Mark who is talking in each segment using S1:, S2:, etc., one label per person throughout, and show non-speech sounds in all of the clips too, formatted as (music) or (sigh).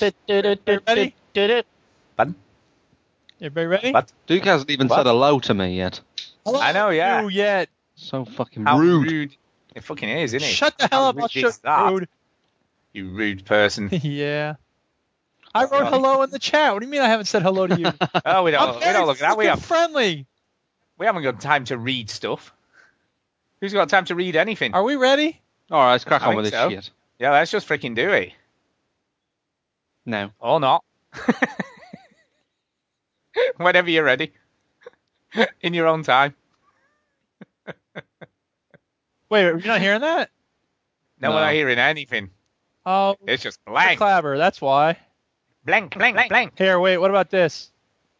S1: Ready?
S2: Pardon?
S1: Everybody ready?
S2: What?
S3: Duke hasn't even
S2: What?
S3: said hello to me yet.
S1: Hello,
S2: I know, yeah.
S1: You yet.
S3: So fucking
S2: How
S3: rude.
S2: rude. It fucking is, isn't it?
S1: Shut the hell
S2: How
S1: up. I'll
S2: rude
S1: show
S2: is that?
S1: dude. (laughs)
S2: You rude person.
S1: yeah. I wrote
S2: Right.
S1: hello in the chat. What do you mean I haven't said
S2: (laughs)
S1: hello to you?
S3: (laughs)
S2: Oh, we
S1: I'm
S2: don't, we
S1: very
S2: don't look at that. We,
S1: fucking
S2: have,
S1: friendly.
S2: we haven't got time to read stuff. Who's got time to read anything?
S1: Are we ready?
S3: All right, let's crack
S2: I
S3: on
S2: think
S3: with this
S2: so.
S3: shit.
S2: Yeah, let's just freaking do it.
S3: No.
S2: Or not. (laughs) Whenever you're ready. (laughs) In your own time.
S1: Wait, you're not hearing that?
S2: No,
S3: No.
S2: we're not hearing anything.
S1: Oh,
S2: It's just
S1: the
S2: blank.
S1: clabber. That's why.
S2: Blank, blank, blank, blank.
S1: Here, wait. What about this?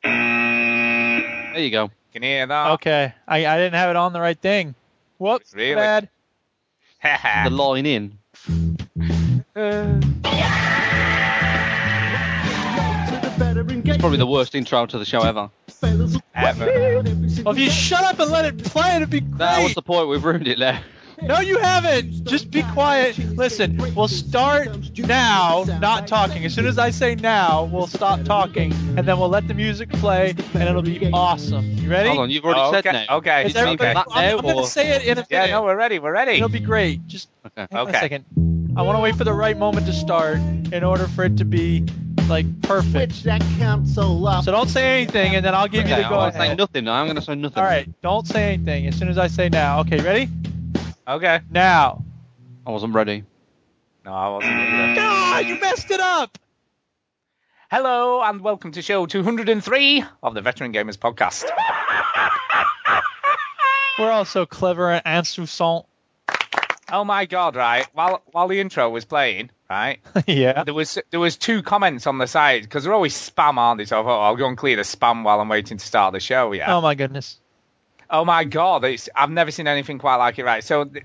S3: There you go.
S2: Can you hear that? (laughs)
S1: Okay, I, I didn't have it on the right thing. Whoops,
S2: Uh. Really? (laughs)
S1: bad.
S3: The line in. It's probably the worst intro to the show ever.
S2: Ever.
S1: Well, if you shut up and let it play, it'd be great.
S3: That was the point. We've ruined it there.
S1: No, you haven't. Just be quiet. Listen, we'll start now, not talking. As soon as I say now, we'll stop talking, and then we'll let the music play, and it'll be awesome. You ready?
S3: Hold on, you've already
S2: Oh, okay,
S3: said no.
S2: okay,
S1: Is
S3: Did you mean
S1: everybody-
S3: that
S1: I'm,
S3: now
S1: I'm gonna
S3: or-
S1: say it in a minute.
S2: Yeah, no, we're ready. We're ready.
S1: It'll be great. Just
S3: Okay.
S1: hang on
S2: Okay.
S1: a second. I want to wait for the right moment to start in order for it to be like perfect.
S4: Switch that console up.
S1: So don't say anything, and then I'll give you
S3: Okay,
S1: the
S3: I'm
S1: go
S3: gonna say
S1: ahead.
S3: nothing. now. I'm going to say nothing.
S1: All right, don't say anything. As soon as I say now, okay, ready?
S2: Okay.
S1: Now.
S3: I wasn't ready.
S2: No, I wasn't. Either.
S1: Ah, you messed it up.
S2: Hello and welcome to show 203 of the Veteran Gamers Podcast.
S1: We're all so clever and insouciant.
S2: Oh my god, right. While while the intro was playing, right?
S1: (laughs) yeah.
S2: There was there was two comments on the side because they're always spam, aren't they? So I thought, oh, I'll go and clear the spam while I'm waiting to start the show, yeah.
S1: Oh my goodness.
S2: oh my god, it's, I've never seen anything quite like it, right? So th-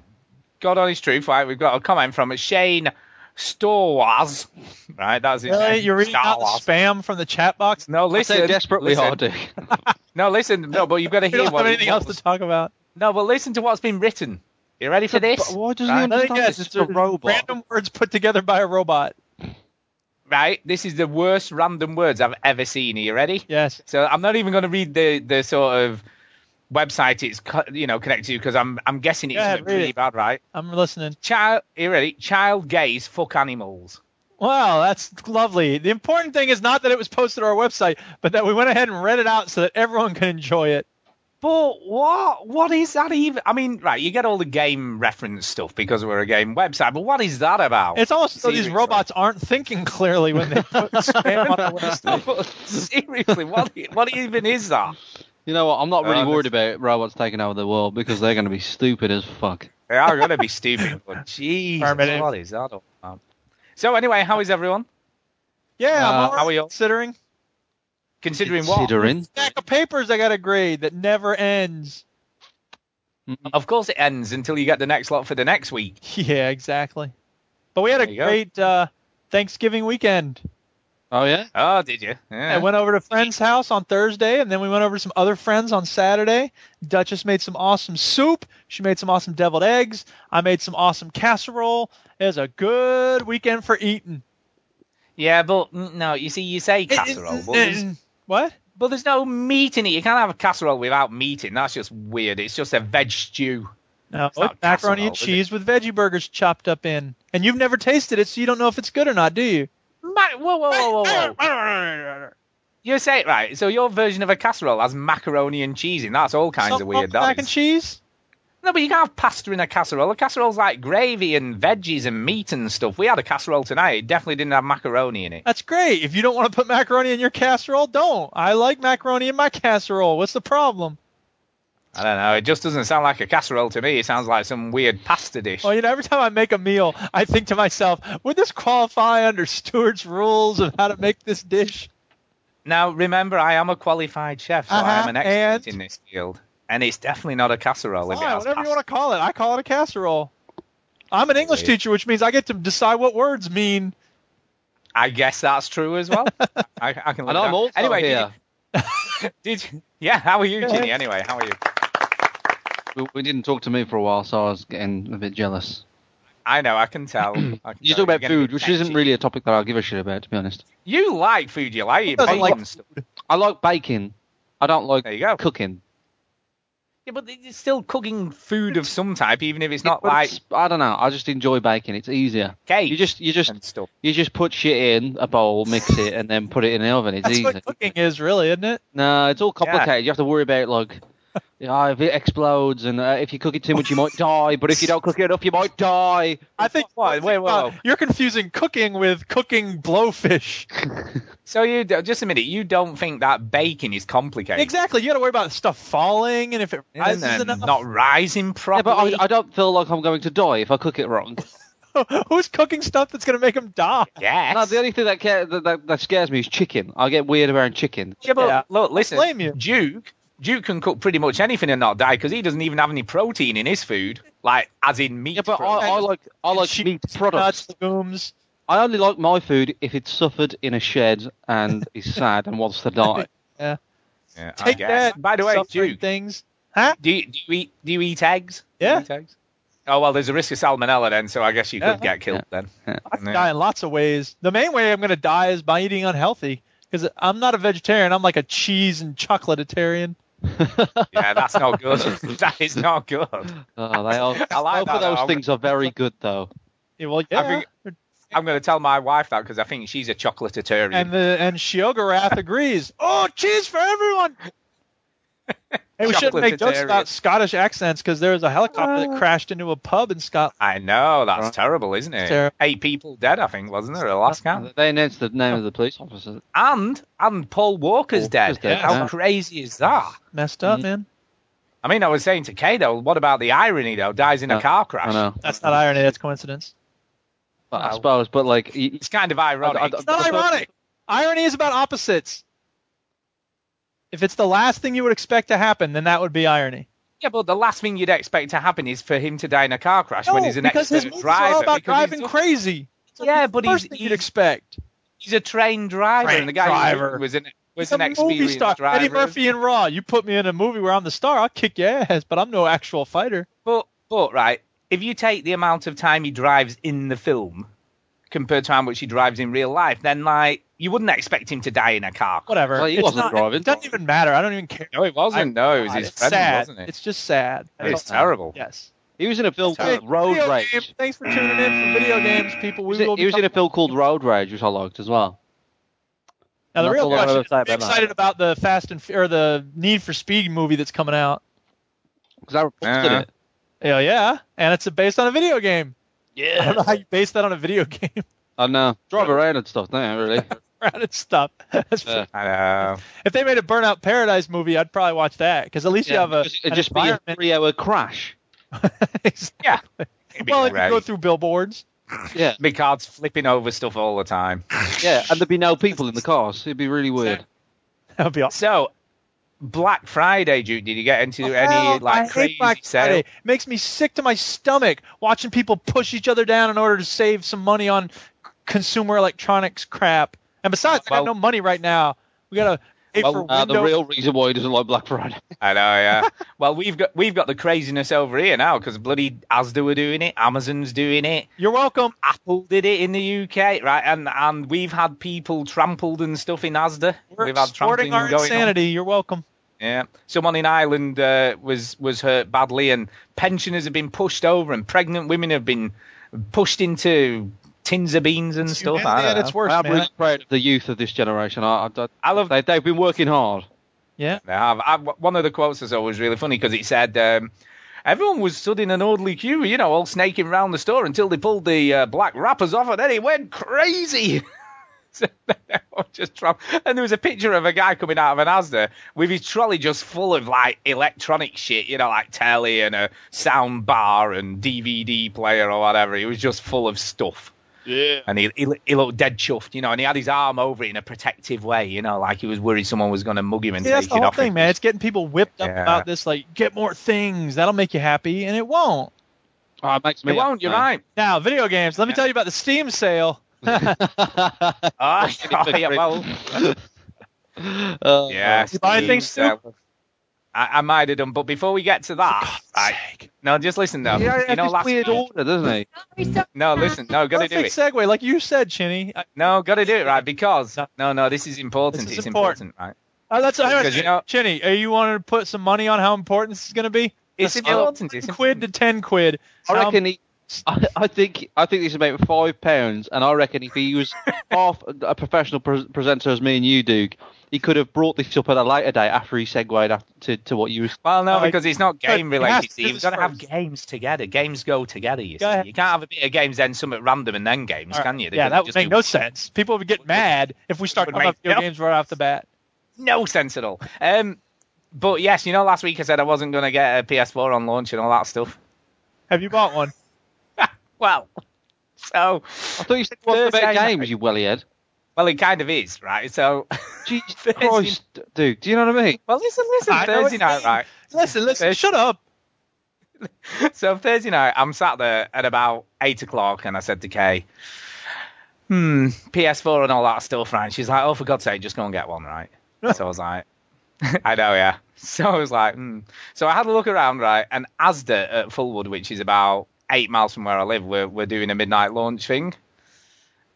S2: God on his truth, right? We've got a comment from Shane Storwaz, right? That's his
S1: Really?
S2: name.
S1: You're reading out the
S2: Starwaz.
S1: spam from the chat box?
S2: No,
S3: I
S2: listen.
S3: say desperately
S2: listen.
S3: hard,
S2: (laughs)
S3: Dick.
S2: No, listen. No, but you've
S1: (laughs)
S2: got to
S1: We
S2: hear
S1: don't
S2: what.
S1: have anything else
S2: what-
S1: to talk about.
S2: No, but listen to what's been written. You ready for this?
S3: But Why doesn't he
S2: Right.
S1: Let me
S3: understand?
S1: guess.
S3: It's a robot.
S1: Random words put together by a robot.
S2: Right, this is the worst random words I've ever seen. Are you ready?
S1: Yes.
S2: So I'm not even going to read the the sort of website it's co- you know connected to because I'm I'm guessing it's
S1: Yeah,
S2: gonna be
S1: read
S2: really
S1: it.
S2: bad, right?
S1: I'm listening.
S2: Child, are you ready? Child gays fuck animals.
S1: Wow, that's lovely. The important thing is not that it was posted to our website, but that we went ahead and read it out so that everyone can enjoy it.
S2: But what what is that even? I mean, right, you get all the game reference stuff because we're a game website, but what is that about?
S1: It's almost as though these
S2: Seriously.
S1: robots aren't thinking clearly when they put spam on our
S2: No,
S1: website.
S2: but (laughs) seriously, what what even is that?
S3: You know what? I'm not really
S2: Uh,
S3: worried about robots taking over the world because they're going to be stupid as fuck.
S2: They are going to be stupid, (laughs) but jeez,
S1: Affirmative.
S2: what is that all about? So anyway, how is everyone?
S1: Yeah, I'm
S3: Uh,
S1: already
S2: how are you?
S1: considering.
S2: Considering,
S3: Considering.
S1: Stack of papers I got a grade that never ends.
S2: what? Of course, it ends until you get the next lot for the next week.
S1: (laughs) Yeah, exactly. But we had a
S2: There you go.
S1: great uh, Thanksgiving weekend.
S3: Oh, yeah?
S2: Oh, did you? Yeah.
S1: I went over to a friend's house on Thursday, and then we went over to some other friends on Saturday. Duchess made some awesome soup. She made some awesome deviled eggs. I made some awesome casserole. It was a good weekend for eating.
S2: yeah, but mm, no, you see, you say casserole, but there's,
S1: What?
S2: but there's no meat in it. You can't have a casserole without meat in. That's just weird. It's just a veg stew.
S1: No, it's
S2: not
S1: macaroni
S2: casserole,
S1: and
S2: is
S1: cheese with veggie burgers chopped up in. And you've never tasted it, so you don't know if it's good or not, do you?
S2: Ma- whoa, whoa, whoa, whoa, whoa. You say it right. So your version of a casserole has macaroni and cheese in. That's all kinds of
S1: Something wrong
S2: weird.
S1: with
S2: that
S1: mac
S2: is.
S1: and cheese?
S2: No, but you can't have pasta in a casserole. A casserole's like gravy and veggies and meat and stuff. We had a casserole tonight. It definitely didn't have macaroni in it.
S1: That's great. If you don't want to put macaroni in your casserole, don't. I like macaroni in my casserole. What's the problem?
S2: I don't know. It just doesn't sound like a casserole to me. It sounds like some weird pasta dish.
S1: Well, you know, every time I make a meal, I think to myself, would this qualify under Stewart's rules of how to make this dish?
S2: Now, remember, I am a qualified chef, so I am
S1: Uh-huh,
S2: an expert
S1: and-
S2: in this field. And it's definitely not a casserole. if it
S1: Fine,
S2: has
S1: whatever you
S2: pasta.
S1: want to call it. I call it a casserole. I'm an English
S2: Wait.
S1: teacher, which means I get to decide what words mean.
S2: I guess that's true as
S1: (laughs)
S2: well. I, I can. Look
S3: And I'm also
S2: anyway, did you-
S3: here.
S2: Did you, (laughs) yeah, how are you,
S1: Yeah.
S2: Ginny? Anyway, how are you?
S3: We, we didn't talk to me for a while, so I was getting a bit jealous.
S2: I know. I can
S3: (clears throat)
S2: tell. I can
S3: You
S2: tell
S3: talk about
S2: you're gonna
S3: food,
S2: be
S3: which
S2: petty.
S3: isn't really a topic that I give a shit about, to be honest.
S2: You like food. You like it.
S1: doesn't
S2: bacon
S1: like
S2: and stuff.
S3: I like baking. I don't like
S2: There you go.
S3: cooking.
S2: Yeah, but it's still cooking food of some type, even if it's not
S3: But
S2: like
S3: it's- I don't know. I just enjoy baking. It's easier.
S2: cake.
S3: You just you just
S2: and stuff.
S3: you just put shit in a bowl, mix it, and then put it in the oven. It's
S1: That's
S3: easy.
S1: what cooking is, really, isn't it?
S3: No, it's all complicated. You have to worry about
S2: (laughs)
S3: like, you know, if it explodes, and uh, if you cook it too much, you might die. But if you don't cook it enough, you might die.
S1: I think.
S2: Wait, wait, wait, wait.
S1: You're confusing cooking with cooking blowfish.
S2: So you d- just a minute. You don't think that bacon is complicated?
S1: Exactly. You got to worry about stuff falling and if it
S2: And
S1: rises
S2: then
S1: enough.
S2: not rising
S3: Yeah, but
S2: properly.
S3: I, I don't feel like I'm going to die if I cook it wrong.
S1: (laughs) Who's cooking stuff that's going to make him die?
S2: Yes.
S3: No, the only thing that, ca- that, that that scares me is chicken. I get weird around chicken.
S2: Yeah, but
S1: Yeah.
S2: look, listen,
S1: blame you.
S2: Duke. Duke can cook pretty much anything and not die because he doesn't even have any protein in his food, like as in meat.
S3: Yeah, but
S2: protein.
S3: I, I like I like
S1: Cheese,
S3: meat products.
S1: Nuts, legumes.
S3: I only like my food if it's suffered in a shed (laughs) and is sad and wants to die.
S1: Yeah.
S2: Yeah, I
S1: Take
S2: guess.
S1: that.
S2: By the way,
S1: suffering
S2: Duke,
S1: things. Huh?
S2: do you, do you eat do you eat eggs? Do you
S1: Yeah.
S2: eat eggs? Oh well, there's a risk of salmonella then, so I guess you
S1: Yeah.
S2: could get killed then.
S1: I can
S2: Yeah.
S1: die in lots of ways. The main way I'm going to die is by eating unhealthy because I'm not a vegetarian. I'm like a cheese and chocolatarian.
S2: Yeah, that's not
S1: (laughs)
S2: good. (laughs) that is not good.
S3: (laughs) Oh, they are,
S2: I like that,
S3: both of those
S2: though.
S3: things are very good though.
S1: Yeah, well, yeah.
S2: think- I'm going to tell my wife that because I think she's a chocolatarian.
S1: and the and Shiogarath agrees. Oh, cheese for everyone! (laughs) Hey, we shouldn't make jokes
S2: Chocolatarian.
S1: about Uh. Scottish accents because there was a helicopter that crashed into a pub in Scotland.
S2: I know that's
S3: Right.
S2: terrible, isn't it?
S1: Terrible.
S2: Eight people dead, I think, wasn't there? at The last
S1: Uh,
S2: count.
S3: They announced the name of the police officer.
S2: And and Paul Walker's
S3: Walker's
S2: dead.
S3: dead,
S2: How
S3: yeah.
S2: crazy is that?
S1: Messed up,
S2: Mm-hmm.
S3: Mhm.
S1: man.
S2: I mean, I was saying to Kay though, what about the irony though? Dies in a
S3: Yeah,
S2: car
S3: I
S2: crash.
S3: know.
S1: That's not irony. That's coincidence.
S3: But I
S2: Wow.
S3: suppose, but like, y-
S2: It's kind of ironic.
S3: I- I-
S1: It's not
S3: But-
S1: ironic. Irony is about opposites. If it's the last thing you would expect to happen, then that would be irony.
S2: yeah, but the last thing you'd expect to happen is for him to die in a car crash when he's an
S1: because his
S2: expert
S1: movies
S2: driver.
S1: are all about
S2: because he's
S1: driving
S2: a-
S1: crazy. It's like
S2: Yeah,
S1: the
S2: but
S1: first
S2: he's-
S1: thing
S2: he's-
S1: you'd expect.
S2: He's a trained driver,
S1: Trained
S2: and the guy
S1: driver.
S2: was an was
S1: He's
S2: an
S1: a movie
S2: experienced
S1: star.
S2: driver.
S1: Eddie Murphy and Raw. You put me in a movie where I'm the star, I'll kick your ass, but I'm no actual fighter.
S2: But but right, if you take the amount of time he drives in the film compared to how much he drives in real life, then like you wouldn't expect him to die in a car. crash.
S1: Whatever.
S3: Well, he
S1: It's
S3: wasn't
S1: not-
S3: driving.
S1: It doesn't even matter. I don't even care.
S2: No, it wasn't. no, it was his
S1: it's
S2: friend,
S1: sad.
S2: wasn't it?
S1: It's just sad.
S2: It's
S1: Oh,
S2: terrible.
S1: Yes.
S3: he was in a film
S1: Hey,
S3: called Road
S1: video
S3: Rage.
S1: game, Thanks for tuning in for video games, people. We
S3: He was, in-
S1: will
S3: he was
S1: be
S3: in a film called Road Rage, which I liked as well.
S1: Now the
S3: That's
S1: real
S3: all I
S1: question
S3: wanna
S1: is,
S3: say
S1: are
S3: about
S1: you excited
S3: that.
S1: about the Fast and F- or the Need for Speed movie that's coming out?
S3: Because I reported
S2: Yeah.
S3: it.
S1: Yeah, yeah, and it's based on a video
S3: (laughs)
S1: game. Yeah. I (laughs) don't know how you base that on a video (laughs) game
S3: I know. Drive around and stuff, don't (laughs) you, really?
S1: (laughs) around its stuff. That's
S3: Yeah.
S2: I know.
S1: If they made a Burnout Paradise movie, I'd probably watch that because at least you have a
S3: Because it'd
S1: an
S3: just be a
S1: environment.
S3: three hour crash.
S1: (laughs) Exactly.
S2: Yeah.
S1: well, if you
S2: Right.
S1: go through billboards, (laughs)
S3: Yeah,
S2: Big cards flipping over stuff all the time.
S3: yeah, and there'd be no people in the cars. It'd be really weird.
S1: that would be awesome.
S2: So, Black Friday, Duke, did you get into
S1: Hell,
S2: any
S1: I
S2: like
S1: hate
S2: crazy
S1: Black
S2: sale?
S1: Friday. It makes me sick to my stomach watching people push each other down in order to save some money on c- consumer electronics crap. And besides, I
S2: Well-
S1: got no money right now. We gotta pay
S2: Well,
S1: for
S3: Uh, the
S1: Windows.
S3: real reason why he doesn't like Black Friday.
S2: I know, yeah. (laughs) well, we've got we've got the craziness over here now because bloody Asda were doing it, Amazon's doing it,
S1: You're welcome.
S2: Apple did it in the UK, right? And and we've had people trampled and stuff in Asda.
S1: We're
S2: we've had trampling
S1: supporting our
S2: going on.
S1: insanity. You're welcome.
S2: Yeah, someone in Ireland uh, was was hurt badly, and pensioners have been pushed over, and pregnant women have been pushed into tins of beans and stuff. I
S1: Humanity
S2: don't
S1: at its
S2: know.
S1: worst,
S3: I'm
S1: man.
S3: really proud of the youth of this generation. I, I,
S2: I love
S3: they, they've been working hard.
S1: Yeah.
S2: They have. I, one of the quotes I saw was really funny because it said, um, "Everyone was stood in an orderly queue, you know, all snaking round the store until they pulled the uh, black wrappers off, and then it went crazy." (laughs) So they were just tro- and there was a picture of a guy coming out of an Asda with his trolley just full of like electronic shit, you know, like telly and a sound bar and DVD player or whatever. He was just full of stuff. Yeah. And he, he he looked dead chuffed, you know, and he had his arm over it in a protective way, you know, like he was worried someone was going to mug him and
S1: See, that's
S2: take
S1: the
S2: it
S1: whole
S2: off.
S1: thing,
S2: him.
S1: man. It's getting people whipped up
S2: Yeah.
S1: about this, like, get more things. That'll make you happy, and it won't.
S3: Oh, it makes me
S2: It won't. You're right.
S1: Now, video games. Let me tell you about the Steam sale.
S3: (laughs)
S2: Oh, (laughs) yeah, well,
S3: Uh,
S2: yeah.
S3: Oh,
S1: You buying things, Stu?
S2: Uh, I, I might have done, but before we get to that, right, no, just listen though.
S3: Yeah,
S2: you know,
S3: this
S2: last
S3: weird
S2: week-
S3: order, doesn't he?
S2: no, listen, no, gotta do
S1: Perfect
S2: it.
S1: segue, like you said, Chinny. I-
S2: No, gotta do it right because
S1: No.
S2: no, no, this is important.
S1: This is
S2: it's
S1: important.
S2: important, right?
S1: Uh, that's hang on.
S2: Because, you know-
S1: Chinny. Are you wanting to put some money on how important this is going to be?
S2: It's
S1: A scale of
S2: important, it's
S1: one quid to ten quid.
S3: I
S1: Um,
S3: reckon he. I, I think I think this is about five pounds, and I reckon if he was half a professional pre- presenter as me and you, Duke, he could have brought this up at a later date after he segued after, to, to what you was.
S2: Well, no,
S1: Alright.
S2: because it's not
S1: But
S2: game
S1: it has
S2: related.
S1: to
S2: see,
S1: do
S2: You've
S1: this
S2: got to have
S1: first.
S2: games together. Games go together. You,
S1: Go
S2: see.
S1: ahead.
S2: you can't have a bit of games then some at random and then games,
S1: All right.
S2: can you? They
S1: Yeah,
S2: could
S1: that would
S2: just
S1: make
S2: do
S1: no sense. People would get mad if we start
S2: Would
S1: talking about
S2: make-
S1: video
S2: no.
S1: games right off the bat.
S2: no sense at all. Um, but yes, you know, last week I said I wasn't going to get a PS4 on launch and all that stuff.
S1: Have you bought one?
S2: Well, so
S3: I thought you said what about
S2: Thursday night.
S3: games, you wellyhead.
S2: well, it kind of is, right? So, (laughs)
S3: Jesus
S2: Thursday-
S3: Christ, Duke, do you know what I mean?
S2: well, listen, listen,
S1: I know what
S2: Thursday
S1: you
S2: night,
S1: mean.
S2: right?
S1: Listen, listen.
S2: Thursday-
S1: Shut up.
S2: So Thursday night, I'm sat there at about eight o'clock, and I said to Kay, "Hmm, PS4 and all that stuff, right?" She's like, "Oh, for God's sake, just go and get one, right?" so I was like, (laughs) "I know, yeah." So I was like, hmm. "So I had a look around, right?" And ASDA at Fullwood, which is about eight miles from where I live, we're we're doing a midnight launch thing,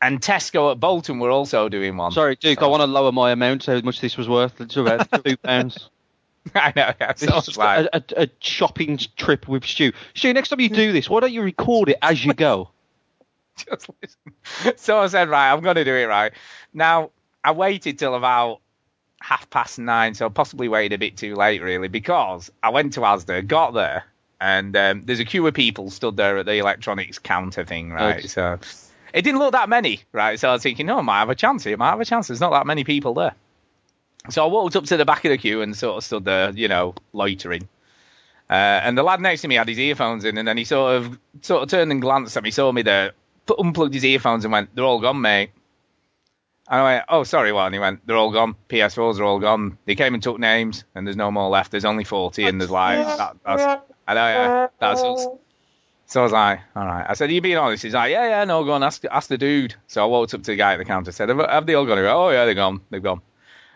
S2: and Tesco at Bolton were also doing one.
S3: Sorry, Duke, I want to lower my amount. How much this was worth? It's about two (laughs) pounds.
S2: (laughs) I know.
S3: (laughs)
S2: Yeah. So I
S3: This is
S2: was
S3: just
S2: like,
S3: a, a, a shopping trip with Stu. Stu, next time you do this, why don't you record it as you go?
S2: (laughs) just listen. So I said, right, I'm going to do it right. Now, I waited till about half past nine, so I possibly waited a bit too late, really, because I went to Asda, got there, and um, there's a queue of people stood there at the electronics counter thing, right?
S3: Right.
S2: So it didn't look that many, right? So I was thinking, oh, I might have a chance here, I might have a chance. There's not that many people there. So I walked up to the back of the queue and sort of stood there, you know, loitering. Uh, and the lad next to me had his earphones in, and then he sort of sort of turned and glanced at me, saw me there, put, unplugged his earphones, and went, "They're all gone, mate." And I went, "Oh, sorry, what?" And he went, "They're all gone. PS4s are all gone. They came and took names, and there's no more left. There's only 40, and there's like that, that's, I know, yeah, that's us." So I was like, "All right." I said, "Are you being honest?" He's like, "Yeah, yeah, no, go and ask, ask the dude." So I walked up to the guy at the counter, said, "Have, have they all gone?" He went, "Oh yeah, they're gone. They've gone."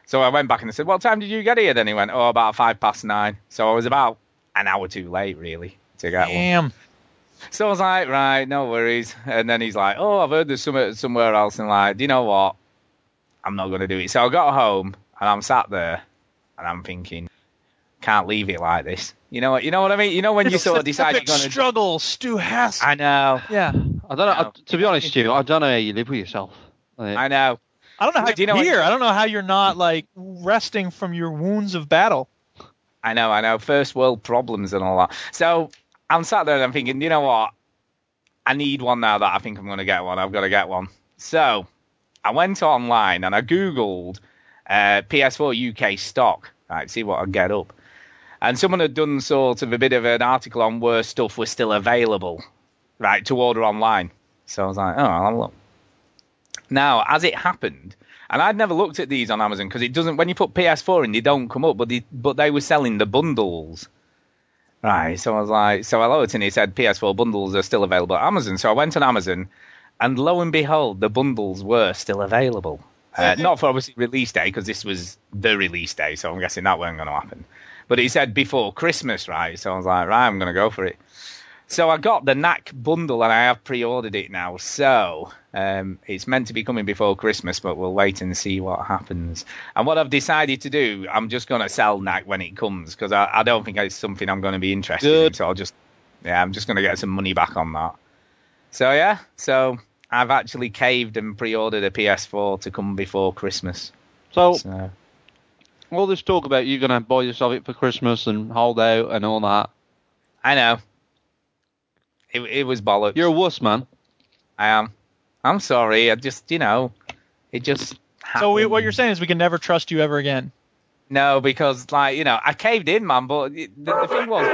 S2: So I went back and I said, "What time did you get here?" Then he went, "Oh, about five past nine. So I was about an hour too late, really, to get one.
S1: Damn.
S2: So I was like, "Right, no worries." And then he's like, "Oh, I've heard there's some somewhere else." And like, do you know what? I'm not going to do it. So I got home and I'm sat there and I'm thinking, can't leave it like this. You know what? You know what I mean? You know when you
S1: It's
S2: sort
S1: an
S2: of decide you're
S1: epic
S2: going to.
S1: struggle. Stu has.
S2: I know.
S1: yeah.
S3: I don't know. I,
S2: No.
S3: to be honest, Stu, I don't know how you live with yourself. Like,
S2: I know.
S1: I don't know how
S2: Do you know
S1: you're
S2: what-
S1: here. I don't know how you're not like resting from your wounds of battle.
S2: I know, I know. First world problems and all that. So I'm sat there and I'm thinking, you know what? I need one now that I think I'm going to get one. I've got to get one. So I went online and I Googled uh, PS4 UK stock, right, see what I get up. And someone had done sort of a bit of an article on where stuff was still available, right, to order online. So I was like, oh, I'll have a look. Now, as it happened, and I'd never looked at these on Amazon because it doesn't. When you put PS4 in, they don't come up. But they, but they were selling the bundles, right? So I was like, so I looked and it said PS4 bundles are still available at Amazon. So I went on Amazon, and lo and behold, the bundles were still available. Uh, not for obviously release day because this was the release day, so I'm guessing that wasn't going to happen. But it said before Christmas, right? So I was like, right, I'm going to go for it. So I got the Knack bundle and I have pre-ordered it now. So um, it's meant to be coming before Christmas, but we'll wait and see what happens. And what I've decided to do, I'm just going to sell Knack when it comes because I, I don't think it's something I'm going to be interested in.
S3: Good.
S2: So I'll just, yeah, I'm just going to get some money back on that. So yeah, so I've actually caved and pre-ordered a PS4 to come before Christmas.
S1: Oh.
S3: so
S2: So
S3: all this talk about you going to buy yourself it for Christmas and hold out and all that.
S2: I know it, it was bollocks.
S3: You're a wuss, man.
S2: I am. I'm sorry. I just, you know, it just. Happened.
S1: So we, what you're saying is we can never trust you ever again.
S2: No, because like you know, I caved in, man. But it- the, the thing was,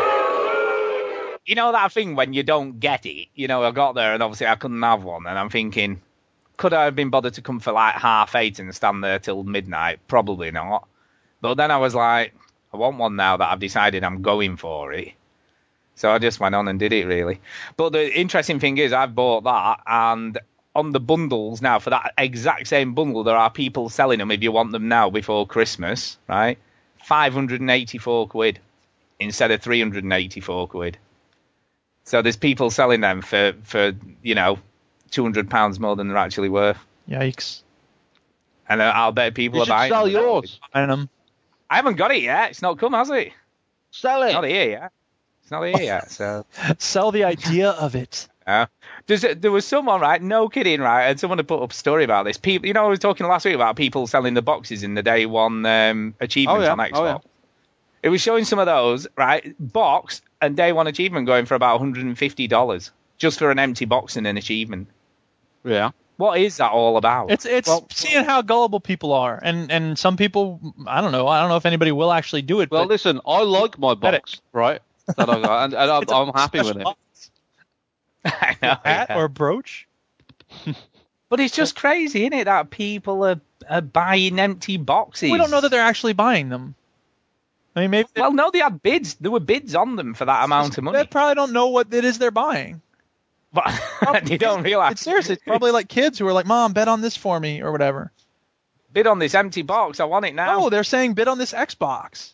S2: once- you know that thing when you don't get it. You know, I got there and obviously I couldn't have one, and I'm thinking, could I have been bothered to come for like half eight and stand there till midnight? Probably not. But then I was like, I want one now that I've decided I'm going for it. So I just went on and did it really. But the interesting thing is, I've bought that, and on the bundles now for that exact same bundle, there are people selling them if you want them now before Christmas, right? 584 quid instead of 384 quid. So there's people selling them for, for you know, 200 pounds more than they're actually worth.
S1: Yikes.
S2: And I'll bet people
S3: You
S2: are
S3: should
S2: buying
S3: sell
S2: them.
S3: yours.
S1: Buying 'em.
S2: I haven't got it yet. It's not come, has it?
S3: Sell
S2: It's not
S3: it.
S2: here yet. It's not here yet. So
S1: Sell the idea of it.
S2: yeah. Uh, There's, there was someone right, no kidding right, and someone had put up a story about this. People, you know, I was talking last week about people selling the boxes in the day one um, achievements
S3: Oh, yeah.
S2: on Xbox.
S3: Oh, yeah.
S2: It was showing some of those right box and day one achievement going for about 150 dollars just for an empty box and an achievement.
S3: Yeah.
S2: What is that all about?
S1: It's it's seeing how gullible people are, and and some people, I don't know, I don't know if anybody will actually do it.
S3: Well,
S1: but
S3: listen, I like my
S1: Get it.
S3: box, right? That I got, and, and I'm,
S1: It's a
S3: I'm happy with
S1: special
S3: it.
S1: box,
S2: (laughs) I know,
S1: hat
S2: yeah.
S1: or brooch.
S2: but it's just crazy, isn't it? That people are, are buying empty boxes.
S1: We don't know that they're actually buying them. I mean, maybe they,
S2: Well, no, they had bids. There were bids on them for that amount of
S1: they
S2: money.
S1: probably don't know what it is they're buying.
S2: (laughs) But (laughs) they don't realize.
S1: It's seriously it's probably like kids who are like, "Mom, bet on this for me" or whatever.
S2: bid on this empty box. I want it now.
S1: No, they're saying bid on this Xbox.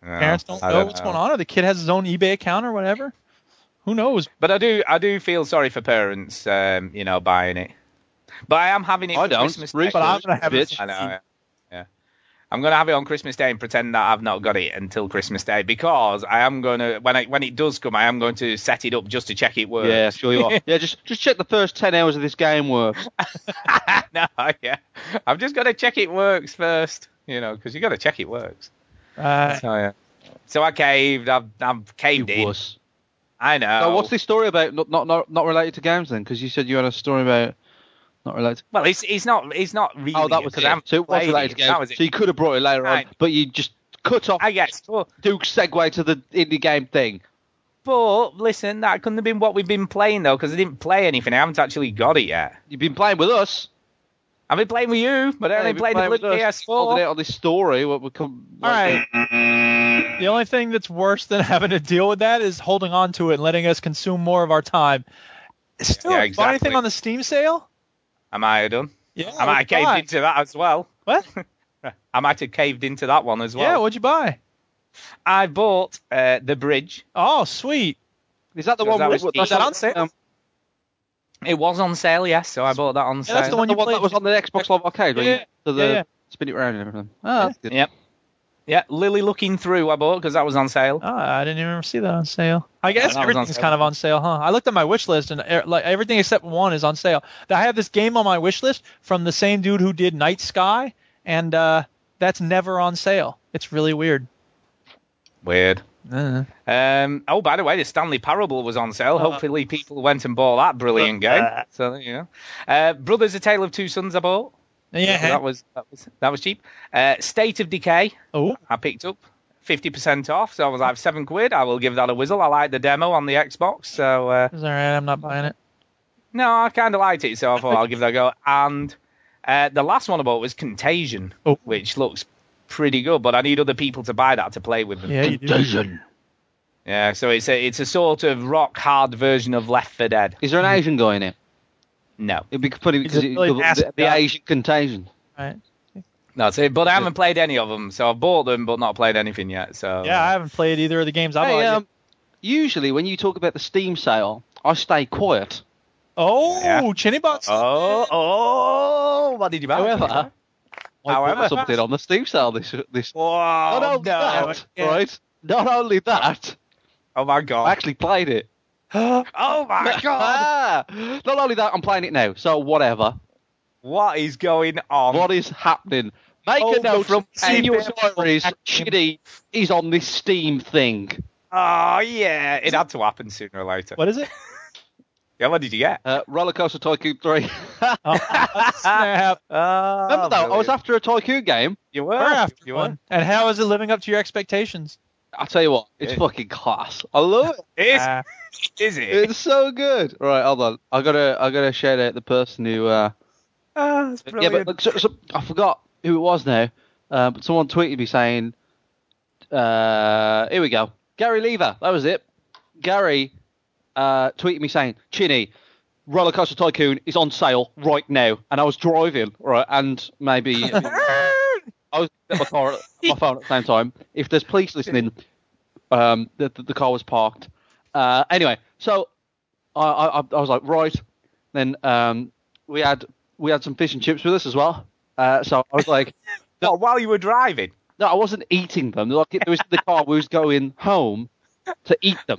S1: Parents don't know, what's going on, or the kid has his own eBay account or whatever. Who knows?
S2: But I do, I do feel sorry for parents, um, you know, buying it. But I am having it.
S3: I
S2: for
S3: don't.
S2: Christmas
S3: Research,
S2: Day.
S1: But I'm gonna have it-
S3: bitch.
S2: I know. Yeah. yeah. I'm gonna have it on Christmas Day and pretend that I've not got it until Christmas Day because I am gonna when I, when it does come, I am going to set it up just to check it works.
S3: Yeah, sure (laughs) you are. yeah, just just check the first ten hours of this game works.
S2: (laughs) no, yeah. I've just got to check it works first, you know, because you got to check it works.
S1: Uh,
S2: So yeah. So I caved. I've, I've
S3: You
S2: caved in.
S3: wuss.
S2: I know.
S3: Now, what's this story about? Not not not, not related to games then, because you said you had a story about not related. To...
S2: Well, it's it's not it's not really.
S3: Oh, that was
S2: because
S3: it.
S2: I haven't
S3: So it was
S2: played
S3: related
S2: it.
S3: to games.
S2: That was it.
S3: So you could have brought it later
S2: Right.
S3: on, but you just cut off
S2: I guess. Well,
S3: Duke's segue to the indie game thing.
S2: but listen, that couldn't have been what we've been playing though, because I didn't play anything. I haven't actually got it yet.
S3: You've been playing with us.
S2: I've been playing with you, but I
S3: Yeah,
S2: only
S3: you've been
S2: played the
S3: playing with
S2: bloody
S3: us. Holding
S2: PS4.
S3: out on this story. What we come?
S1: all right. The only thing that's worse than (laughs) having to deal with that is holding on to it and letting us consume more of our time. Still,
S2: Yeah,
S1: buy
S2: exactly.
S1: anything on the Steam sale?
S2: Am I done?
S1: Yeah.
S2: Am I
S3: Oh,
S1: what'd you buy?
S2: caved into that as well?
S1: What?
S2: I might have caved into that one as well.
S1: Yeah, what'd you buy?
S2: I bought uh, the bridge.
S1: Oh, sweet.
S3: Is that the
S2: So
S3: one?
S2: that
S3: with-
S2: was-
S3: that's
S1: that
S3: the-
S1: on sale?
S3: um,
S2: It was on sale, yes, so I bought that on
S1: Yeah,
S2: sale.
S1: that's the one
S3: the
S1: you
S3: one
S1: played.
S3: that was on the Xbox Live Arcade. where you-
S1: Yeah,
S3: to the
S1: yeah, yeah.
S3: spin it round and everything. Oh, that's good.
S2: Yeah. Yeah, Lily looking through I bought because that was on sale.
S1: Ah, I didn't even see that on sale. I guess
S2: that was on
S1: everything's
S2: sale.
S1: kind of on sale, huh? I looked at my wish list and er, like everything except one is on sale. I have this game on my wish list from the same dude who did Night Sky, and uh, that's never on sale. It's really weird.
S2: Weird.
S1: Uh,
S2: Um, oh, by the way, the Stanley Parable was on sale.
S1: Oh.
S2: Hopefully, people went and bought that brilliant game. So there you go. Uh, Brothers: A Tale of Two Sons. I bought. So
S1: yeah.
S2: that was that was that was cheap. Uh, State of Decay.
S1: Oh,
S2: I picked up fifty percent off. So I was like seven quid. I will give that a whizzle. I liked the demo on the Xbox. So uh,
S1: it's all right. I'm not buying it.
S2: no, I kind of liked it. So I thought I'll give that a go. And uh, the last one I bought was Contagion,
S1: Oh.
S2: which looks pretty good. But I need other people to buy that to play with them.
S1: Yeah, you do.
S2: Yeah, so it's a it's a sort of rock hard version of Left for Dead.
S3: Is there an Asian guy in it?
S2: No,
S3: It'd be funny
S1: He's
S3: because
S1: a
S3: it,
S1: really
S3: the,
S1: nasty
S3: the, the
S1: guy.
S3: Asian contagion.
S1: Right.
S2: that's it. But I haven't played any of them, so I bought them, but not played anything yet. So
S1: Yeah, I haven't played either of the games. I
S3: Hey,
S1: bought.
S3: um, usually when you talk about the Steam sale, I stay quiet.
S1: oh,
S2: yeah.
S1: Chinnybots.
S2: oh oh, what did you buy?
S3: However, I
S2: However.
S3: bought something on the Steam sale this this.
S2: Wow,
S3: not only
S2: no.
S3: that, right? Not only that,
S2: Oh my
S3: I
S2: god!
S3: actually played it.
S2: Oh my god!
S3: Ah, (laughs) not only that, I'm playing it now. So whatever.
S2: What is going on?
S3: What is happening? Make
S2: Um, Oh,
S3: a note
S2: from
S3: from in your
S2: CBS
S3: diaries.
S2: action.
S3: Shitty is on this Steam thing.
S2: Oh yeah, it had to happen sooner or later.
S1: What is
S2: (laughs)
S1: it?
S2: Yeah, what did you get?
S3: Uh, Rollercoaster Tycoon (laughs) 3.
S1: Oh, snap.
S2: Uh,
S3: Remember though, I was after a Tycoon game.
S2: you were
S1: We're after
S2: you were.
S1: one. And how is it living up to your expectations?
S3: I tell you what, it's
S2: Yeah.
S3: fucking class. I love it.
S2: Is,
S1: Ah,
S2: is it?
S3: It's so good. Right, hold on. I gotta, I gotta shout out the person who. Uh,
S2: Ah, it's
S3: yeah,
S2: brilliant.
S3: but look, so, so, I forgot who it was now. Uh, but someone tweeted me saying, uh, "Here we go, Gary Lever." That was it. Gary uh, tweeted me saying, "Chinny, Rollercoaster
S2: Ah.
S3: Tycoon is on sale right now," and I was driving, right, and maybe. I was at my car, my phone at the same time. If there's police listening, um, the, the, the car was parked. Uh, anyway, so I, I, I was like, right. Then um, we had we had some fish and chips with us as well. Uh, so I was like,
S2: Well, while you were driving.
S3: no, I wasn't eating them. Like it was in the car. We was going home to eat them,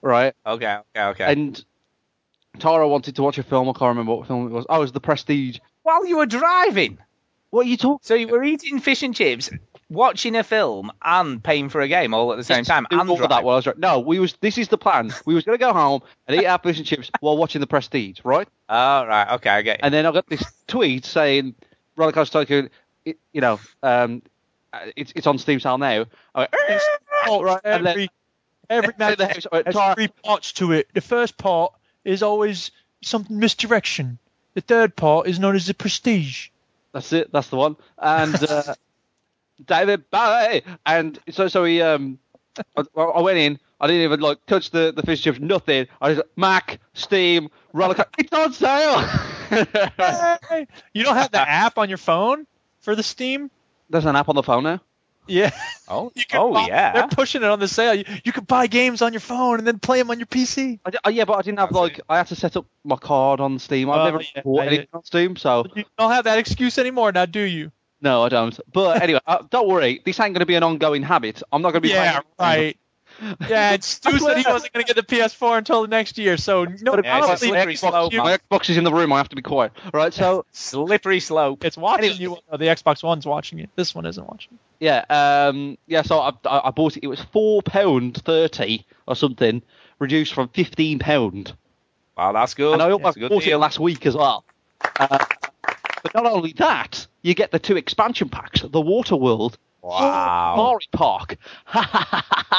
S3: right?
S2: Okay, okay, okay.
S3: And Tara wanted to watch a film. I can't remember what film it was. Oh, it was The Prestige.
S2: while you were driving.
S3: What are you talking?
S2: So you were eating fish and chips, watching a film, and paying for a game all at the same time.
S3: Do
S2: And
S3: all of that
S2: driving.
S3: while I was dri- No, we was. This is the plan. We was going to go home and eat our fish and chips while watching The Prestige, right?
S2: Oh, right, okay, I get it.
S3: And then I got this tweet saying Rollercoaster Tycoon, it, you know, um, it's it's on Steam sale now. I went, "Eh."
S1: Oh, right.
S3: and then-
S1: Every, (laughs) every
S3: Then
S1: match
S3: the house-
S1: has
S3: Tara-
S1: three parts to it. The first part is always some misdirection. The third part is known as the prestige.
S3: That's it. That's the one. And uh, David Bowie. And so so he um, I, I went in. I didn't even like touch the the fish chips. Nothing. I just Mac Steam Rollercoaster. It's on sale. (laughs)
S1: Hey, you don't have (laughs) the app on your phone for the Steam?
S3: There's an app on the phone now.
S1: Yeah.
S2: Oh,
S1: You can
S2: oh
S1: buy- They're
S2: yeah.
S1: pushing it on the sale. You, you could buy games on your phone and then play them on your PC.
S3: I di- oh, yeah, but I didn't have
S2: That's
S3: like I had to set up my card on Steam. I've
S1: Oh,
S3: never
S1: yeah,
S3: bought
S1: yeah.
S3: anything on Steam, so
S1: You don't have that excuse anymore now, do you?
S3: no, I don't. But anyway, uh, don't worry. This ain't going to be an ongoing habit. I'm not going to be
S1: Yeah,
S3: playing-
S1: right. Yeah, and Stu said he wasn't going to get the PS4 until the next year, so no,
S2: Yeah, it's a
S1: probably
S2: slippery
S1: next
S2: slope,
S1: year-
S3: My Xbox is in the room. I have to be quiet. Right, so
S2: Slippery slope.
S1: It's watching
S3: Anyway.
S1: you. Oh, the Xbox One's watching it. This one isn't watching.
S3: Yeah, um, yeah. So I, I I bought it. It was four pound thirty or something, reduced from fifteen pound.
S2: Wow, that's good.
S3: And I,
S2: That's
S3: I
S2: a good
S3: bought it
S2: deal.
S3: last week as well. Uh, but not only that, you get the two expansion packs: the Water World,
S2: Wow,
S3: Mario Park. (laughs)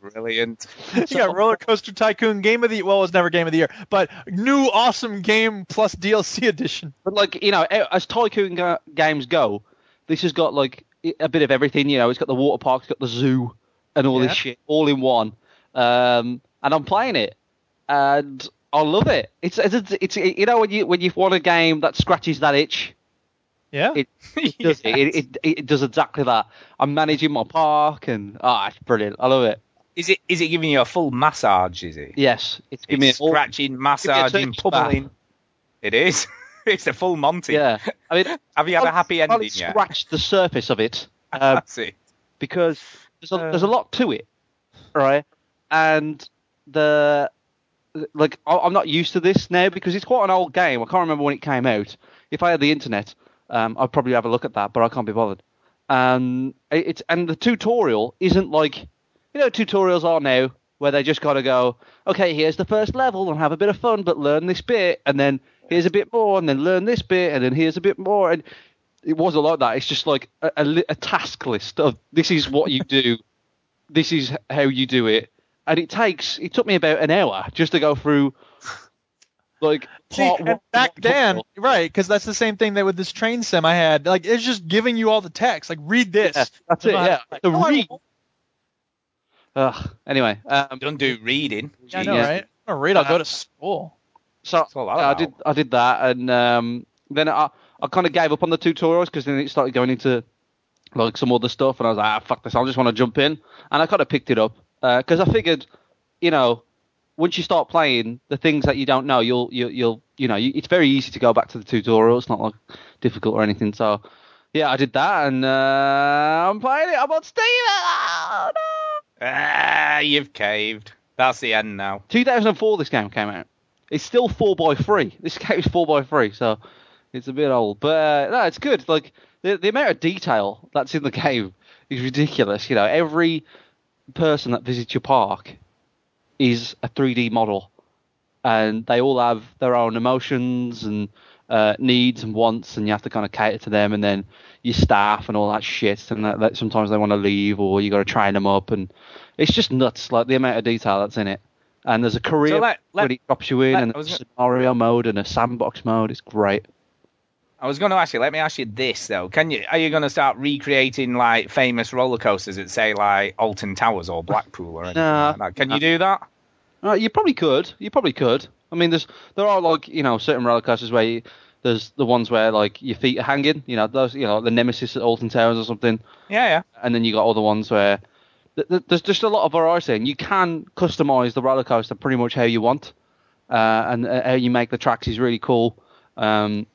S2: brilliant.
S1: you got Roller Coaster Tycoon Game of the well, it was never Game of the Year, but new awesome game plus DLC edition.
S3: But like you know, as tycoon ga- games go, this has got like a bit of everything. You know, it's got the water park, it's got the zoo, and all
S1: Yeah.
S3: this shit all in one. Um, and I'm playing it, and I love it. It's it's, it's you know when you when you want a game that scratches that itch,
S1: Yeah,
S2: (laughs)
S3: it it does it.
S2: Yes.
S3: It, it, it does exactly that. I'm managing my park, and ah, it's brilliant. I love it.
S2: Is it? Is it giving you a full massage? Is it?
S3: Yes, it's
S2: It's
S3: giving me an all-
S2: scratching, massaging,
S3: Turkish
S2: pummeling.
S3: bath.
S2: It is. (laughs) it's the full Monty. (laughs)
S3: Yeah, I mean,
S2: Have you had a happy
S3: I've
S2: ending yet?
S3: Scratched the surface of it.
S2: (laughs)
S3: Um,
S2: That's it.
S3: because there's a,
S1: Uh,
S3: there's a lot to it, right? And the like, I- I'm not used to this now because it's quite an old game. I can't remember when it came out. If I had the internet, um, I'd probably have a look at that, but I can't be bothered. Um, it- it's and the tutorial isn't like you know tutorials are now where they just gotta go, okay, here's the first level and have a bit of fun, but learn this bit, and then here's a bit more, and then learn this bit, and then here's a bit more, and it wasn't like that. It's just like a, a, li- a task list of this is what you do, this is h- how you do it, and it takes. It took me about an hour just to go through,
S1: (laughs)
S3: like
S1: See,
S3: part
S1: and
S3: one-
S1: back
S3: one
S1: then,
S3: tutorial.
S1: right? Because that's the same thing that with this train sim I had. Like it's just giving you all the text. Like read this.
S3: Yeah, that's it.
S1: You know how-
S3: Yeah, the
S1: No, I
S3: read.
S1: won't.
S3: Ugh. Anyway, um,
S2: Don't do reading.
S1: Yeah, I know,
S3: Yeah.
S1: right? I'm gonna read. I'll go to school.
S3: so
S2: all
S3: I
S2: about.
S3: did. I did that, and um, then I I kind of gave up on the tutorials because then it started going into like some other stuff, and I was like, ah, fuck this, I just want to jump in, and I kind of picked it up because I figured, you know, once you start playing the things that you don't know, you'll you'll, you'll you know, you, it's very easy to go back to the tutorial. It's not like difficult or anything. So yeah, I did that, and uh, I'm playing it. I'm on Steam. Oh, no.
S2: Ah, you've caved. That's the end now.
S3: 2004, this game came out. It's still four by three. (laughs) This game is four by three, so it's a bit old. But uh, no, it's good. Like the, the amount of detail that's in the (laughs) game is ridiculous. You know, every person that visits your park is a 3D model, and they all have their own emotions and uh, needs and wants, and you have to kind of cater to them. And then your staff and all that shit, and that, that sometimes they want to leave, or you got to train them up, and it's just nuts. Like the amount of detail that's in it. And there's a career
S2: So let- let-
S3: when it drops you in,
S2: let-
S3: and
S2: I was
S3: there's a scenario mode and a sandbox mode. It's great.
S2: I was going to ask you. Let me ask you this though. Can you? Are you going to start recreating like famous roller coasters at say like Alton Towers or Blackpool or anything
S3: No.
S2: like that? Can you do that?
S3: Uh, you probably could. You probably could. I mean, there's there are like you know certain roller coasters where you, There's the ones where like your feet are hanging, you know, those you know the Nemesis at Alton Towers or something,
S2: Yeah, yeah.
S3: and then you got other ones where th- th- there's just a lot of variety, and you can customize the roller coaster pretty much how you want, uh, and uh, how you make the tracks is really cool. Um,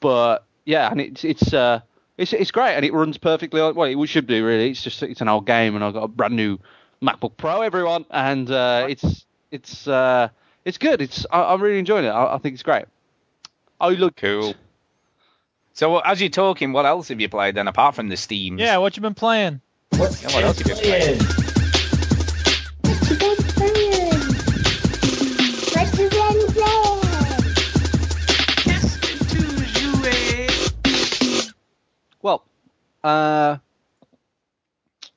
S3: but yeah, and it's it's uh, it's it's great, and it runs perfectly. on Well, it should do really. It's just it's an old game, and I've got a brand new MacBook Pro, everyone, and uh, it's it's uh, it's good. It's I, I'm really enjoying it. I, I think it's great. Oh, look
S2: Cool. So as you're talking, what else have you played then apart from the Steam?
S1: Yeah, what you been playing?
S5: What's
S2: Yeah, what else you been playing?
S5: What you been playing? What you been playing?
S3: Well, uh,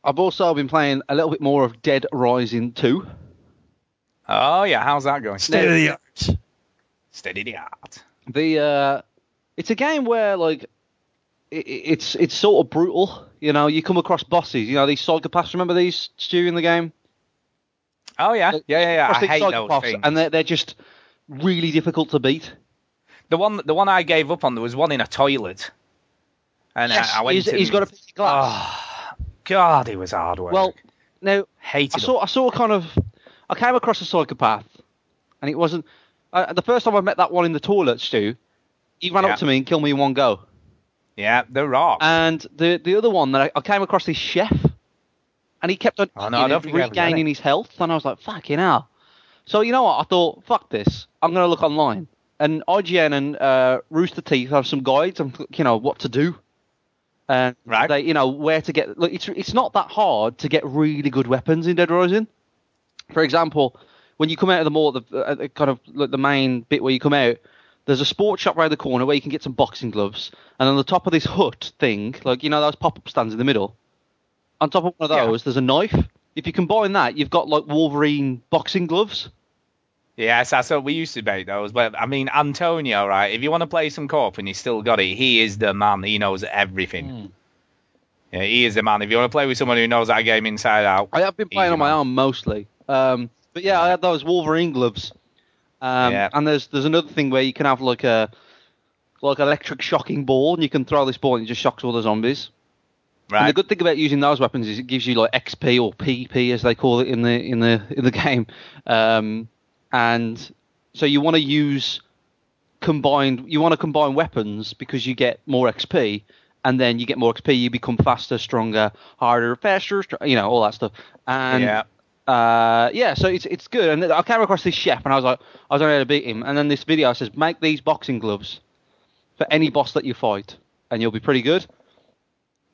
S3: I've also been playing a little bit more of Dead Rising 2.
S2: Oh yeah, how's that going?
S1: State of the art.
S2: Steady the art.
S3: The uh, it's a game where like i- i it's it's sort of brutal. You know, you come across bosses. You know these psychopaths. Remember these Stu in the game?
S2: Oh yeah, yeah, yeah, yeah. I
S3: Classic
S2: hate those
S3: psychopaths,
S2: things.
S3: and they're they're just really difficult to beat.
S2: The one, the one I gave up on. There was one in a toilet, and I- I, went. Oh,
S3: he's,
S2: in-
S3: he's got a piece of glass.
S2: God, it was hard work.
S3: well, now I
S2: hated
S3: saw I saw a kind of I came across a psychopath, and it wasn't uh, the first time I met that one in the toilet, Stu. He ran
S2: Yeah.
S3: up to me and killed me in one go.
S2: it. Yeah, they're raw.
S3: And the the other one that I, I came across this chef, and he kept on
S2: Oh, no, I don't
S3: eating
S2: think I
S3: and
S2: ever done
S3: regaining
S2: it.
S3: his health, and I was like, fucking hell. So you know what? I thought, fuck this. I'm gonna look online, and IGN and uh, Rooster Teeth have some guides on you know what to do, and
S2: Right.
S3: they you know where to get. Look, it's it's not that hard to get really good weapons in Dead Rising. For example, when you come out of the mall, the, uh, the kind of like the main bit where you come out, there's a sports shop round the corner where you can get some boxing gloves, and on the top of this hut thing, like you know those pop-up stands in the middle, on top of one of
S2: Yeah.
S3: those, there's a knife. If you combine that, you've got like Wolverine boxing gloves.
S2: Yes, that's what we used to make those. But I mean, Antonio, right? If you want to play some corp and he's still got it, he is the man. He knows everything. Yeah, he is the man. If you want to play with someone who knows that game inside out,
S3: I have been playing
S2: Easy,
S3: on my
S2: man.
S3: arm mostly, um, but yeah, I had those Wolverine gloves. Um,
S2: Yeah.
S3: And there's there's another thing where you can have like a like electric shocking ball, and you can throw this ball and it just shocks all the zombies.
S2: right?
S3: And the good thing about using those weapons is it gives you like XP or PP as they call it in the in the in the (laughs) game, um, and so you want to use combined. You want to combine weapons because you get more XP, and then you get more XP. You become faster, stronger, harder, faster. str- You know all that stuff. And
S2: Yeah.
S3: uh, yeah, so it's it's good. And I came across this chef, and I was like, I don't know how to beat him. And then this video says, make these boxing gloves for any boss that you fight, and you'll be pretty good.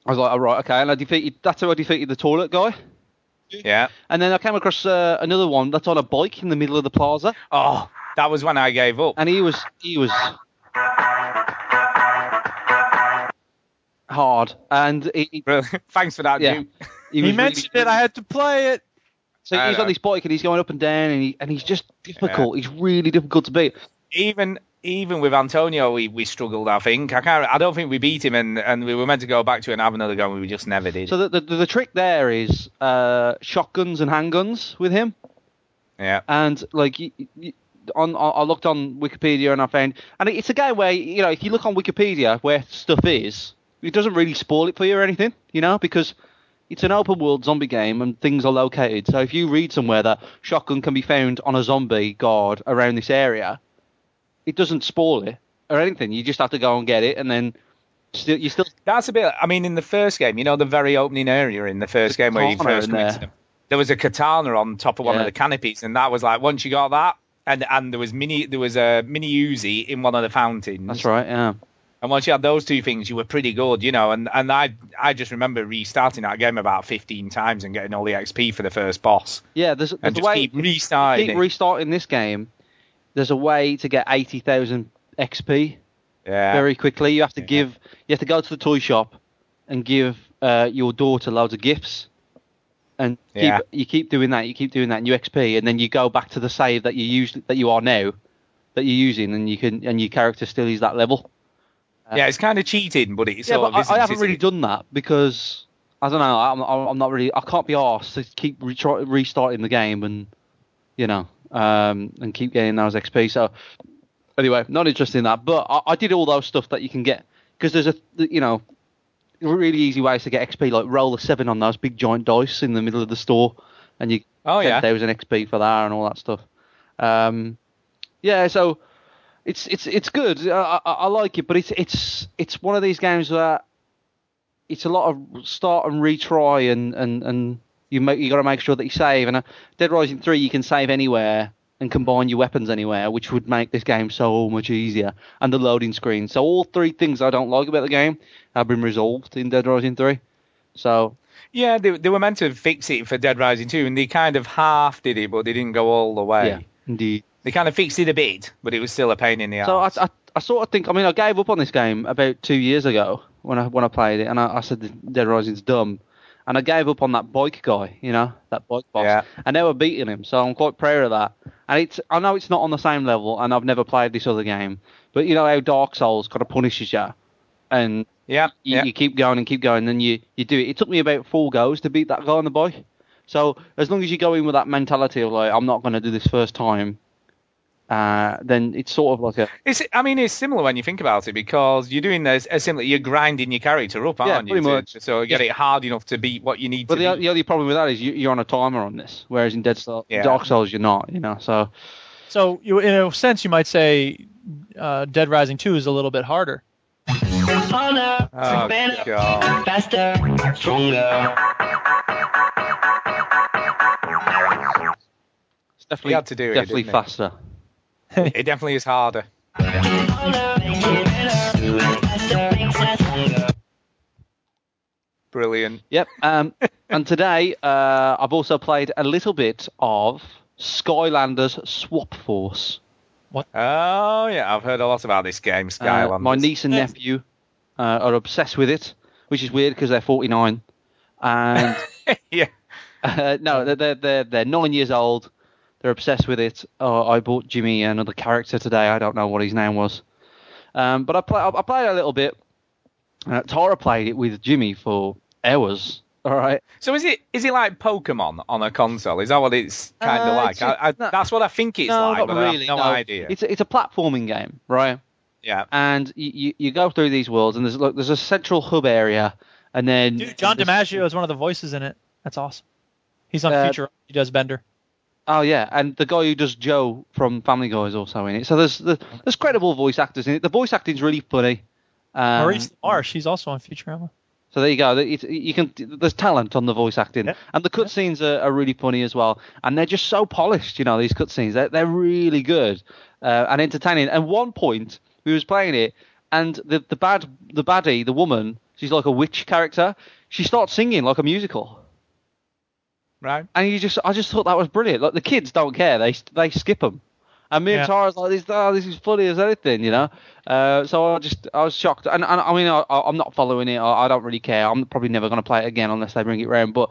S3: I was like, all right, okay. And I defeated. That's how I defeated the toilet guy.
S2: yeah.
S3: And then I came across uh, another one that's on a bike in the middle of the plaza,
S2: Oh, that was when I gave up.
S3: and he was he was hard, and he, he-
S2: (laughs) Thanks for that,
S3: yeah,
S2: dude.
S3: he,
S1: He
S3: was
S1: mentioned
S3: really-
S1: it. I had to play it.
S3: So
S2: I
S3: he's
S2: know.
S3: on this bike and he's going up and down, and he, and he's just difficult. He's really difficult to beat.
S2: even even with Antonio, we, we struggled. I think I can't. I don't think we beat him, and, and we were meant to go back to it and have another go, and we just never did.
S3: So the, the the trick there is uh, shotguns and handguns with him.
S2: yeah,
S3: and like y y on I I looked on Wikipedia and I found and it's a game where you know if you look on Wikipedia where stuff is, it doesn't really spoil it for you or anything, you know, because it's an open world zombie game and things are located. So if you read somewhere that shotgun can be found on a zombie guard around this area, it doesn't spoil it or anything. You just have to go and get it and then still you still
S2: that's a bit. I mean, in the first game, you know, the very opening area in the first game where you
S3: katana
S2: first
S3: in
S2: come
S3: there.
S2: into them, there was a katana on top of one
S3: Yeah.
S2: of the canopies, and that was like once you got that, and and there was mini there was a mini Uzi in one of the fountains.
S3: That's right, yeah.
S2: And once you had those two things, you were pretty good, you know. And and I I just remember restarting that game about fifteen times and getting all the XP for the first boss,
S3: Yeah, there's, there's
S2: and
S3: a
S2: just
S3: way
S2: keep restarting.
S3: keep
S2: it.
S3: restarting this game, there's a way to get eighty thousand XP
S2: yeah.
S3: very quickly. You have to give, you have to go to the toy shop and give uh, your daughter loads of gifts, and keep,
S2: Yeah.
S3: you keep doing that. You keep doing that, and you XP, and then you go back to the save that you used that you are now, that you're using, and you can and your character still is that level.
S2: Yeah, it's kind of cheating, but it's
S3: yeah,
S2: sort
S3: but
S2: of isn't,
S3: I, I haven't
S2: is
S3: really
S2: it?
S3: done that because I don't know. I'm I'm I'm not really. I can't be asked to keep re- try- restarting the game and you know um and keep getting those XP. So anyway, not interested in that. But I, I did all those stuff that you can get because there's a you know really easy ways to get XP like roll a seven on those big giant dice in the middle of the store, and you
S2: Oh, yeah.
S3: there was an XP for that and all that stuff. Um, yeah, so it's it's it's good. I, I, I like it, but it's it's it's one of these games where it's a lot of start and retry and and and you make you got to make sure that you save. And uh, Dead Rising three, you can save anywhere and combine your weapons anywhere, which would make this game so much easier. And the loading screen. So all three things I don't like about the game have been resolved in Dead Rising three. So
S2: Yeah, they, they were meant to fix it for Dead Rising 2, and they kind of half did it, but they didn't go all the way.
S3: yeah, indeed.
S2: They kind of fixed it a bit, but it was still a pain in the
S3: So I,
S2: arse.
S3: I, I sort of think I mean I gave up on this game about two years ago when I when I played it and I, I said Dead Rising's dumb, and I gave up on that bike guy, you know that bike boss,
S2: Yeah.
S3: and they were beating him, so I'm quite proud of that. And it's I know it's not on the same level, and I've never played this other game, but you know how Dark Souls kind of punishes you, and
S2: yeah,
S3: you,
S2: yeah.
S3: you keep going and keep going, and you, you do it. It took me about four goes to beat that guy on the bike. So as long as you go in with that mentality of like I'm not going to do this first time, uh, then it's sort of like a
S2: It's, I mean, it's similar when you think about it because you're doing this uh, similar. You're grinding your character up, aren't
S3: Yeah,
S2: you?
S3: pretty
S2: to-
S3: much.
S2: So you get it hard enough to beat what you need
S3: But
S2: to.
S3: the, o-
S2: beat.
S3: the only problem with that is you, you're on a timer on this, whereas in Dead Soul,
S2: Yeah.
S3: Dark Souls you're not, you know. So
S1: So you, in a sense, you might say uh, Dead Rising 2 is a little bit harder.
S6: Honor,
S2: Oh, God.
S6: faster, stronger.
S3: it's definitely
S2: had to do it,
S3: definitely
S2: didn't he?
S3: faster.
S2: It definitely is harder.
S6: Honor, makes it better, faster, makes us stronger.
S2: Brilliant.
S3: Yep. Um,
S2: (laughs)
S3: and today uh, I've also played a little bit of Skylanders Swap Force.
S2: Oh yeah, I've heard a lot about this game,
S3: Uh,
S2: Skylanders.
S3: my niece and
S1: Yes.
S3: nephew uh, are obsessed with it, which is weird because they're 49. And
S2: (laughs) yeah.
S3: Uh, no,
S2: Um,
S3: they're, they're they're they're nine years old. They're obsessed with it. Uh, I bought Jimmy another character today. I don't know what his name was, um, but I play I, I played a little bit. Uh, Tara played it with Jimmy for hours. All right.
S2: So is it is it like Pokemon on a console? Is that what it's kind of
S3: Uh,
S2: like?
S3: it's-
S2: I, I,
S3: no-
S2: that's what I think it's
S3: no,
S2: like.
S3: not
S2: but I have
S3: really.
S2: no, idea.
S3: It's a, it's a platforming game, right?
S2: yeah. (laughs)
S3: And you, you, you go through these worlds, and there's look there's a central hub area, and then
S1: Dude, John
S3: there's-
S1: DiMaggio is one of the voices in it. That's awesome. He's on
S3: Uh,
S1: Future. He does Bender.
S3: Oh yeah, and the guy who does Joe from Family Guy is also in it. So there's there's, there's credible voice actors in it. The voice acting's really funny. Um,
S1: Maurice Lamar, she's also on Futurama.
S3: so there you go. It, it- you can there's talent on the voice acting,
S1: Yeah.
S3: and the cutscenes are, are really funny as well. And they're just so polished, you know. These cutscenes, they're they're really good uh, and entertaining. And one point we was playing it, and the the bad the baddie, the woman, she's like a witch character. She starts singing like a musical
S2: Right.
S3: and you just I just thought that was brilliant. Like the kids don't care; they they skip them. And me
S1: Yeah.
S3: and Tara's like, this, oh, this is funny as anything, you know. Uh, so I just I was shocked, and, and I mean I, I- I'm not following it. I, I don't really care. I'm probably never going to play it again unless they bring it round. But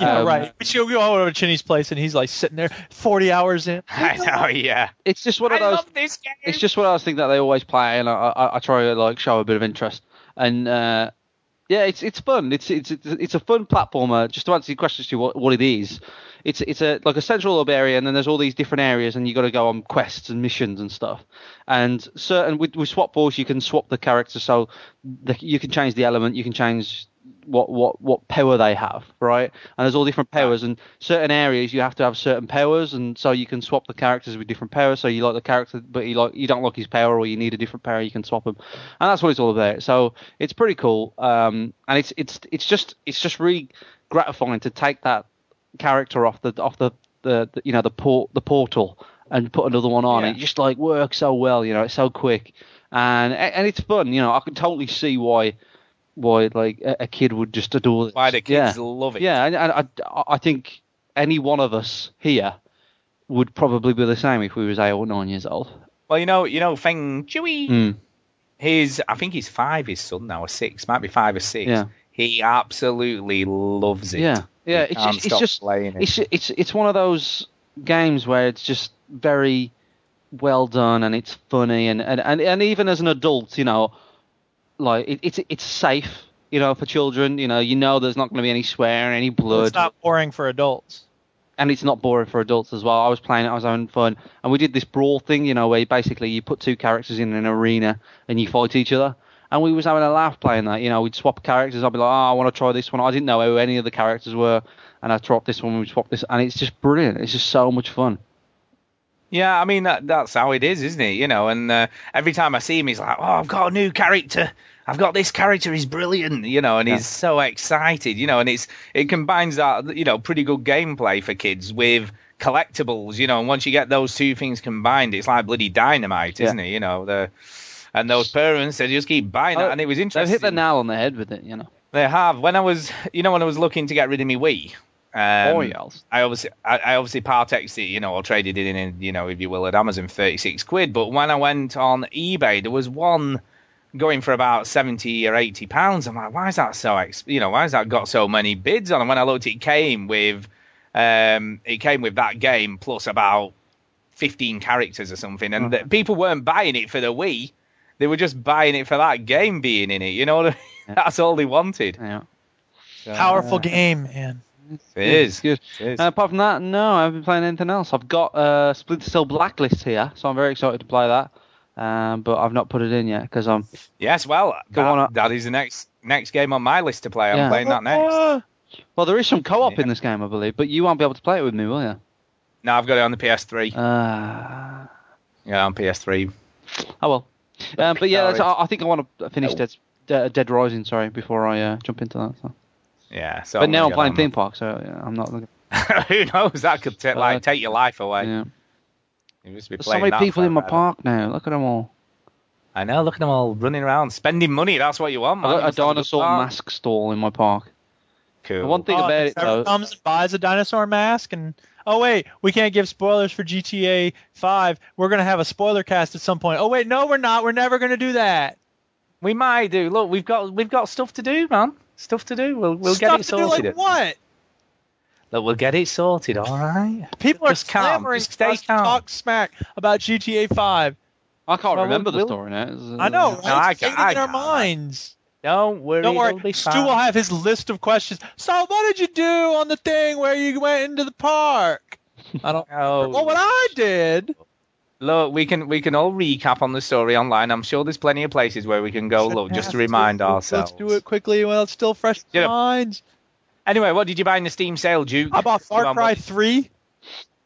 S1: Yeah,
S3: um,
S1: right. But you go over to Chinny's place and he's like sitting there 40 hours in.
S2: I know.
S3: (laughs)
S2: Yeah.
S3: It's just one
S2: I
S3: of those.
S2: love this game.
S3: It's just one of those things that they always play, and I, I, I try to like show a bit of interest. And uh, yeah, it's it's fun. It's it's it's it's a fun platformer. Just to answer your questions to what, what it is, it's it's a like a central hub area, and then there's all these different areas, and you got to go on quests and missions and stuff. And certain with, with swap balls, you can swap the character, so the, you can change the element, you can change what what what power they have, right? And there's all different powers, and certain areas you have to have certain powers, and so you can swap the characters with different powers. So you like the character, but you like you don't like his power, or you need a different power, you can swap him, and that's what it's all about. So it's pretty cool, um, and it's it's it's just it's just really gratifying to take that character off the off the, the, the you know the port the portal and put another one on.
S2: Yeah.
S3: It just like works so well, you know. It's so quick, and and it's fun. You know, I can totally see why why like a, a kid would just adore. This.
S2: Why the kids
S3: yeah.
S2: love it.
S3: Yeah, and, and I I think any one of us here would probably be the same if we was eight or nine years old.
S2: Well, you know, you know, Feng Chewy.
S3: Mm.
S2: his I think he's five, his son now, or six, might be five or six.
S3: Yeah.
S2: He absolutely loves it.
S3: Yeah, yeah.
S2: He
S3: It's
S2: can't
S3: just, it's
S2: stop
S3: just
S2: playing it.
S3: it's it's it's one of those games where it's just very well done and it's funny and and and, and even as an adult, you know, like it, it's it's safe, you know, for children. You know, you know, there's not going to be any swearing, any blood.
S1: It's not boring for adults.
S3: and it's not boring for adults as well. I was playing it, I was having fun, and we did this brawl thing, you know, where you basically you put two characters in an arena and you fight each other. And we was having a laugh playing that, you know, we'd swap characters. I'd be like, oh, I want to try this one. I didn't know who any of the characters were, and I dropped this one, we swapped this, and it's just brilliant. It's just so much fun.
S2: Yeah, I mean that that's how it is, isn't it? You know, and uh, every time I see him, he's like, "Oh, I've got a new character. I've got this character. He's brilliant." You know, and he's so excited. You know, and it's it combines that you know pretty good gameplay for kids with collectibles. You know, and once you get those two things combined, it's like bloody dynamite, isn't it? You know, the and those parents they just keep buying it, and it was
S3: Oh, They've
S2: interesting.
S3: hit the nail on the head with it, you know.
S2: They have. When I was, you know, when I was looking to get rid of me Wii, um,
S3: Oh, yes.
S2: I obviously, I, I obviously partaked it, you know, or traded it in, you know, if you will, at Amazon thirty six quid. But when I went on eBay, there was one going for about seventy or eighty pounds. I'm like, why is that so? Ex-? You know, why has that got so many bids on? And when I looked, it came with, um, it came with that game plus about 15 characters or something, and that people weren't buying it for the Wii. They were just buying it for that game being in it. You know what I mean? (laughs) That's all they wanted.
S3: Yeah.
S2: Uh,
S1: Powerful game, man.
S2: It is.
S3: Good.
S2: It is.
S3: Uh, apart from that, no, I haven't been playing anything else. I've got uh, Splinter Cell Blacklist here, so I'm very excited to play that. Um, but I've not put it in yet because I'm.
S2: Yes, well,
S3: Go on
S2: that,
S3: up.
S2: that is the next next game on my list to play. I'm
S3: Yeah.
S2: playing that next.
S1: Uh,
S3: Well, there is some co-op
S2: Yeah.
S3: in this game, I believe, but you won't be able to play it with me, will you?
S2: No, I've got it on the PS3.
S3: Uh,
S2: yeah, on PS3.
S3: oh well. Um, but yeah, that's,
S2: Sorry.
S3: I, I think I want to finish Dead, De- Dead Rising, sorry, before I uh, jump into that. So.
S2: Yeah. So
S3: But now I'm
S2: gonna
S3: playing Theme
S2: get
S3: Park, so yeah, I'm not. Looking,
S2: on- (laughs) Who knows? That could take, like
S3: Uh,
S2: take your life away.
S3: yeah.
S2: You must be
S3: There's so
S2: playing
S3: many
S2: that
S3: people in my
S2: forever.
S3: park now. Look at them all.
S2: I know. Look at them all running around, spending money. That's what you want.
S3: I
S2: Man.
S3: got a
S2: Just have good
S3: dinosaur
S2: park.
S3: mask stall in my park.
S2: Cool.
S3: The one thing about it
S1: Trevor
S3: though,
S1: ah, comes and buys a dinosaur mask, and oh wait, we can't give spoilers for GTA 5. We're gonna have a spoiler cast at some point. Oh wait, no, we're not. We're never gonna do that.
S2: We might do. Look, we've got we've got stuff to do, man. Stuff to do. We'll we'll
S1: Stuff
S2: get it
S1: to do,
S2: sorted.
S1: like what?
S2: Look, we'll get it sorted. All right.
S1: People are
S2: Just calm.
S1: clamoring
S2: Just
S1: for
S2: stay
S1: us to
S2: calm.
S1: talk smack about GTA 5.
S3: I can't
S2: Well,
S3: remember the
S2: we'll-
S3: story now. It's-
S1: I know. Right?
S2: I
S1: It's
S2: ca-
S1: hanging
S2: I
S1: in our
S2: ca-
S1: minds.
S2: Don't worry.
S1: Don't
S2: it'll
S1: worry.
S2: be
S1: Stu
S2: fine.
S1: will have his list of questions. So what did you do on the thing where you went into the park? I don't.
S2: Oh.
S1: Well, what I did.
S2: Look, we can we can all recap on the story online. I'm sure there's plenty of places where we can go. Look, just to remind
S1: Let's do it-
S2: ourselves.
S1: Let's do it quickly while it's still fresh in
S2: Get
S1: our
S2: up.
S1: minds.
S2: Anyway, what did you buy in the Steam sale, Duke?
S1: I bought
S2: You
S1: Far
S2: want
S1: Cry
S2: what-
S1: 3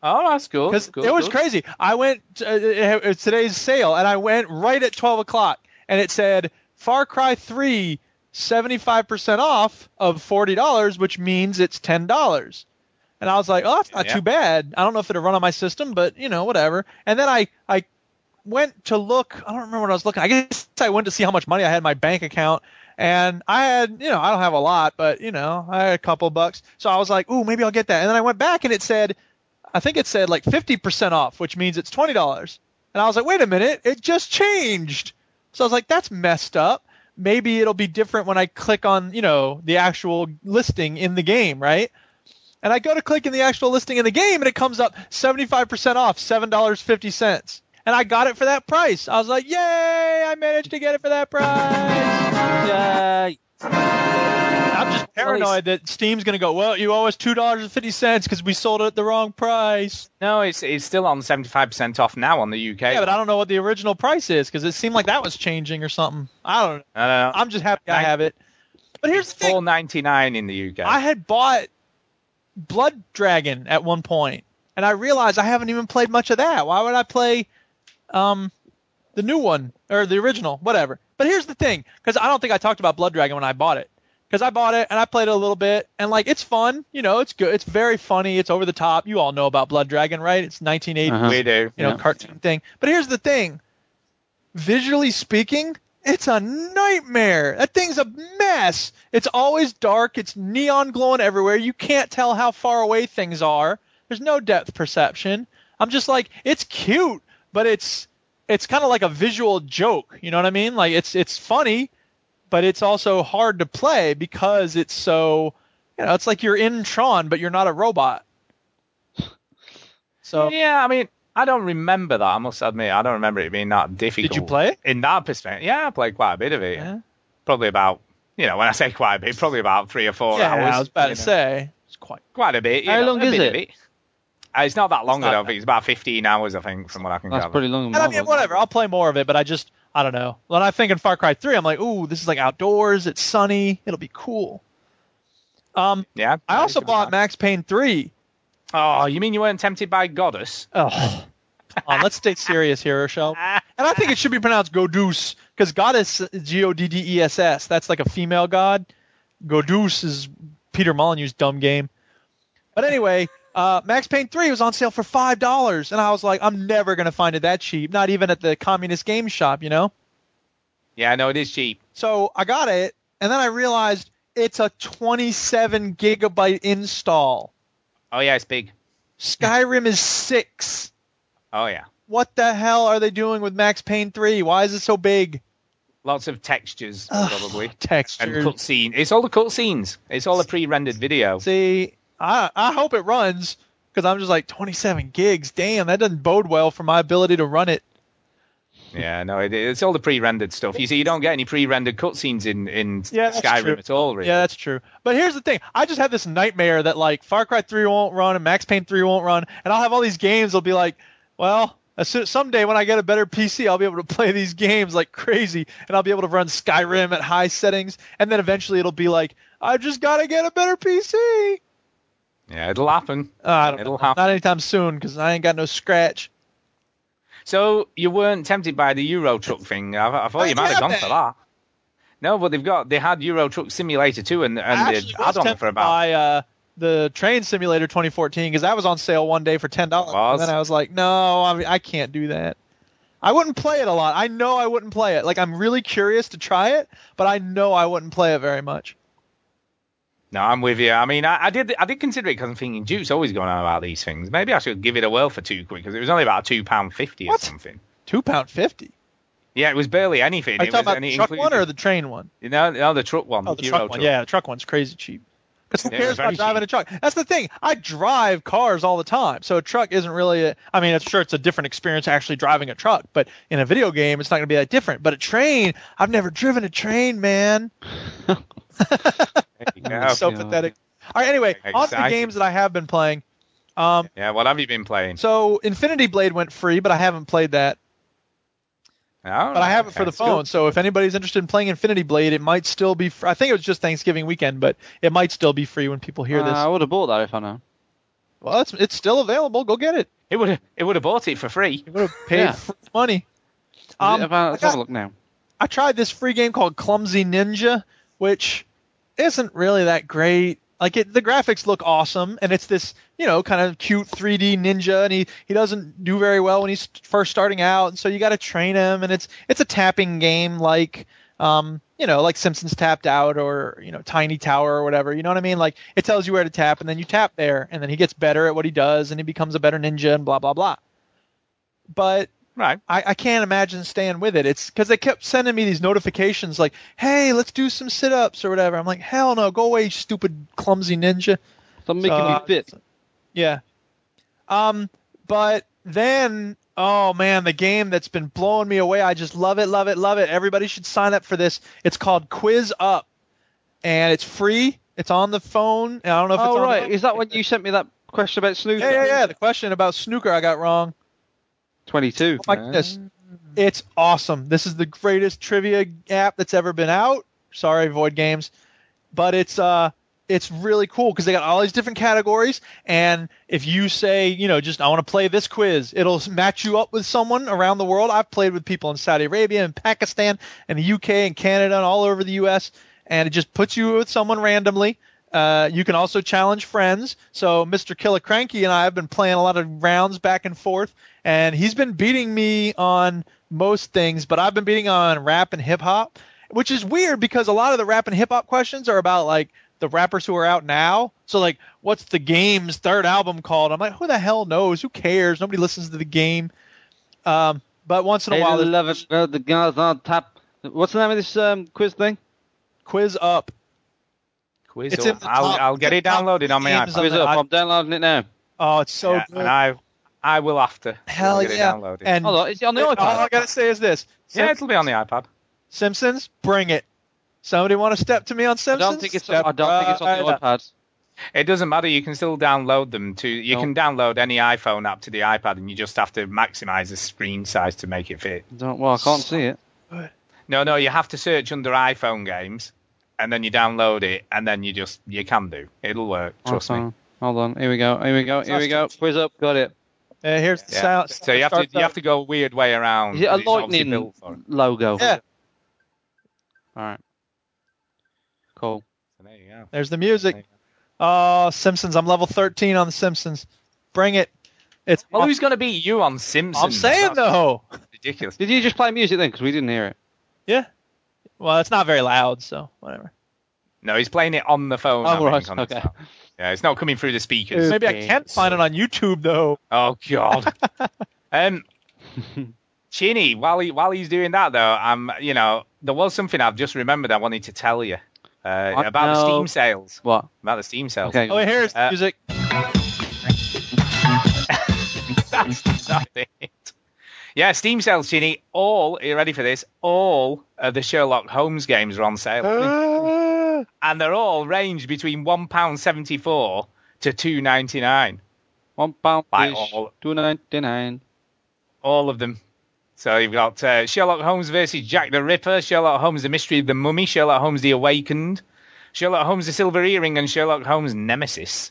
S2: Oh, that's cool.
S1: because
S2: Good,
S1: it was
S2: good.
S1: crazy. I went to, uh, uh, uh, today's sale and I went right at 12 o'clock and it said Far Cry 3 75% off of $40, which means it's $10. And I was like, oh, that's not
S2: Yeah.
S1: too bad. I don't know if it'll run on my system, but you know, whatever. And then I, I went to look. I don't remember what I was looking. I guess I went to see how much money I had in my bank account, and I had, you know, I don't have a lot, but you know, I had a couple bucks. So I was like, ooh, maybe I'll get that. And then I went back and it said, I think it said like 50% off, which means it's twenty dollars. And I was like, wait a minute, it just changed. So I was like, that's messed up. Maybe it'll be different when I click on, you know, the actual listing in the game, right? And I go to click in the actual listing in the game, and it comes up 75% off, $7.50. And I got it for that price. I was like, yay, I managed to get it for that price.
S3: Yay!
S1: I'm just paranoid that Steam's going to go, well, you owe us $2.50 because we sold it at the wrong price.
S2: No, it's it's still on 75% off now on the UK.
S1: Yeah, but I don't know what the original price is because it seemed like that was changing or something. I don't know.
S2: I don't know.
S1: I'm just happy I have it. But here's the thing.
S2: 4.99 in the UK.
S1: I had bought Blood Dragon at one point, and I realized I haven't even played much of that. Why would I play um, the new one or the original, whatever? But here's the thing, because I don't think I talked about Blood Dragon when I bought it. Because I bought it and I played it a little bit, and like it's fun, you know, it's good, it's very funny, it's over the top. You all know about Blood Dragon, right? It's 1980,
S3: Uh-huh.
S2: we do.
S1: you know,
S3: Yeah.
S1: cartoon thing. But here's the thing, visually speaking, it's a nightmare. That thing's a mess. It's always dark. It's neon glowing everywhere. You can't tell how far away things are. There's no depth perception. I'm just like, it's cute, but it's it's kind of like a visual joke. You know what I mean? Like it's it's funny, but it's also hard to play because it's so you know, it's like you're in Tron, but you're not a robot. So
S2: Yeah, I mean, I don't remember that. I must admit, I don't remember it being that difficult.
S1: play it?
S2: in that perspective? Yeah, I played quite a bit of it.
S1: Yeah.
S2: Probably about, you know, when I say quite a bit, probably about three or four
S1: yeah,
S2: hours.
S1: I was about
S2: you
S1: to
S2: know.
S1: say it's quite
S2: quite a bit. you
S3: How
S2: know,
S3: long
S2: a
S3: is
S2: bit
S3: it?
S2: of Uh, it's not that long
S1: It's
S2: ago.
S1: not
S2: I
S1: that-
S2: think it's about 15 hours. I think from what I can
S3: That's
S2: gather.
S3: pretty long.
S1: And I mean, whatever. I'll play more of it, but I just, I don't know. When I think in Far Cry 3, I'm like, ooh, this is like outdoors. It's sunny. It'll be cool. Um,
S2: Yeah.
S1: I
S2: Yeah,
S1: also
S2: it should be
S1: bought
S2: fine.
S1: Max Payne 3.
S2: Oh, you mean you weren't tempted by Goddess?
S1: Oh, let's stay serious here, shall? And I think it should be pronounced Godus because goddess G O D D E S S. That's like a female god. Godus is Peter Molyneux's dumb game. But anyway, uh, Max Payne 3 was on sale for five dollars, and I was like, I'm never gonna find it that cheap. Not even at the communist game shop, you know.
S2: Yeah, no, it is cheap.
S1: So I got it, and then I realized it's a 27 gigabyte install.
S2: Oh yeah, it's big.
S1: Skyrim is six.
S2: Oh yeah,
S1: What the hell are they doing with Max Payne 3? Why is it so big?
S2: lots of textures
S1: Ugh,
S2: probably. And
S1: textures.
S2: cutscene. It's all the cutscenes. It's all a pre-rendered
S1: (laughs)
S2: video.
S1: See, I I hope it runs because I'm just like 27 gigs. Damn, that doesn't bode well for my ability to run it.
S2: Yeah, no, it, it's all the pre-rendered stuff. You see, you don't get any pre-rendered cutscenes in in
S1: Yeah, that's
S2: Skyrim
S1: true.
S2: at all, really.
S1: Yeah, that's true. But here's the thing: I just have this nightmare that like Far Cry 3 won't run and Max Payne 3 won't run, and I'll have all these games. I'll be like, well. as soon- Someday when I get a better PC, I'll be able to play these games like crazy, and I'll be able to run Skyrim at high settings. And then eventually, it'll be like, I just gotta get a better PC.
S2: Yeah, it'll happen.
S1: Uh, I don't
S2: It'll
S1: know.
S2: happen.
S1: Not anytime soon, because I ain't got no scratch.
S2: So you weren't tempted by the Euro
S1: (laughs)
S2: Truck thing. I, I thought
S1: I
S2: you might have gone
S1: did
S2: for that.
S1: that.
S2: No, but they've got they had Euro Truck Simulator 2 and
S1: I
S2: and
S1: actually
S2: the
S1: was
S2: add-on
S1: tempted
S2: for about.
S1: by uh, the Train Simulator 2014 because that was on sale one day for ten dollars.
S2: Was?
S1: And then I was like, no, I, mean, I can't do that. I wouldn't play it a lot. I know I wouldn't play it. Like I'm really curious to try it, but I know I wouldn't play it very much.
S2: No, I'm with you. I mean, I, I did I did consider it because I'm thinking Duke's always going on about these things. Maybe I should give it a whirl for two quid because it was only about two pound fifty or
S1: What?
S2: something.
S1: Two pound fifty.
S2: Yeah, it was barely anything.
S1: Are
S2: it
S1: you
S2: was,
S1: talking about
S2: and
S1: the
S2: it
S1: truck one
S2: included-
S1: or the train one?
S2: You know, no, the truck one.
S1: Oh, the
S2: Euro
S1: truck one. Yeah, the truck one's crazy cheap. Because who
S2: Yeah, it was
S1: cares
S2: very
S1: about driving
S2: cheap.
S1: a truck? That's the thing. I drive cars all the time, so a truck isn't really. A, I mean, it's sure it's a different experience actually driving a truck, but in a video game, it's not going to be that different. But a train, I've never driven a train, man.
S2: (laughs) Oh, Yeah,
S1: so
S3: yeah.
S1: pathetic. All right, anyway, on to the
S2: Exciting.
S1: games that I have been playing. Um,
S2: yeah, what have you been playing?
S1: so Infinity Blade went free, but I haven't played that.
S2: Oh,
S1: But I have it
S2: okay,
S1: for the
S2: that's cool.
S1: phone, so if anybody's interested in playing Infinity Blade, it might still be. Fr- I think it was just Thanksgiving weekend, but it might still be free when people hear
S3: Uh,
S1: this.
S3: I would have bought that if I know.
S1: Well, it's it's still available. Go get it.
S2: It would have it would have bought it for free.
S1: You would have paid
S3: Yeah.
S1: f- money. Um,
S3: Um, let's
S1: I
S3: have
S1: got-
S3: a look now.
S1: I tried this free game called Clumsy Ninja, which isn't really that great. Like it, the graphics look awesome, and it's this you know kind of cute 3D ninja, and he, he doesn't do very well when he's first starting out, and so you got to train him, and it's it's a tapping game like um you know like Simpsons Tapped Out or you know Tiny Tower or whatever, you know what I mean? Like it tells you where to tap, and then you tap there, and then he gets better at what he does, and he becomes a better ninja, and blah blah blah. But
S2: Right.
S1: I, I can't imagine staying with it. It's because they kept sending me these notifications like, "Hey, let's do some sit-ups or whatever." I'm like, "Hell no, go away, you stupid clumsy ninja."
S3: Stop making
S1: uh,
S3: me fit.
S1: Yeah. Um, but then, oh man, the game that's been blowing me away. I just love it, love it, love it. Everybody should sign up for this. It's called Quiz Up, and it's free. It's on the phone. and I don't know if it's
S3: Oh
S1: on
S3: right,
S1: the-
S3: is that what you sent me that question about snooker?
S1: yeah, yeah, yeah. The question about snooker I got wrong.
S3: Twenty-two.
S1: Oh my goodness. It's awesome. This is the greatest trivia app that's ever been out. Sorry, Void Games, but it's uh it's really cool because they got all these different categories and if you say you know just i want to play this quiz it'll s- match you up with someone around the world i've played with people in saudi arabia and pakistan and the uk and canada and all over the us and it just puts you with someone randomly uh, you can also challenge friends so mr killer cranky and i have been playing a lot of rounds back and forth and he's been beating me on most things but i've been beating on rap and hip hop which is weird because a lot of the rap and hip hop questions are about like the rappers who are out now. So like, what's the game's third album called? I'm like, who the hell knows? Who cares? Nobody listens to the game. Um, but once in a
S3: Hey,
S1: while, there's
S3: love it. Uh, the guys on top. What's the name of this um, quiz thing?
S1: quiz up.
S2: Quiz
S1: It's
S2: up.
S1: in the
S2: I'll,
S1: top-
S2: I'll get it
S1: top
S2: downloaded on my
S1: games
S2: iPad.
S1: on
S3: Quiz
S1: the
S3: up.
S1: i-
S3: I'm downloading it now.
S1: Oh, it's so
S2: yeah,
S1: good.
S2: and I I will after.
S1: hell
S2: I'll get it
S1: yeah.
S2: downloaded.
S1: And
S3: Hold on, is it on the
S1: all oh, I
S3: iPad?
S1: gotta say is this:
S2: yeah,
S1: Sim-
S2: it'll be on the iPad.
S1: Simpsons, bring it. Somebody want to step to me on
S3: I
S1: Simpsons?
S3: don't think it's.
S1: Step
S3: I don't think it's on
S1: right
S3: the
S1: up.
S3: iPad.
S2: It doesn't matter. You can still download them to. You
S3: No.
S2: can download any iPhone app to the iPad, and you just have to maximize the screen size to make it fit.
S3: Don't, well, I can't see it.
S2: No, no, you have to search under iPhone games, and then you download it, and then you just you can do. It'll work. Trust
S3: hold
S2: me.
S1: Mm-hmm.
S3: on. Hold on. Here we go. Here we go. Here we go. Quiz up. Got it.
S1: Uh, here's the
S2: Yeah.
S1: sound.
S2: So you have to you have to go a weird way around.
S3: Is it a
S2: 'cause it's obviously
S3: lightning
S2: built for it.
S3: logo?
S1: Yeah,
S3: All right. Cool.
S2: So there you go.
S1: there's the music. Oh, Simpsons. I'm level 13 on the Simpsons. Bring it. It's.
S3: Oh,
S2: Well, who's going to beat you on Simpsons?
S1: I'm saying
S2: That's
S1: though.
S2: ridiculous.
S3: Did you just play music then? Because we didn't hear it.
S1: Yeah. Well, it's not very loud, so whatever.
S2: No, he's playing it on the phone.
S3: Oh,
S2: I think,
S3: right,
S2: on his
S3: okay.
S2: phone. Yeah, it's not coming through the speakers.
S1: Maybe I
S3: Okay.
S1: can't find it on YouTube though.
S2: Oh
S3: (laughs)
S2: God. um, Chinny, while he while he's doing that though, I'm you know there was something I've just remembered I wanted to tell you uh,
S3: What?
S2: about the
S3: No.
S2: Steam sales.
S3: What?
S2: About the Steam sales.
S3: Okay.
S1: Oh, wait, here's the
S2: Uh,
S1: music.
S2: (laughs) That's not it. Yeah, Steam sales, Chinny. All are you ready for this? All of the Sherlock Holmes games are on sale,
S1: Ah.
S3: (gasps)
S2: and they're all ranged between one pound seventy four to two ninety nine.
S3: One pound
S2: Buy
S3: fish,
S2: all.
S3: two ninety nine.
S2: All of them. So you've got uh, Sherlock Holmes versus Jack the Ripper, Sherlock Holmes: The Mystery of the Mummy, Sherlock Holmes: The Awakened, Sherlock Holmes: The Silver Earring, and Sherlock Holmes: Nemesis.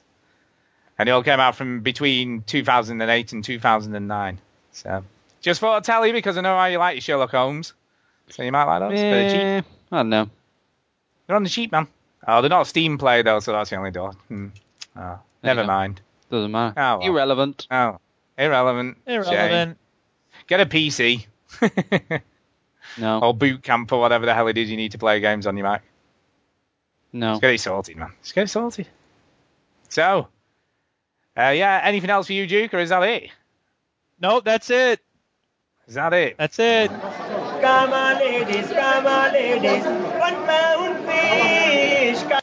S2: And they all came out from between 2008 and 2009. So just thought I'd tell you because I know how you like your Sherlock Holmes. So you might like those. They're cheap.
S3: Eh, I don't know.
S2: They're on the cheap, man. Oh, they're not a Steam play though, so that's the only door. Hmm. Oh,
S3: There you
S2: never
S3: go.
S2: mind.
S3: Doesn't matter.
S2: Oh, well.
S3: Irrelevant.
S2: Oh, irrelevant.
S1: Irrelevant.
S2: Shame. Get a (laughs) PC.
S3: No.
S2: or boot camp or whatever the hell it is you need to play games on your Mac.
S3: no.
S1: Oh.
S2: Let's get it sorted, man. Let's get it sorted. So, uh, yeah, anything else for you, Duke, or is that it?
S1: Nope, that's it.
S2: Is that it?
S1: That's it.
S2: Ah.
S6: Come on, ladies, come on, ladies. One pound fish.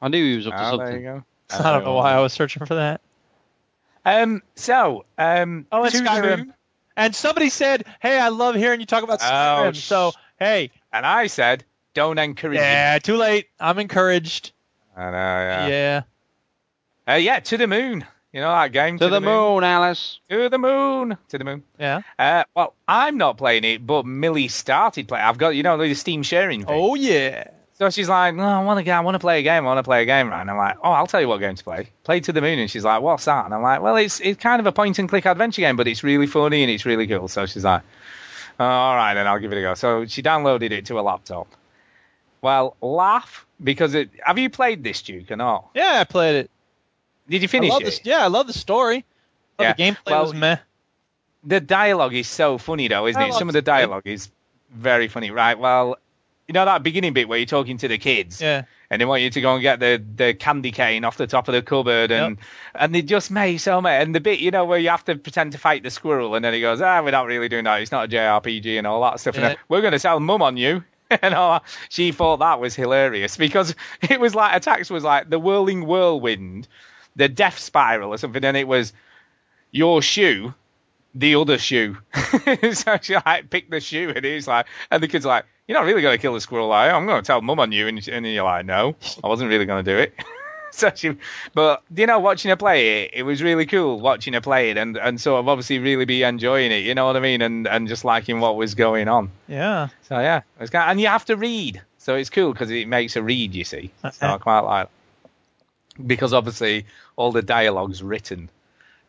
S3: I knew he was up to
S2: Oh, there you
S3: something.
S2: go.
S1: I don't know why I was searching for that.
S2: Um, so, um,
S1: Oh, and
S2: to
S1: Skyrim.
S2: Zoom,
S1: And somebody said, "Hey, I love hearing you talk about
S2: Oh,
S1: Skyrim."
S2: sh-
S1: so, hey,
S2: and I said, don't encourage
S1: yeah, too late. I'm encouraged.
S2: it. I know, yeah. Yeah.
S1: yeah.
S2: Uh, yeah, to the moon. You know that game?
S3: To the moon, Alice.
S2: To the moon. To the moon.
S1: Yeah.
S2: Uh, well, I'm not playing it, but Millie started playing. I've got, you know, the Steam sharing thing.
S1: Oh yeah.
S2: So she's like, no, I want to go, I want to play a game, I want to play a game, right? And I'm like, oh, I'll tell you what game to play. Play To the Moon, and she's like, what's that? And I'm like, well, it's it's kind of a point and click adventure game, but it's really funny and it's really cool. So she's like, oh, all right, then I'll give it a go. So she downloaded it to her laptop. Well, laugh because it. Have you played this, Duke, or not?
S1: Yeah, I played it.
S2: Did you
S1: I
S2: finish
S1: love
S2: it?
S1: this. Yeah, I love the story. But The
S2: Yeah.
S1: gameplay
S2: Well,
S1: was meh.
S2: the dialogue is so funny though, isn't it?
S1: Dialogue's
S2: Some of the
S1: great.
S2: dialogue is very funny, right? Well, you know that beginning bit where you're talking to the kids,
S1: Yeah.
S2: and they want you to go and get the, the candy cane off the top of the cupboard, and and they just make so much. And the bit you know where you have to pretend to fight the squirrel, and then he goes, ah, we're not really doing that. It's not a JRPG and all that stuff. And
S1: Yeah.
S2: then, we're going to tell mum on you. (laughs) And all that. she thought that was hilarious because (laughs) it was like attacks was like the whirling whirlwind, the death spiral or something, and it was your shoe, the other shoe. (laughs) so she like picked the shoe, and he's like, and the kid's like, you're not really gonna kill the squirrel, are you? I'm gonna tell mum on you, and, and you're like, no, I wasn't really gonna do it. (laughs) so she, but you know, watching her play it, it was really cool watching her play it, and and sort of obviously really be enjoying it, you know what I mean, and and just liking what was going on.
S1: Yeah.
S2: So yeah, it was kind and you have to read, so it's cool because it makes a read. You see, so
S1: Okay.
S2: I quite like because obviously all the dialogue's written,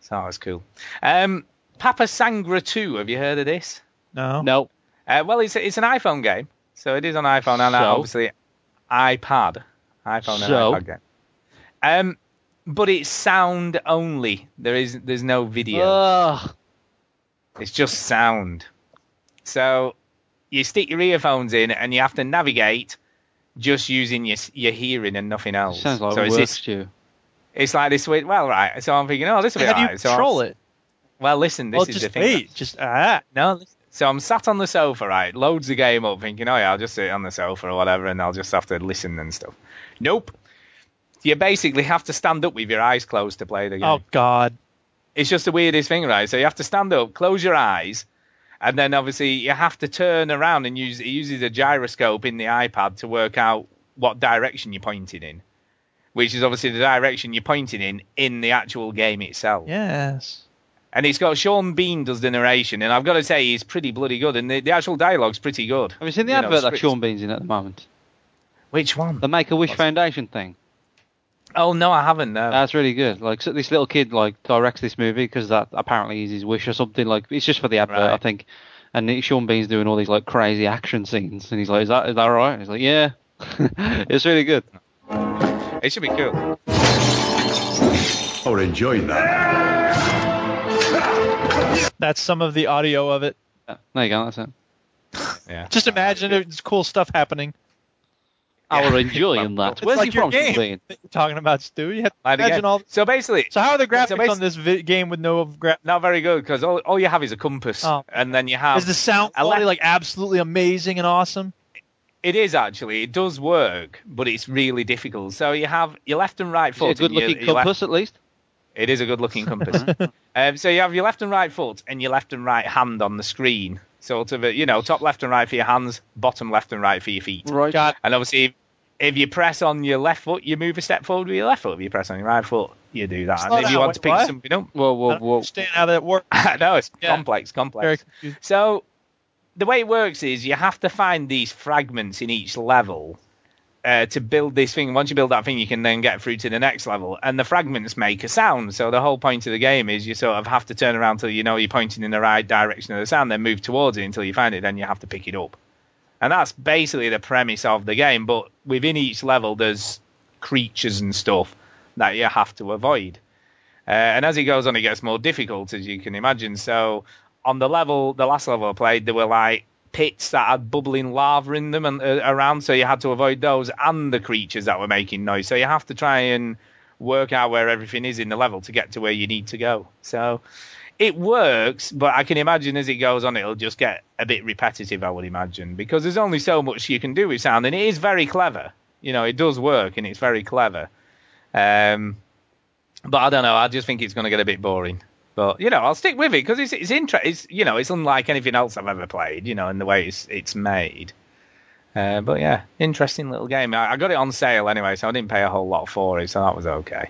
S2: so that was cool. Um, Papa Sangra 2, have you heard of this?
S1: No.
S3: No.
S2: Uh, well, it's it's an iPhone game, so it is on iPhone and uh,
S3: So?
S2: obviously iPad, iPhone
S3: So?
S2: and iPad game. Um, but it's sound only. There is there's no video.
S3: Ugh.
S2: It's just sound. So you stick your earphones in and you have to navigate just using your your hearing and nothing else.
S3: Sounds like
S2: so
S3: so
S2: it's,
S3: work
S2: this,
S3: stew.
S2: it's like this way. Well, right. So I'm thinking, oh, this will be
S1: How do you
S2: alright. So I'm-
S1: control it?
S2: Well, listen, this
S1: well,
S2: is
S1: just
S2: the thing.
S1: wait. Just ah.
S2: No, listen. so I'm sat on the sofa, right? Loads the game up, thinking, oh yeah, I'll just sit on the sofa or whatever, and I'll just have to listen and stuff. Nope. You basically have to stand up with your eyes closed to play the game.
S1: Oh God.
S2: It's just the weirdest thing, right? So you have to stand up, close your eyes, and then obviously you have to turn around and use it uses a gyroscope in the iPad to work out what direction you're pointing in. which is obviously the direction you're pointing in in the actual game itself.
S1: Yes.
S2: And it's got Sean Bean does the narration, and I've got to say he's pretty bloody good, and the, the actual dialogue's pretty good.
S3: Have you seen the
S2: You know,
S3: advert that
S2: script-
S3: Sean Bean's in at the moment?
S2: Which one?
S3: The Make a Wish Foundation thing.
S2: Um, Oh no, I haven't. No.
S1: Uh,
S3: That's really good. Like so this little kid like directs this movie because that apparently is his wish or something. Like it's just for the advert,
S2: Right.
S3: I think. And it- Sean Bean's doing all these like crazy action scenes, and he's like, "Is that is that all right?" He's like, "Yeah." (laughs) it's really good.
S2: it should be cool.
S7: Or Oh, enjoy that.
S1: That's some of the audio of it.
S3: Yeah, There you go. That's it.
S2: Yeah.
S1: Just imagine it's cool stuff happening.
S3: I will enjoy in that.
S1: It's
S3: Where's
S1: like
S3: he
S1: your
S3: from, Sean
S1: game
S3: Bean?
S1: that you're talking about, Stu. You have to
S2: Like the
S1: imagine
S2: game.
S1: all.
S2: So basically,
S1: So how are the graphics
S2: So basi-
S1: on this vi- game with no gra-
S2: not very good because all, all you have is a compass,
S1: Oh.
S2: and then you have
S1: Is the sound
S2: I like-
S1: quality like absolutely amazing and awesome?
S2: It is actually. It does work, but it's really difficult. So you have your left and right
S3: Is it
S2: foot.
S3: a good
S2: and your-
S3: looking
S2: your left-
S3: compass Uh-huh. at least?
S2: it is a good looking
S3: (laughs)
S2: compass. um, so you have your left and right foot and your left and right hand on the screen. Sort of, a, you know, top left and right for your hands, bottom left and right for your feet.
S3: Right.
S1: God,
S2: And obviously, if, if you press on your left foot, you move a step forward with your left foot. If you press on your right foot, you do that.
S1: Slow
S2: and if you
S1: down,
S2: want
S1: wait,
S2: to pick
S1: what?
S2: something up, (laughs)
S3: Whoa,
S1: I
S3: whoa,
S1: don't
S3: whoa.
S1: understand how that works.
S2: no, it's
S1: Yeah.
S2: complex, complex.
S1: Very confusing.
S2: Mm-hmm. So the way it works is you have to find these fragments in each level uh, to build this thing. Once you build that thing, you can then get through to the next level, and the fragments make a sound. So the whole point of the game is you sort of have to turn around till you know you're pointing in the right direction of the sound, then move towards it until you find it. Then you have to pick it up, and that's basically the premise of the game. But within each level, there's creatures and stuff that you have to avoid. Uh, and as it goes on, it gets more difficult, as you can imagine. So on the level, the last level I played, there were like pits that had bubbling lava in them and uh, around, so you had to avoid those and the creatures that were making noise. So you have to try and work out where everything is in the level to get to where you need to go. So it works, but I can imagine as it goes on, it'll just get a bit repetitive. I would imagine because there's only so much you can do with sound, and it is very clever. You know, it does work, and it's very clever. Um, but I don't know. I just think it's going to get a bit boring. But you know, I'll stick with it because it's it's interesting. It's you know, it's unlike anything else I've ever played. You know, in the way it's it's made. Uh, but yeah, interesting little game. I, I got it on sale anyway, so I didn't pay a whole lot for it, so that was okay.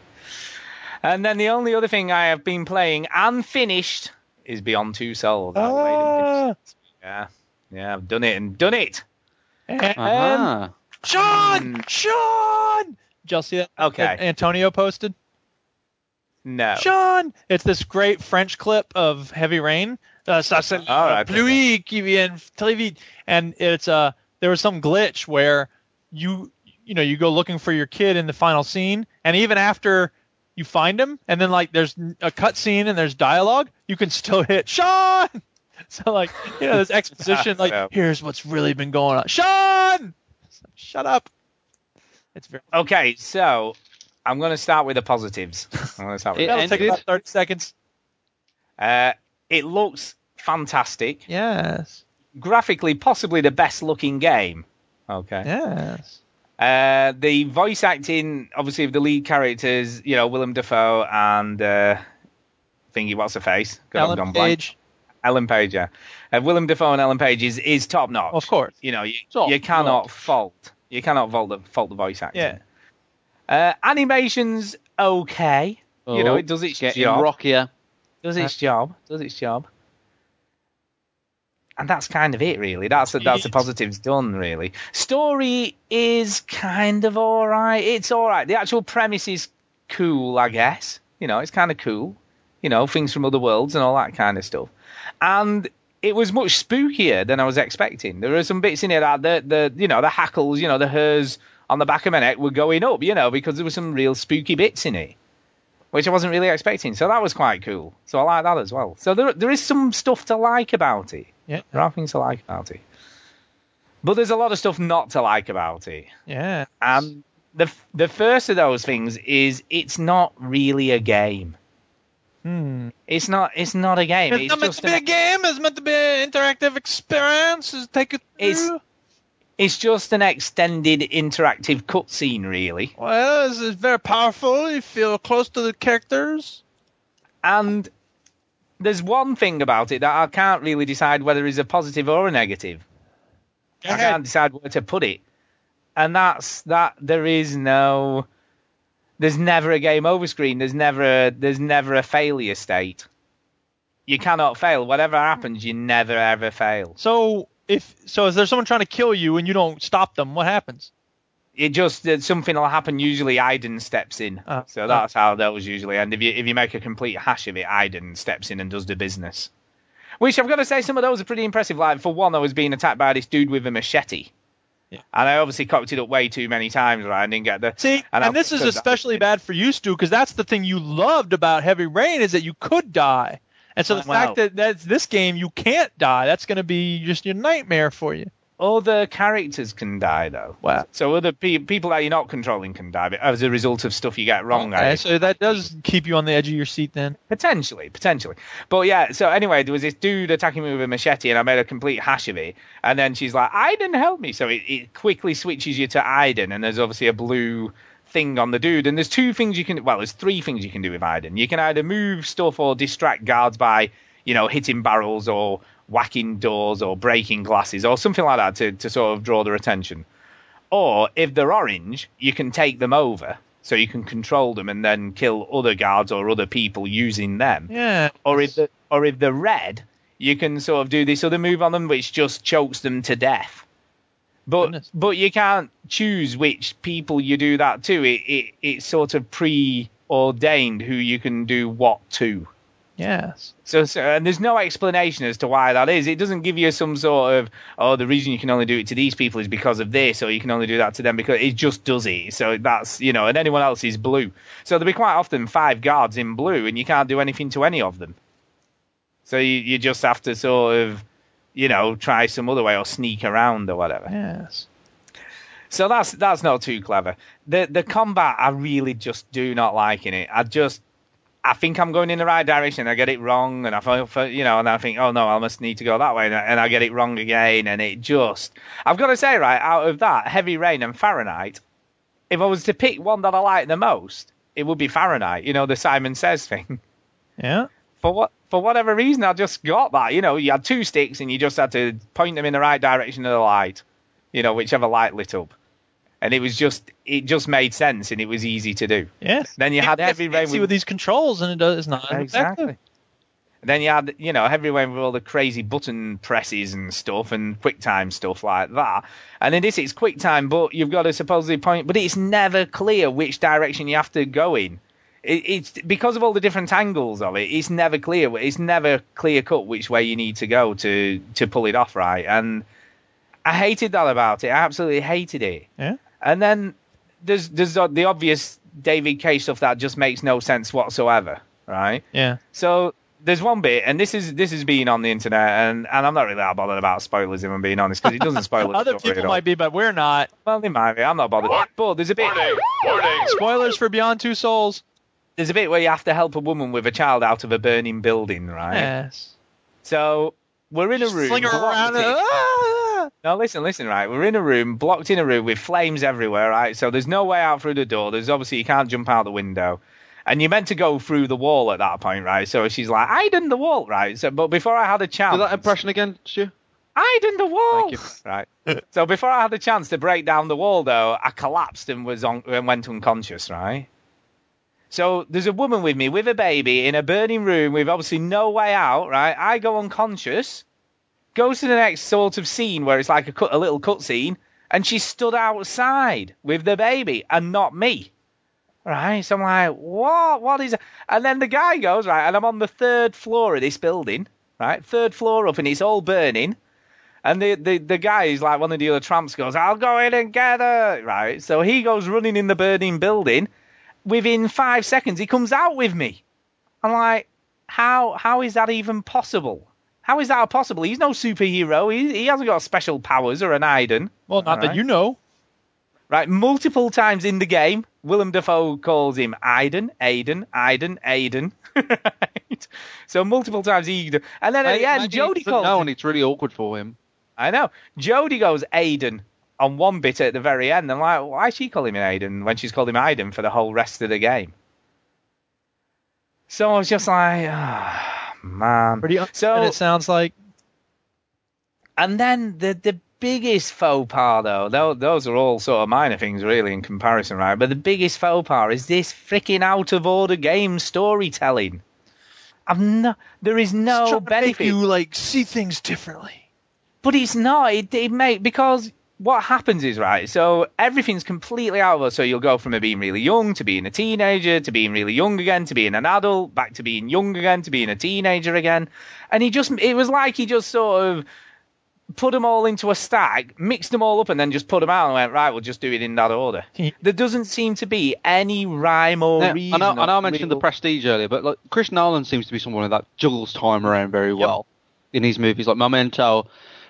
S2: And then the only other thing I have been playing and finished is Beyond Two Souls. I played and finished
S1: Ah,
S2: yeah, yeah, I've done it and done it.
S1: and
S3: Ah,
S1: Sean, Sean. Did y'all see that?
S2: Okay.
S1: that Antonio posted.
S2: No,
S1: Sean, it's this great French clip of heavy rain. Uh, ça, c'est
S2: All
S1: la
S2: right,
S1: pluie qui vient très vite. And it's uh, there was some glitch where you you know you go looking for your kid in the final scene, and even after you find him, and then like there's n- a cut scene and there's dialogue, you can still hit Sean. (laughs) So like you know this exposition, like
S2: Yeah.
S1: here's what's really been going on. Sean, shut up. It's very.
S2: Okay, so I'm going to start with the positives. I'm going to start with the
S3: It
S1: That'll
S2: positives.
S1: take
S3: ended?
S1: about thirty seconds.
S2: Uh, it looks fantastic.
S1: Yes.
S2: Graphically, possibly the best looking game. Okay.
S1: Yes.
S2: Uh, the voice acting, obviously, of the lead characters, you know, Willem Dafoe and uh, Thingy, what's her face? God, I've
S1: Ellen
S2: gone blank.
S1: Page.
S2: Ellen Page, yeah. Uh, Willem Dafoe and Ellen Page is, is top notch.
S1: Of course.
S2: You know, you,
S3: Top
S2: you cannot fault. You cannot fault the, fault the voice acting.
S1: Yeah.
S2: Uh, animation's okay. you know,
S3: Oh,
S2: it does its
S3: getting
S2: job.
S3: rockier.
S2: does its job, does its job, and that's kind of it, really. That's that's the positives done, really. Story is kind of all right. It's all right. The actual premise is cool, I guess. You know, it's kind of cool. You know, things from other worlds and all that kind of stuff. And it was much spookier than I was expecting. There are some bits in it that the, the you know the hackles, you know the hairs on the back of my neck were going up, you know, because there were some real spooky bits in it which I wasn't really expecting. So that was quite cool. So I like that as well. So there, there is some stuff to like about it.
S1: Yeah.
S2: There are things to like about it. But there's a lot of stuff not to like about it.
S1: Yeah.
S2: And the the first of those things is it's not really a game.
S1: Hmm.
S2: It's not it's not a game.
S1: It's
S2: It's,
S1: not meant
S2: just
S1: to be
S2: an-
S1: a game. It's meant to be an interactive experience. It's Take it
S2: It's-
S1: through.
S2: it's just an extended interactive cutscene, really.
S1: Well, it's, it's very powerful. You feel close to the characters.
S2: And there's one thing about it that I can't really decide whether is a positive or a negative. I
S1: ahead.
S2: can't decide where to put it. And that's that there is no There's never a game over screen. There's never a, there's never a failure state. You cannot fail. Whatever happens, you never ever fail.
S1: So if so, is there someone trying to kill you and you don't stop them? What happens?
S2: It just that something will happen. Usually, Iden steps in.
S1: Ah,
S2: so that's how those usually end. If you if you make a complete hash of it, Iden steps in and does the business. Which I've got to say, some of those are pretty impressive. Like for one, I was being attacked by this dude with a machete.
S1: Yeah.
S2: And I obviously cocked it up way too many times, right? I didn't get the
S1: See, and,
S2: I
S1: this is
S2: could-
S1: especially bad for you, Stu, because that's the thing you loved about Heavy Rain is that you could die. And so the
S2: Wow.
S1: fact that that's this game you can't die, that's going to be just your nightmare for you.
S2: Other characters can die though.
S1: Wow.
S2: So other pe- people that you're not controlling can die but as a result of stuff you get wrong.
S1: Okay,
S2: I
S1: so that does keep you on the edge of your seat then.
S2: Potentially, potentially. But yeah, so anyway, there was this dude attacking me with a machete, and I made a complete hash of it. And then she's like, Iden, help me. So it, it quickly switches you to Iden, and there's obviously a blue thing on the dude. And there's two things you can, well, there's three things you can do with Iden. You can either move stuff or distract guards by, you know, hitting barrels or whacking doors or breaking glasses or something like that to, to sort of draw their attention. Or if they're orange, you can take them over. So you can control them and then kill other guards or other people using them
S1: Yeah.
S2: or if the, or if they're red, you can sort of do this other move on them which just chokes them to death. But
S1: Goodness.
S2: but you can't choose which people you do that to. It, it it's sort of preordained who you can do what to.
S1: Yes.
S2: So, so and there's no explanation as to why that is. It doesn't give you some sort of oh the reason you can only do it to these people is because of this or you can only do that to them because it just does it. So that's you know and anyone else is blue. So there'll be quite often five guards in blue and you can't do anything to any of them. So you, you just have to sort of you know try some other way or sneak around or whatever.
S1: Yes.
S2: So that's that's not too clever. The the combat I really just do not like in it. I just I think I'm going in the right direction. I get it wrong, and I feel- feel- you know, and I think, oh no, I must need to go that way, and I, and I get it wrong again, and it just. I've got to say, right, out of that, Heavy Rain and Fahrenheit, if I was to pick one that I like the most, it would be Fahrenheit. You know, the Simon Says thing.
S1: Yeah.
S2: For what for whatever reason, I just got that. You know, you had two sticks, and you just had to point them in the right direction of the light. You know, whichever light lit up, and it was just it just made sense, and it was easy to do.
S1: Yes.
S2: Then you had
S1: It's
S2: Heavy Rain
S1: fancy
S2: with-
S1: with these controls and it does it's not
S2: Exactly. And then you had, you know, everyone with all the crazy button presses and stuff and QuickTime stuff like that. And in this, it's QuickTime, but you've got to supposedly point, but it's never clear which direction you have to go in. It, it's because of all the different angles of it. It's never clear. It's never clear cut which way you need to go to to pull it off right. And I hated that about it. I absolutely hated it.
S1: Yeah.
S2: And then there's there's the obvious David K stuff that just makes no sense whatsoever, right?
S1: Yeah.
S2: So there's one bit, and this is this is being on the internet, and, and I'm not really that bothered about spoilers if I'm being honest, because it doesn't
S1: (laughs)
S2: spoil the
S1: Other
S2: story at
S1: people
S2: all.
S1: might be, but we're not.
S2: Well, they might be. I'm not bothered. But there's a bit
S1: Spoilers for Beyond Two Souls.
S2: there's a bit where you have to help a woman with a child out of a burning building, right?
S1: Yes.
S2: So we're in a room.
S1: Sling her
S2: blocked
S1: around.
S2: in-
S1: Ah!
S2: No, listen, listen, right. We're in a room, blocked in a room with flames everywhere, right? So there's no way out through the door. There's obviously you can't jump out the window. And you're meant to go through the wall at that point, right? So she's like, I done the wall, right? So but before I had a chance
S3: Do that impression again, Stu.
S2: I done the wall.
S3: Thank you.
S2: Right. (laughs) so before I had the chance to break down the wall, though, I collapsed and was on and went unconscious. Right. So there's a woman with me with a baby in a burning room with obviously no way out. Right. I go unconscious. Goes to the next sort of scene where it's like a cut, a little cut scene, and she stood outside with the baby and not me. Right, so I'm like, what? What is? And then the guy goes right, and I'm on the third floor of this building, right, third floor up, and it's all burning. And the, the, the guy is like one of the other tramps goes, I'll go in and get her. Right. So he goes running in the burning building. Within five seconds, he comes out with me. I'm like, how how is that even possible? How is that possible? He's no superhero. He, he hasn't got special powers or an Iden.
S1: Well, not that
S2: Alright.
S1: you know.
S2: Right. Multiple times in the game, Willem Dafoe calls him Aiden, Aiden, Aiden, Aiden. (laughs) right. So multiple times he. And then at the end, Jodie calls
S3: No,
S2: him.
S3: and it's really awkward for him.
S2: I know. Jodie goes Aiden on one bit at the very end. I'm like, why is she calling him Aiden when she's called him Aiden for the whole rest of the game? So I was just like, ah, man.
S1: Pretty
S2: so
S1: so, it sounds like.
S2: and then the the biggest faux pas, though, tho- those are all sort of minor things, really, in comparison, right? But the biggest faux pas is this freaking out of order game storytelling. I've no, there is
S1: It's
S2: no
S1: trying to make
S2: benefit.
S1: you like see things differently.
S2: But it's not. It, it make because what happens is right. So everything's completely out of us. So you'll go from being really young to being a teenager to being really young again to being an adult back to being young again to being a teenager again. And he just it was like he just sort of put them all into a stack, mixed them all up, and then just put them out and went right. We'll just do it in that order. there doesn't seem to be any rhyme or
S3: Yeah,
S2: reason.
S3: I know, I know I
S2: or
S3: mentioned
S2: real-
S3: the prestige earlier, but like Chris Nolan seems to be someone that juggles time around very well in his movies, like Memento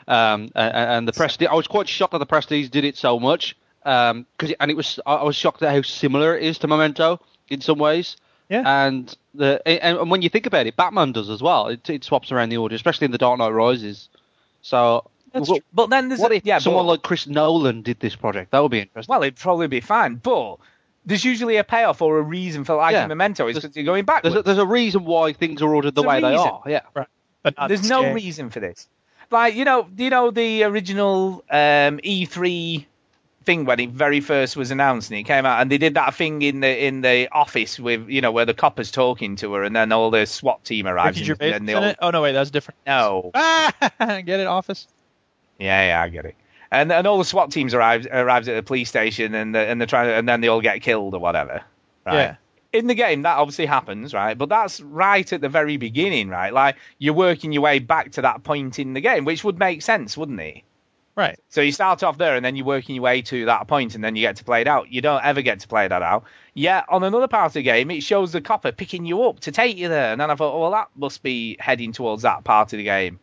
S3: um, and, and the prestige. I was quite shocked that the prestige did it so much, um, cause it, and it was I I was shocked at how similar it is to Memento in some ways.
S1: Yeah.
S3: And the and, and when you think about it, Batman does as well. It, it swaps around the order, especially in The Dark Knight Rises. So.
S2: That's
S3: what,
S2: true. But then there's
S3: what
S2: a,
S3: if
S2: yeah,
S3: someone
S2: but-
S3: like Chris Nolan did this project? That would be interesting.
S2: Well, it'd probably be fine, but there's usually a payoff or a reason for liking
S3: Yeah.
S2: Memento. It's
S3: There's-
S2: because you're going backwards.
S3: there's, a,
S2: There's,
S3: there's a reason why things are ordered the
S2: There's a
S3: way they
S2: reason.
S3: are. Yeah.
S1: But not this
S2: no
S1: game.
S2: reason for this. Like you know, you know the original um, E3 thing when it very first was announced and it came out, and they did that thing in the in the office with you know where the copper's talking to her, and then all the SWAT team arrives.
S1: Ricky
S2: and-
S1: Gervais
S2: and
S1: was
S2: they
S1: in
S2: all-
S1: it? Oh no, wait, that's different. (laughs)
S2: No.
S1: Ah, get it, Office.
S2: Yeah, yeah, I get it. And and all the SWAT teams arrives arrives at the police station and the, and they're trying to, and then they all get killed or whatever. Right.
S1: Yeah.
S2: In the game, that obviously happens, right? But that's right at the very beginning, right? Like you're working your way back to that point in the game, which would make sense, wouldn't it?
S1: Right.
S2: So you start off there, and then you're working your way to that point, and then you get to play it out. You don't ever get to play that out. Yet on another part of the game, it shows the copper picking you up to take you there, and then I thought, oh, well, that must be heading towards that part of the game,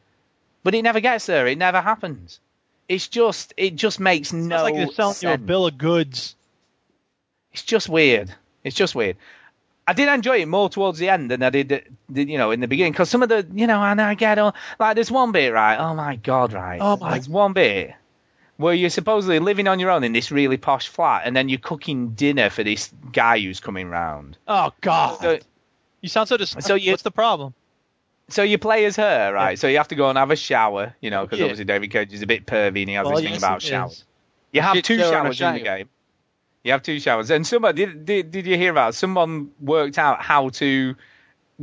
S2: but it never gets there. It never happens. It's just, it just makes no
S1: Sounds like they're selling you a
S2: sense.
S1: bill of goods.
S2: It's just weird. It's just weird. I did enjoy it more towards the end than I did, uh, did you know, in the beginning. Because some of the, you know, and I get all like there's one bit right. Oh my god, right.
S1: Oh my-
S2: There's one bit where you're supposedly living on your own in this really posh flat, and then you're cooking dinner for this guy who's coming round.
S1: Oh God.
S2: So,
S1: you sound so disgusting.
S2: So you-
S1: What's the problem?
S2: so you play as her, right? So you have to go and have a shower, you know, because
S1: Yeah.
S2: obviously David Cage is a bit pervy and he has
S1: Well,
S2: this thing
S1: yes,
S2: about
S1: it is.
S2: showers. You have
S3: Shit
S2: two
S3: shower and a
S2: showers in the
S3: shower.
S2: game. You have two showers. And somebody did, did did you hear about? it? Someone worked out how to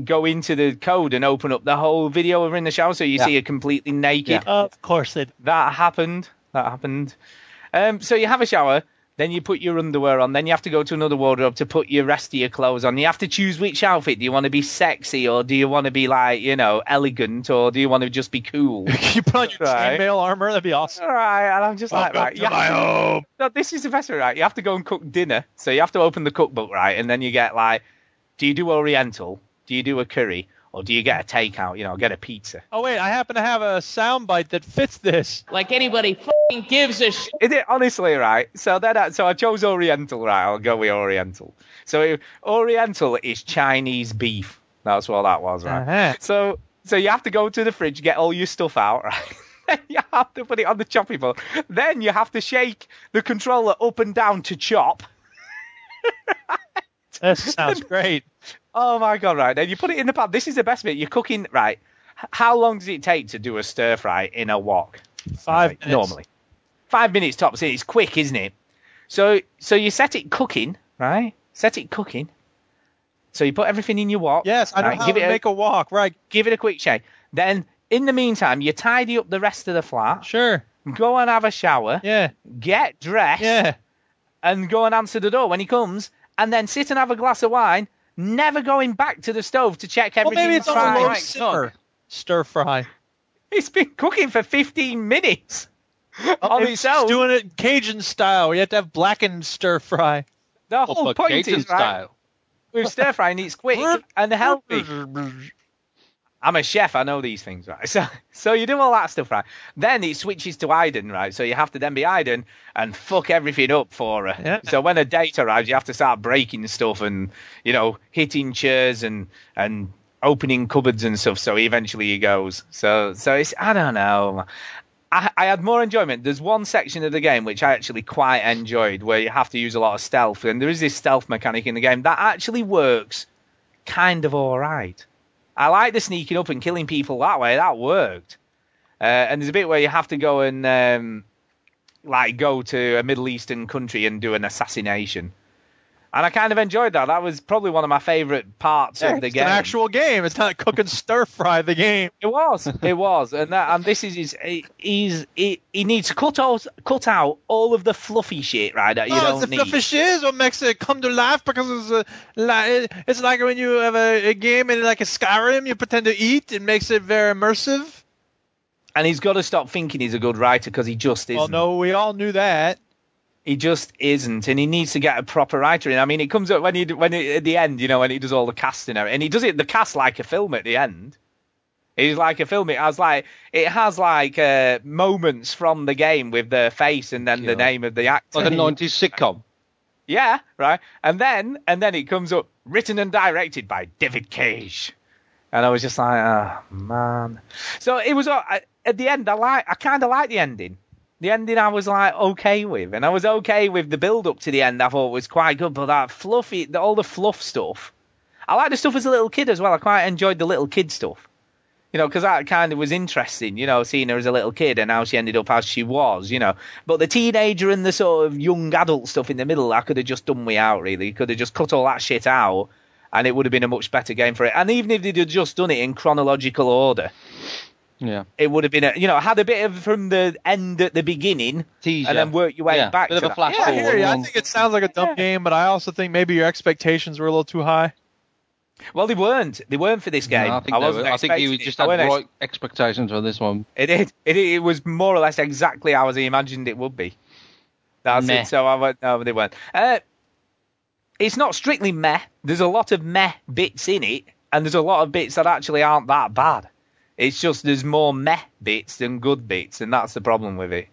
S2: go into the code and open up the whole video over in the shower, so you
S3: Yeah.
S2: see her completely naked.
S1: Of course (laughs) it.
S2: That happened. That happened. Um, so you have a shower, then you put your underwear on, then you have to go to another wardrobe to put your rest of your clothes on. You have to choose which outfit. Do you want to be sexy or do you want to be like, you know, elegant or do you want to just be
S3: (laughs)
S2: cool?
S1: you put on your
S2: Right.
S1: chainmail armor. That'd be awesome.
S2: All right, and I'm just like, right, you have to- no, this is the best way, right? You have to go and cook dinner, so you have to open the cookbook, right? And then you get like, do you do Oriental? Do you do a curry? Or do you get a takeout? You know, get a pizza.
S1: Oh wait, I happen to have a soundbite that fits this.
S8: Like anybody fucking gives a shit.
S2: Is it honestly right? So then, I, so I chose Oriental, right? I'll go with Oriental. So it- Oriental is Chinese beef. That's what that was, right?
S1: Uh-huh.
S2: So so you have to go to the fridge, get all your stuff out, (laughs) right? Then you have to put it on the chopping board. Then you have to shake the controller up and down to chop.
S1: This (laughs) sounds great.
S2: Oh my god! Right then, you put it in the pan. This is the best bit. You're cooking right. H- How long does it take to do a stir fry in a wok?
S1: Five
S2: Right,
S1: minutes.
S2: normally. Five minutes tops. It's quick, isn't it? So so you set it cooking, right? Set it cooking. So you put everything in your wok.
S1: Yes, I know
S2: right?
S1: how
S2: give
S1: to
S2: it
S1: make
S2: a,
S1: a walk. Right.
S2: give it a quick shake. Then in the meantime, you tidy up the rest of the flat.
S1: Sure.
S2: Go and have a shower.
S1: Yeah.
S2: Get dressed
S1: Yeah.
S2: and go and answer the door when he comes, and then sit and have a glass of wine, never going back to the stove to check
S1: Well,
S2: everything.
S1: maybe it's on a
S2: fine.
S1: low simmer.
S2: (laughs)
S1: Stir fry.
S2: It's been cooking for 15 minutes. on
S1: Maybe
S2: its
S1: she's
S2: own.
S1: doing it Cajun style. You have to have blackened stir fry.
S2: The whole
S3: But
S2: point
S3: Cajun
S2: is right,
S3: style.
S2: with stir frying, it's
S3: (laughs)
S2: quick and healthy. I'm a chef. I know these things, right? (laughs) So, so you do all that stuff, right? Then it switches to Iden, right? So you have to then be Iden and fuck everything up for her.
S1: Yeah.
S2: So when a date arrives, you have to start breaking stuff and you know hitting chairs and and opening cupboards and stuff. So eventually he goes. So so it's I don't know. I, I had more enjoyment. There's one section of the game which I actually quite enjoyed where you have to use a lot of stealth, and there is this stealth mechanic in the game that actually works kind of all right. I like the sneaking up and killing people that way. That worked. Uh, and there's a bit where you have to go and um, like go to a Middle Eastern country and do an assassination. And I kind of enjoyed that. That was probably one of my favorite parts
S1: Yeah,
S2: of the
S1: it's
S2: game.
S1: an actual game. It's not cooking stir fry the game.
S2: It was, it was, and that, and this is his. he- He's he, he needs to cut out cut out all of the fluffy shit, right? That you
S1: oh,
S2: don't
S1: it's the
S2: need.
S1: fluffy shiz what makes it come to life because it's a, li- it's like when you have a, a game in like a Skyrim, you pretend to eat. It makes it very immersive.
S2: And he's got to stop thinking he's a good writer because he just isn't.
S1: Well, Oh, no, we all knew that.
S2: He just isn't, and he needs to get a proper writer in. I mean, it comes up when he when he, at the end, you know, when he does all the casting, and he does it the cast like a film at the end. It's like a film. It has like it has like uh, moments from the game with their face and then the
S3: Yeah.
S2: name of the actor.
S3: Like a 90s sitcom.
S2: Yeah, right. And then and then it comes up written and directed by David Cage. And I was just like, oh man. So it was uh, I- at the end. I like I kind of like the ending. The ending I was like okay with, and I was okay with the build up to the end. I thought was quite good, but that fluffy, the, all the fluff stuff. I like the stuff as a little kid as well. I quite enjoyed the little kid stuff. You know, because that kind of was interesting, you know, seeing her as a little kid and how she ended up as she was, you know. But the teenager and the sort of young adult stuff in the middle, I could have just done without, really. Could have just cut all that shit out and it would have been a much better game for it. And even if they'd have just done it in chronological order,
S3: Yeah.
S2: it would have been, a, you know, had a bit of from the end at the beginning
S3: Teaser.
S2: and then work your way
S3: Yeah,
S2: back.
S3: bit
S2: to
S3: of a
S2: that.
S3: flash
S1: I
S2: Yeah,
S1: hear you. I think it sounds like a dumb game, but I also think maybe your expectations were a little too high.
S2: well, they weren't. They weren't for this game.
S3: No, I think, they
S2: wasn't
S3: were- I think he
S2: expecting
S3: was
S2: it.
S3: just
S2: I
S3: had
S2: weren't ex-
S3: right expectations for this one.
S2: It did. It, it was more or less exactly how I imagined it would be. That's
S8: Meh.
S2: it. So I went, no, they weren't. Uh, it's not strictly meh. There's a lot of meh bits in it, and there's a lot of bits that actually aren't that bad. It's just there's more meh bits than good bits, and that's the problem with it.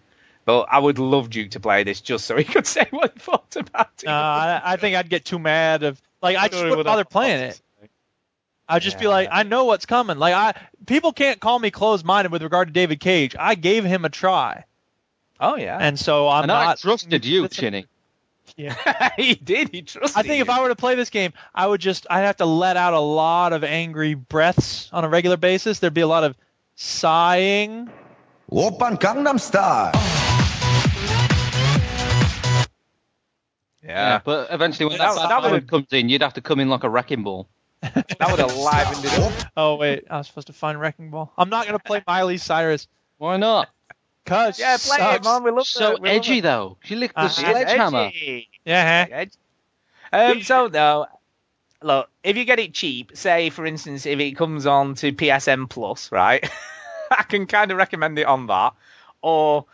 S2: But I would love Duke to play this just so he (laughs) could say what he thought about it.
S1: Uh, I, I think I'd get too mad if like I just wouldn't bother playing it. I'd just be
S2: Yeah.
S1: like, I know what's coming. Like I people can't call me closed minded with regard to David Cage. I gave him a try,
S2: oh yeah,
S1: and so I'm
S3: and
S1: not.
S3: I trusted you, Chinny.
S2: (laughs) he did. He trusted.
S1: I think if
S2: you.
S1: I were to play this game, I would just I'd have to let out a lot of angry breaths on a regular basis. There'd be a lot of sighing.
S7: Open Gangnam Style.
S2: yeah,
S3: But eventually, when
S2: That-
S3: that,
S2: that
S3: siren
S2: would've-
S3: comes in, you'd have to come in like a wrecking ball.
S2: that would have livened
S1: (laughs)
S2: it up.
S1: Oh wait, I was supposed to find Wrecking Ball. I'm not gonna play Miley Cyrus.
S3: Why not?
S1: Cause
S2: Yeah,
S1: she
S2: play it,
S1: sucks.
S2: man. We love Uh-huh.
S3: So
S2: it. We love
S3: edgy,
S2: it.
S3: though. She licked the
S1: Uh,
S3: sledgehammer.
S2: Edgy.
S1: Yeah. (gasps) huh?
S3: (laughs)
S2: Ed. Um, so no, look, if you get it cheap, say for instance, if it comes on to PSN Plus, right? (laughs) I can kind of recommend it on that. Or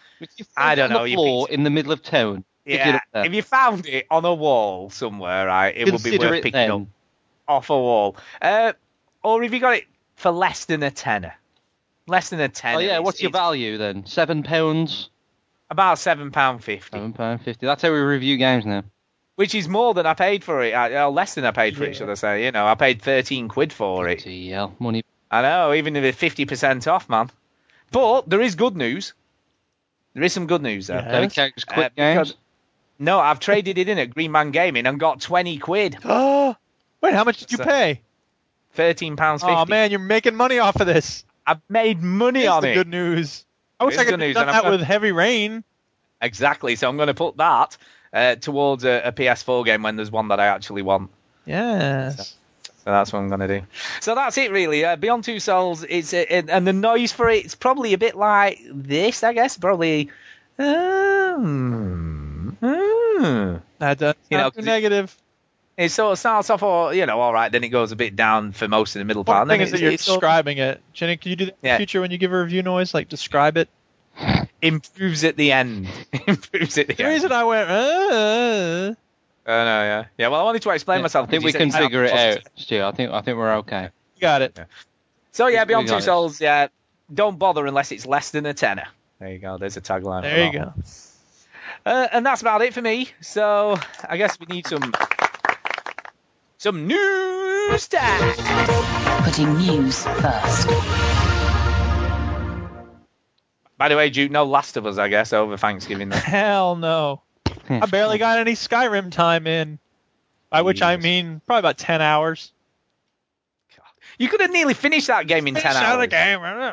S2: I don't
S3: on
S2: know,
S3: The
S2: you
S3: floor
S2: picked-
S3: in the middle of town. Pick it
S2: yeah,
S3: up there.
S2: if you found it on a wall somewhere, right, it would be
S3: Consider
S2: worth
S3: it
S2: picking
S3: then.
S2: up off a wall. Uh, or if you got it for less than a tenner, less than a tenner.
S3: Oh yeah,
S2: it's-
S3: what's your
S2: it's
S3: value then? Seven pounds,
S2: About seven pound fifty.
S3: seven pound fifty. That's how we review games now.
S2: which is more than I paid for it. uh, uh, Less than I paid for it, should I say? You know, I paid thirteen quid for it.
S3: TL money.
S2: I know, even if it's fifty percent off, man. But there is good news. There is some good news though.
S1: Yeah.
S3: Don't count as quick
S2: Uh,
S3: games.
S2: because- No, I've traded it in at Green Man Gaming and got twenty quid,
S1: wait, how much did you
S2: So-
S1: pay?
S2: thirteen pounds uh, fifty.
S1: Oh man, you're making money off of this.
S2: I've made money
S1: That's
S2: on
S1: the
S2: it.
S1: good news. I wish
S2: It
S1: I
S2: is
S1: could
S2: good
S1: have
S2: news,
S1: done
S2: and I'm
S1: that
S2: gonna-
S1: with heavy rain.
S2: Exactly. So I'm going to put that uh, towards a, a PS4 game when there's one that I actually want.
S1: Yes.
S2: So that's what I'm going to do. So that's it, really. Uh, Beyond Two Souls, it's uh, and and the noise for it, it's probably a bit like this, I guess. Probably. Um, hmm.
S1: That does
S2: You know,
S1: not too
S2: 'cause it-
S1: negative.
S2: It sort of starts off, all, you know, all right, then it goes a bit down for most of the middle part.
S1: One
S2: and then
S1: thing is that
S2: it's-
S1: you're
S2: it's sort of
S1: describing it. Jenny, can you do that in the
S2: Yeah.
S1: future when you give a review noise? Like describe it.
S2: improves at the end. (laughs) improves at the,
S1: The
S2: end.
S1: reason I went, uh,
S2: I know, yeah. Yeah, well, I wanted to explain myself.
S3: I think
S2: 'cause
S3: we
S2: you
S3: can
S2: said-
S3: figure it out, Stu. I think I think we're okay.
S1: you got it.
S2: So, yeah,
S3: We-
S2: Beyond
S3: we
S2: Two
S3: got it.
S2: Souls, yeah. Don't bother unless it's less than a tenner. There you go. There's a tagline. for
S1: There
S2: that
S1: you go.
S2: Uh, and that's about it for me. So I guess we need some some news time.
S9: Putting news first.
S2: By the way, Duke, no Last of Us, I guess, over Thanksgiving.
S1: (laughs)
S2: though.
S1: Hell no. I
S3: (laughs)
S1: barely got any Skyrim time in. By which I
S2: Jesus.
S1: mean probably about ten hours.
S2: you could have nearly finished that game in ten
S1: Finish out
S2: hours.
S1: of the game. Uh,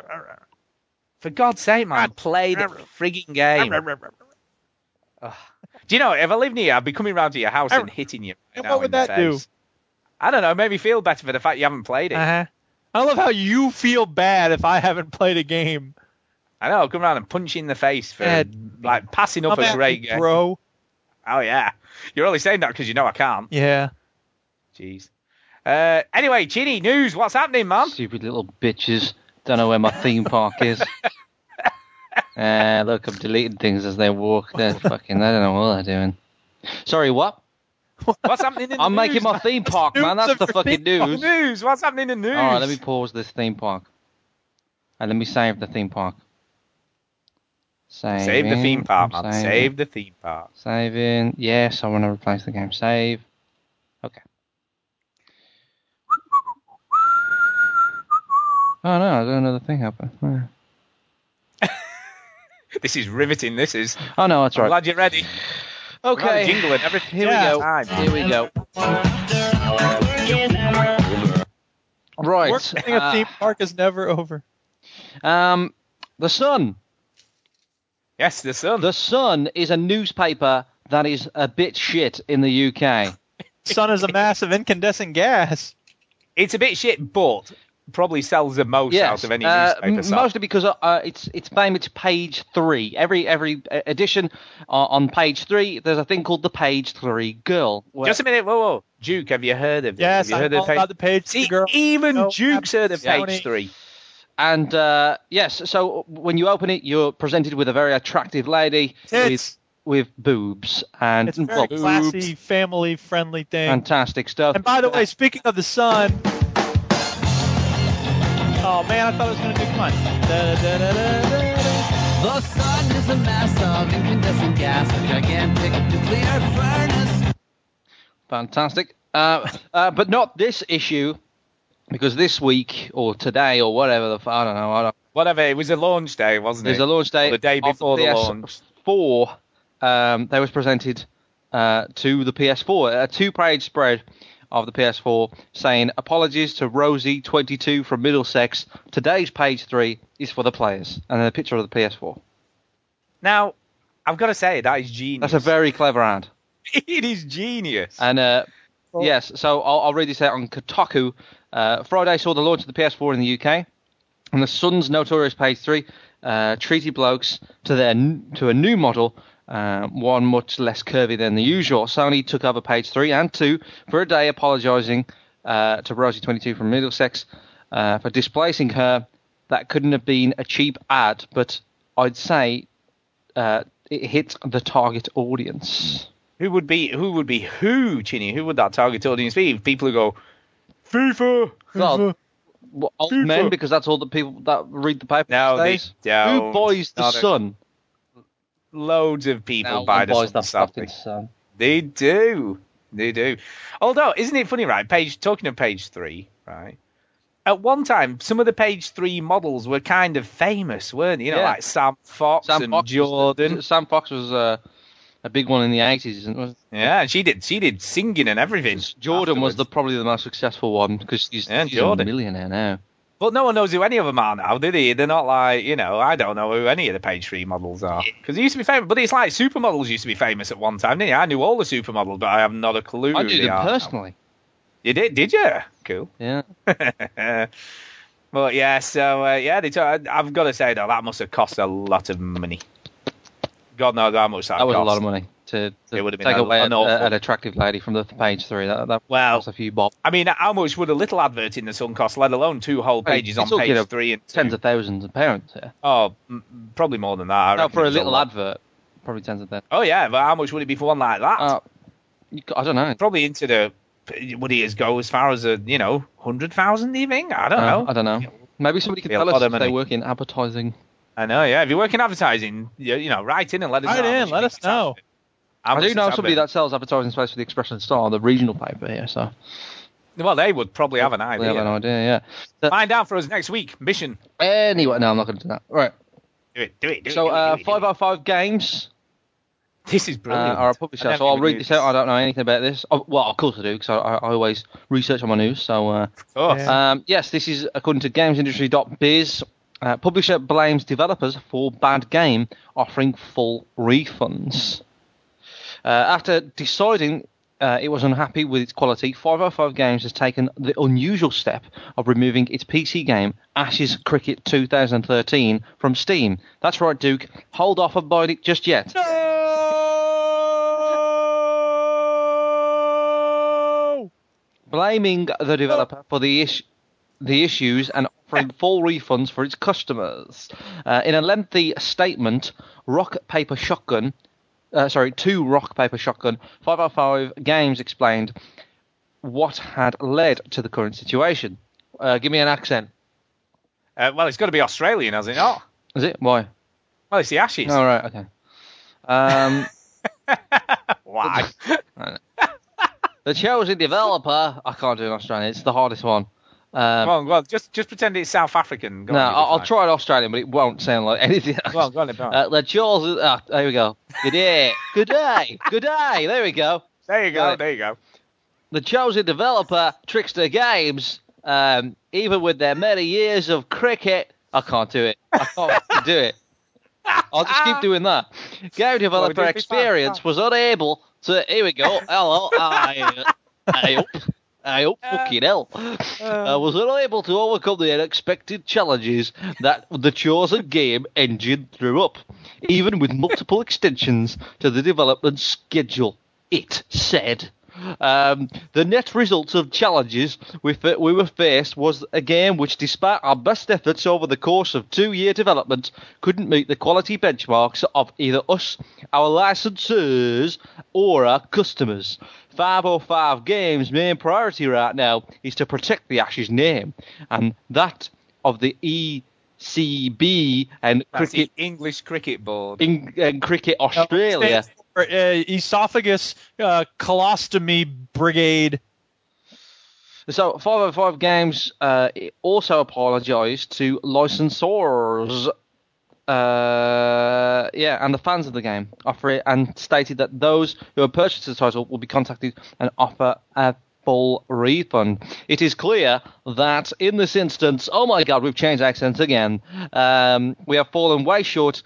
S2: For God's sake, man, play the frigging game. Do you know, if I live near you, I'd be coming round to your house and
S1: Aaron,
S2: hitting you. right
S1: and
S2: now
S1: what would
S2: in the
S1: that do?
S2: face. I don't know. Make me feel better for the fact you haven't played it.
S3: Uh,
S1: Uh-huh. I love how you feel bad if I haven't played a game.
S2: I know. I'll come round and punch you in the face for
S3: uh,
S1: Yeah.
S2: like passing up
S1: I'm
S2: a
S1: at
S2: great
S1: you,
S2: game.
S1: bro.
S2: Oh yeah. You're only saying that because you know I can't.
S1: Yeah.
S2: Jeez. Uh, anyway, Chini, news. What's happening, man?
S3: Stupid little bitches. Don't know where my theme park is. Uh, look, I'm deleting things as they walk. They're fucking. I don't know what they're doing. Sorry, what?
S2: What's happening in the
S3: I'm
S2: news,
S3: making my
S2: man? (laughs)
S3: theme park, man.
S1: News
S3: That's
S1: of
S3: the
S1: your
S3: fucking
S1: theme park.
S3: news.
S2: news. What's happening in the news?
S3: All right, let me pause this theme park. And let me save the theme park. Saving,
S2: Save the theme park, man.
S3: saving,
S2: Save the theme park.
S3: Saving. Yes, I want to replace the game. Save. Okay. Oh no, I don't know the thing happened. Oh.
S2: This is riveting. This is.
S3: Oh no, that's
S2: I'm
S3: right.
S2: glad you're ready.
S3: Okay.
S2: Right, jingle and everything.
S3: (laughs) Here
S1: Yeah.
S3: we go. Here we go. Right.
S1: Working a
S3: uh,
S1: theme park is never
S2: (laughs)
S1: over.
S3: um, the Sun.
S2: Yes, the sun.
S3: The Sun is a newspaper that is a bit shit in the UK.
S1: Sun is a mass of incandescent gas.
S2: It's a bit shit, but probably sells the most out
S3: Yes,
S2: of any
S3: uh,
S2: newspaper.
S3: m-
S2: site.
S3: mostly because uh, uh, it's it's famous page three. Every every uh, edition uh, on page three, there's a thing called the page three girl. where-
S2: Just a minute, whoa, whoa, Duke, have you heard of this?
S1: Yes,
S2: have you
S1: I'm
S2: heard of
S1: all about the page
S2: See,
S1: girl.
S2: even
S1: No,
S2: Duke's heard of
S1: absolutely.
S2: page three.
S3: and uh, yes, so when you open it, you're presented with a very attractive lady
S1: Tits.
S3: with with boobs and
S1: It's a very
S3: well,
S1: classy, family-friendly thing.
S3: fantastic stuff.
S1: And by the way, speaking of the sun. Oh man, I thought it was gonna do fun. Da, da, da, da, da,
S4: The sun is a mass of incandescent gas, a gigantic nuclear furnace.
S3: Fantastic. Uh, uh, but not this issue, because this week or today or whatever the f- I don't know. I don't,
S2: Whatever, it was a launch day, wasn't
S3: there's
S2: it?
S3: a launch date.
S2: The day
S3: of
S2: before the
S3: PS4.
S2: launch.
S3: Four. Um, that was presented uh, to the PS4. A two-page spread of the PS4 saying apologies to Rosie 22 from Middlesex. Today's page three is for the players, and then a picture of the PS4.
S2: Now, I've got to say, that is genius.
S3: That's a very clever ad.
S2: (laughs) it is genius.
S3: And uh, yes, so I'll, I'll read this out on Kotaku. Uh, Friday saw the launch of the PS4 in the UK, and the Sun's notorious page three uh, treated blokes to their n- to a new model, uh, one much less curvy than the usual. Sony took over page three and two for a day, apologising uh, to Rosie22 from Middlesex uh, for displacing her. That couldn't have been a cheap ad, but I'd say uh, it hit the target audience.
S2: Who would be who would be who, Chini? Who would that target audience be? People who go FIFA.
S3: Well, well, old men
S2: FIFA.
S3: because that's all the people that read the paper
S2: No,
S3: these
S2: they
S3: days. Who
S2: don't.
S3: buys the
S2: Not a-
S3: sun?
S2: Loads of people
S3: No
S2: buy
S3: one buys
S2: this
S3: the
S2: stuff.
S3: fucking sun.
S2: They do. They do. Although, isn't it funny, right? Page talking of page three, right? At one time, some of the page three models were kind of famous, weren't they? You know,
S3: Yeah.
S2: like Sam Fox
S3: Sam
S2: and
S3: Fox,
S2: Jordan.
S3: Was, Sam Fox was uh, a big one in the eighties.
S2: yeah, and she did. She did singing and everything.
S3: Jordan was the
S2: afterwards.
S3: probably the most successful one because he's,
S2: Yeah,
S3: he's
S2: Jordan.
S3: a millionaire now.
S2: But no one knows who any of them are now, do they? They're not like you know. I don't know who any of the page three models are because they used to be famous. But it's like supermodels used to be famous at one time, didn't you? I knew all the supermodels, but I have not a clue.
S3: I
S2: who
S3: knew
S2: they
S3: them
S2: are now.
S3: personally.
S2: You did? Did you? Cool.
S3: Yeah,
S2: (laughs) but yeah, so uh, yeah, they talk, I've got to say though, that must have cost a lot of money. God knows how much that,
S3: that was
S2: cost.
S3: a lot of money to, to
S2: It would've
S3: take
S2: been a-
S3: away
S2: an
S3: a-
S2: awful-
S3: an attractive lady from the page three. That, that
S2: Well,
S3: was a few bob.
S2: I mean, how much would a little advert in the Sun cost? Let alone two whole pages
S3: You're
S2: on
S3: talking
S2: page
S3: of
S2: three and
S3: tens
S2: two.
S3: of thousands of pounds. Yeah.
S2: Oh, m- probably more than that. I
S3: No,
S2: reckon
S3: for
S2: it
S3: a
S2: was
S3: little
S2: lot.
S3: advert, probably tens of thousands.
S2: Oh yeah, but how much would it be for one like that?
S3: Uh, you c- I don't know.
S2: probably into the. Would it go as far as a you know hundred thousand? Do you think? I don't
S3: Uh,
S2: know.
S3: I don't know. Maybe somebody could
S2: Be a
S3: tell
S2: lot
S3: us
S2: of
S3: if they
S2: money.
S3: work in advertising.
S2: I know. Yeah, if you work in advertising, you, you know, write in and let us
S1: Write
S2: know. how
S1: in,
S2: much you
S1: let
S2: think
S1: us
S2: it's advert-
S1: know.
S2: how
S3: I
S2: much
S3: do
S2: it's
S3: know somebody
S2: advert.
S3: that sells advertising space for the Expression Star, the regional paper here, so
S2: Well, they would probably have an
S3: Oh, they
S2: idea.
S3: have an idea, yeah. So,
S2: Find out for us next week. Mission.
S3: anyway, no, I'm not going to do that. Right.
S2: Do it. Do it. Do
S3: So,
S2: it, do
S3: uh,
S2: it, do it, do it.
S3: 505 Games
S2: This is
S3: uh,
S2: brilliant.
S3: are a
S2: I
S3: publisher,
S2: never
S3: so I'll
S2: even
S3: read
S2: knew
S3: this out. I don't know anything about this. Oh, well, of course I do, because I, I I always research on my news, so. Uh,
S2: Of course.
S1: Yeah.
S3: Um, yes, this is according to GamesIndustry.biz. Uh, publisher blames developers for bad game offering full refunds. Uh, after deciding uh, it was unhappy with its quality, 505 Games has taken the unusual step of removing its PC game Ashes Cricket 2013 from Steam. That's right, Duke. Hold off and buy it just yet.
S1: No!
S3: blaming the developer for the issue. The issues and offering full refunds for its customers. Uh, in a lengthy statement, Rock Paper Shotgun, uh, sorry, to Rock Paper Shotgun, 505 Games explained what had led to the current situation. Uh, give me an accent.
S2: Uh, well, it's got to be Australian, has it not?
S3: Is it? Why?
S2: Well, it's the Ashes.
S3: All right, okay. Um,
S2: Why?
S3: (laughs) the chosen developer, I can't do an Australian, it's the hardest one. Um,
S2: well, well, just just pretend it's South African. Go
S3: No,
S2: on, you'll be
S3: I'll, I'll
S2: fine.
S3: try an Australian, but it won't sound like anything. Else.
S2: Go on, go on, go on.
S3: Uh, the Jaws. is- Ah, there we go. Good day. Good day. Good day. There we go.
S2: There you go.
S3: Right.
S2: There you go.
S3: The chosen developer, Trickster Games, um, even with their many years of cricket, I can't do it. I can't do it. I'll just keep doing that. Game
S2: Well, we
S3: developer
S2: did be fine.
S3: experience was unable to. Here we go. Hello. I, I hope. I hope fucking hell. I was unable to overcome the unexpected challenges that the chosen game engine threw up, even with multiple extensions to the development schedule. It said. Um, the net result of challenges we, fa- we were faced was a game which, despite our best efforts over the course of two year development, couldn't meet the quality benchmarks of either us, our licensors, or our customers. 505 Games' main priority right now is to protect the Ashes name and that of the ECB and
S2: That's
S3: Cricket,
S2: the English Cricket Board.
S3: in, and cricket Australia.
S1: Stands for, uh, esophagus uh, colostomy brigade.
S3: So, 505 Games uh, also apologised to licensors, uh, yeah, and the fans of the game, offer it, and stated that those who have purchased the title will be contacted and offer a full refund. It is clear that in this instance, oh my god, we've changed accents again. Um, we have fallen way short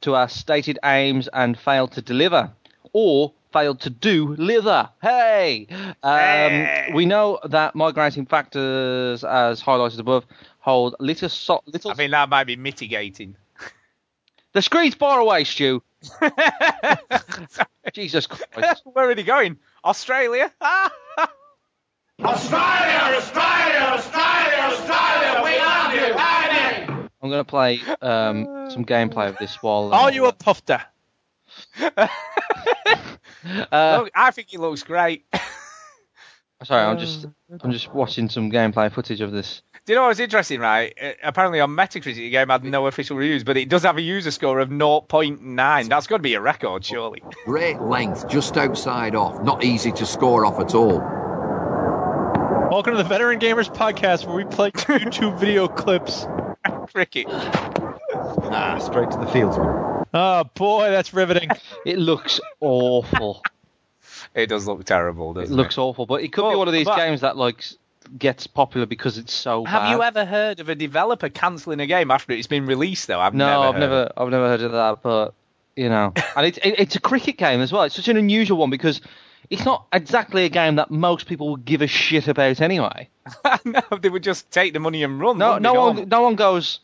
S3: to our stated aims and failed to deliver, or failed to do lither. Hey, um, we know that migrating factors, as highlighted above, hold little. So- little
S2: I mean, that might be mitigating. (laughs)
S3: the screen's far away, Stu. Jesus Christ.
S2: Where are they going? Australia? (laughs)
S3: Uh,
S2: Ah!
S3: I'm going to play um, some gameplay of this while. um,
S1: Are you a pufter?
S3: Uh,
S2: Look, I think it looks great. Do
S3: sorry, I'm just I'm just watching some gameplay footage of this.
S2: you know what's interesting, right? Uh, apparently on Metacritic, the game had no official reviews, but it does have a user score of 0.9. That's got to be a record, surely. (laughs)
S7: Great length, just outside off. Not easy to score off at all.
S1: Welcome to the Veteran Gamers Podcast, where
S2: (laughs)
S1: we play YouTube video clips.
S2: Cricket.
S10: Ah, straight to the fields one.
S1: Oh boy, that's riveting.
S3: It looks awful.
S2: It does look terrible,
S3: it
S2: doesn't it?
S3: looks awful, but it could be
S2: Well,
S3: one of these
S2: Oh, but-
S3: games that like s- gets popular because it's so
S2: Have
S3: bad.
S2: you ever heard of a developer cancelling a game after it's been released, though? I've
S3: No,
S2: never
S3: I've
S2: heard. (laughs)
S3: never I've never heard of that, but you know, and it's it, it's a cricket game as well. It's such an unusual one because it's not exactly a game that most people would give a shit about anyway.
S2: no, they would just take the money and run.
S3: No,
S2: wouldn't they?
S3: no
S2: Go
S3: one, no one goes.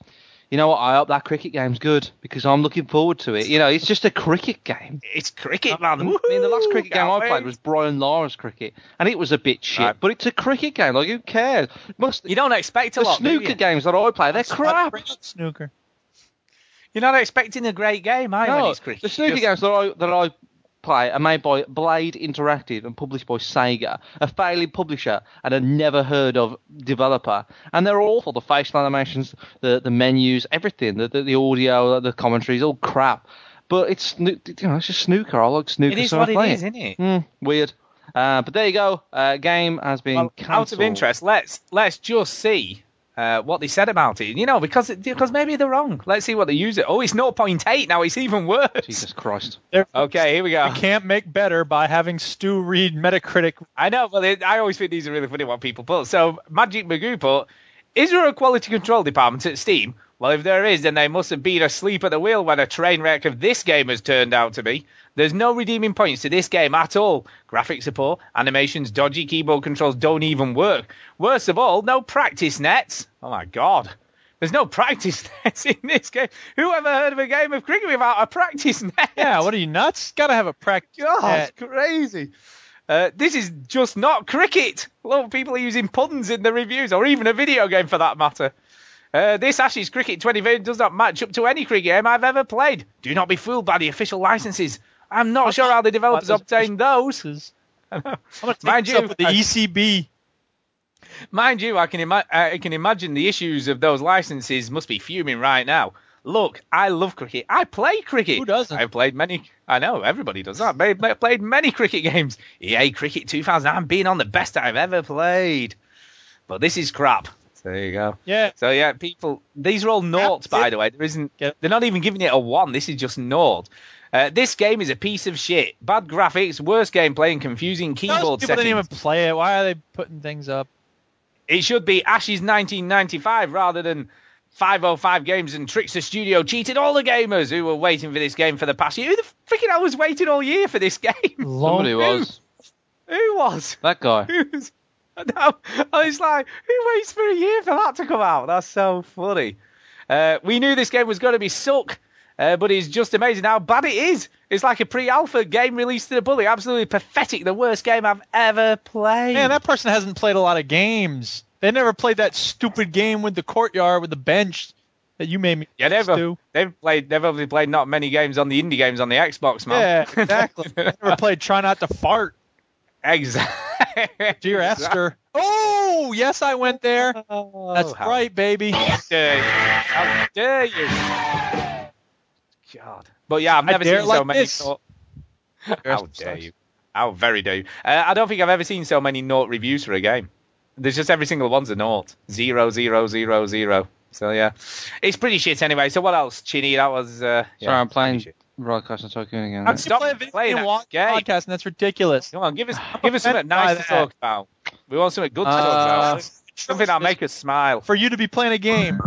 S3: You know what? I hope that cricket game's good because I'm looking forward to it. You know, it's just a cricket game.
S2: It's cricket, man.
S3: I mean, the last
S2: Woohoo!
S3: cricket game
S2: Can't
S3: I played
S2: wait.
S3: was Brian Lara's cricket, and it was a bit shit.
S2: Right.
S3: But it's a cricket game. Like, who cares? Most
S2: You don't expect a
S3: the
S2: lot. do
S3: snooker
S2: you?
S3: games that I play, they're crap.
S1: Snooker.
S2: You're not expecting a great game, are you? when
S3: No,
S2: it's cricket?
S3: the snooker
S2: Just-
S3: games that I that I play are made by Blade Interactive and published by Sega, a failing publisher and a never heard of developer. And they're awful. The facial animations, the the menus, everything, the the, the audio, the commentary is all crap. But it's snoo- you know it's just snooker. I like snooker.
S2: It is
S3: so
S2: what
S3: I
S2: it
S3: play
S2: is, isn't it?
S3: Mm, weird. Uh, but there you go. Uh, game has been
S2: Well,
S3: cancelled.
S2: out of interest, let's let's just see uh, what they said about it. You know, because because maybe they're wrong. Let's see what they use it. Oh, it's 0.8 now. It's even worse.
S3: Jesus Christ.
S2: Okay, here we go.
S1: We can't make better by having Stu read Metacritic.
S2: I know, but it, I always think these are really funny what people put. So Magic Magoo put, is there a quality control department at Steam? Well, if there is, then they must have been asleep at the wheel when a train wreck of this game has turned out to be. There's no redeeming points to this game at all. Graphic support, animations, dodgy keyboard controls don't even work. Worst of all, no practice nets. Oh my god. There's no practice (laughs) nets in this game. Who ever heard of a game of cricket without a practice net?
S1: Yeah, what are you nuts? Gotta have a practice.
S2: God,
S1: net.
S2: it's crazy. Uh, this is just not cricket. A lot of people are using puns in the reviews, or even a video game for that matter. Uh, this Ashes Cricket 20 does not match up to any cricket game I've ever played. Do not be fooled by the official licenses. I'm not sure how the developers
S1: What is-
S2: obtained those.
S1: This is- I'm gonna take
S2: Mind
S1: this
S2: you,
S1: up with
S2: (laughs)
S1: the E
S2: I-
S1: ECB.
S2: Mind you, I can, ima- I can imagine the issues of those licenses must be fuming right now. Look, I love cricket. I play cricket.
S1: Who doesn't?
S2: I've played many. I know everybody does that. I've ma- played many cricket games. EA Cricket 2009 being on the best I've ever played. But this is crap. There you go.
S1: Yeah.
S2: So yeah, people, these are all noughts, by the way. There isn't.
S1: Yep.
S2: They're not even giving it a one. This is just naught. Uh, this game is a piece of shit. Bad graphics, worse gameplay, and confusing
S1: Those
S2: keyboard
S1: people
S2: settings.
S1: didn't even play it. Why are they putting things up?
S2: It should be Ashes 1995 rather than 505 Games and Trickster Studio cheated all the gamers who were waiting for this game for the past year. Who the freaking hell was waiting all year for this game?
S3: Somebody
S1: Long
S3: was
S2: (laughs) Who was? (laughs)
S3: that guy.
S2: Who was? No, I was like, who waits for a year for that to come out? That's so funny. Uh, we knew this game was going to be suck, uh, but it's just amazing how bad it is. It's like a pre-alpha game released to the bully. Absolutely pathetic. The worst game I've ever played.
S1: Man, that person hasn't played a lot of games. They never played that stupid game with the courtyard with the bench that you made me
S2: Yeah, they've,
S1: do.
S2: they've played. They've obviously played not many games on the indie games on the Xbox, man. (laughs)
S1: Yeah, exactly. They never played Try Not to Fart.
S2: exactly.
S1: (laughs) Dear Esther. Oh, yes, I went there. That's
S2: Oh, how-
S1: right,
S2: (laughs)
S1: baby.
S2: Dare you. How dare you? God. But yeah, I've
S1: I
S2: never
S1: dare
S2: seen
S1: it like
S2: so many.
S1: this.
S2: thought- How dare you? How very dare you? Uh, I don't think I've ever seen so many naught reviews for a game. There's just every single one's a naught. Zero, zero, zero, zero. So yeah, it's pretty shit anyway. So what else, Chinny? That was. Uh, yeah,
S3: Sorry, I'm
S2: pretty
S3: playing
S2: shit.
S3: Broadcast and Tycoon again.
S2: I'm
S1: You
S2: Stop
S1: play a video
S2: playing
S1: game
S2: that
S1: watch
S2: game.
S1: podcast, and that's ridiculous.
S2: Come on,
S3: (sighs)
S2: give us give us something
S1: offended by
S2: nice to
S1: that.
S2: talk about. We want something good to talk
S3: Uh,
S2: about. Something that'll make us smile. (laughs)
S1: For you to be playing a game.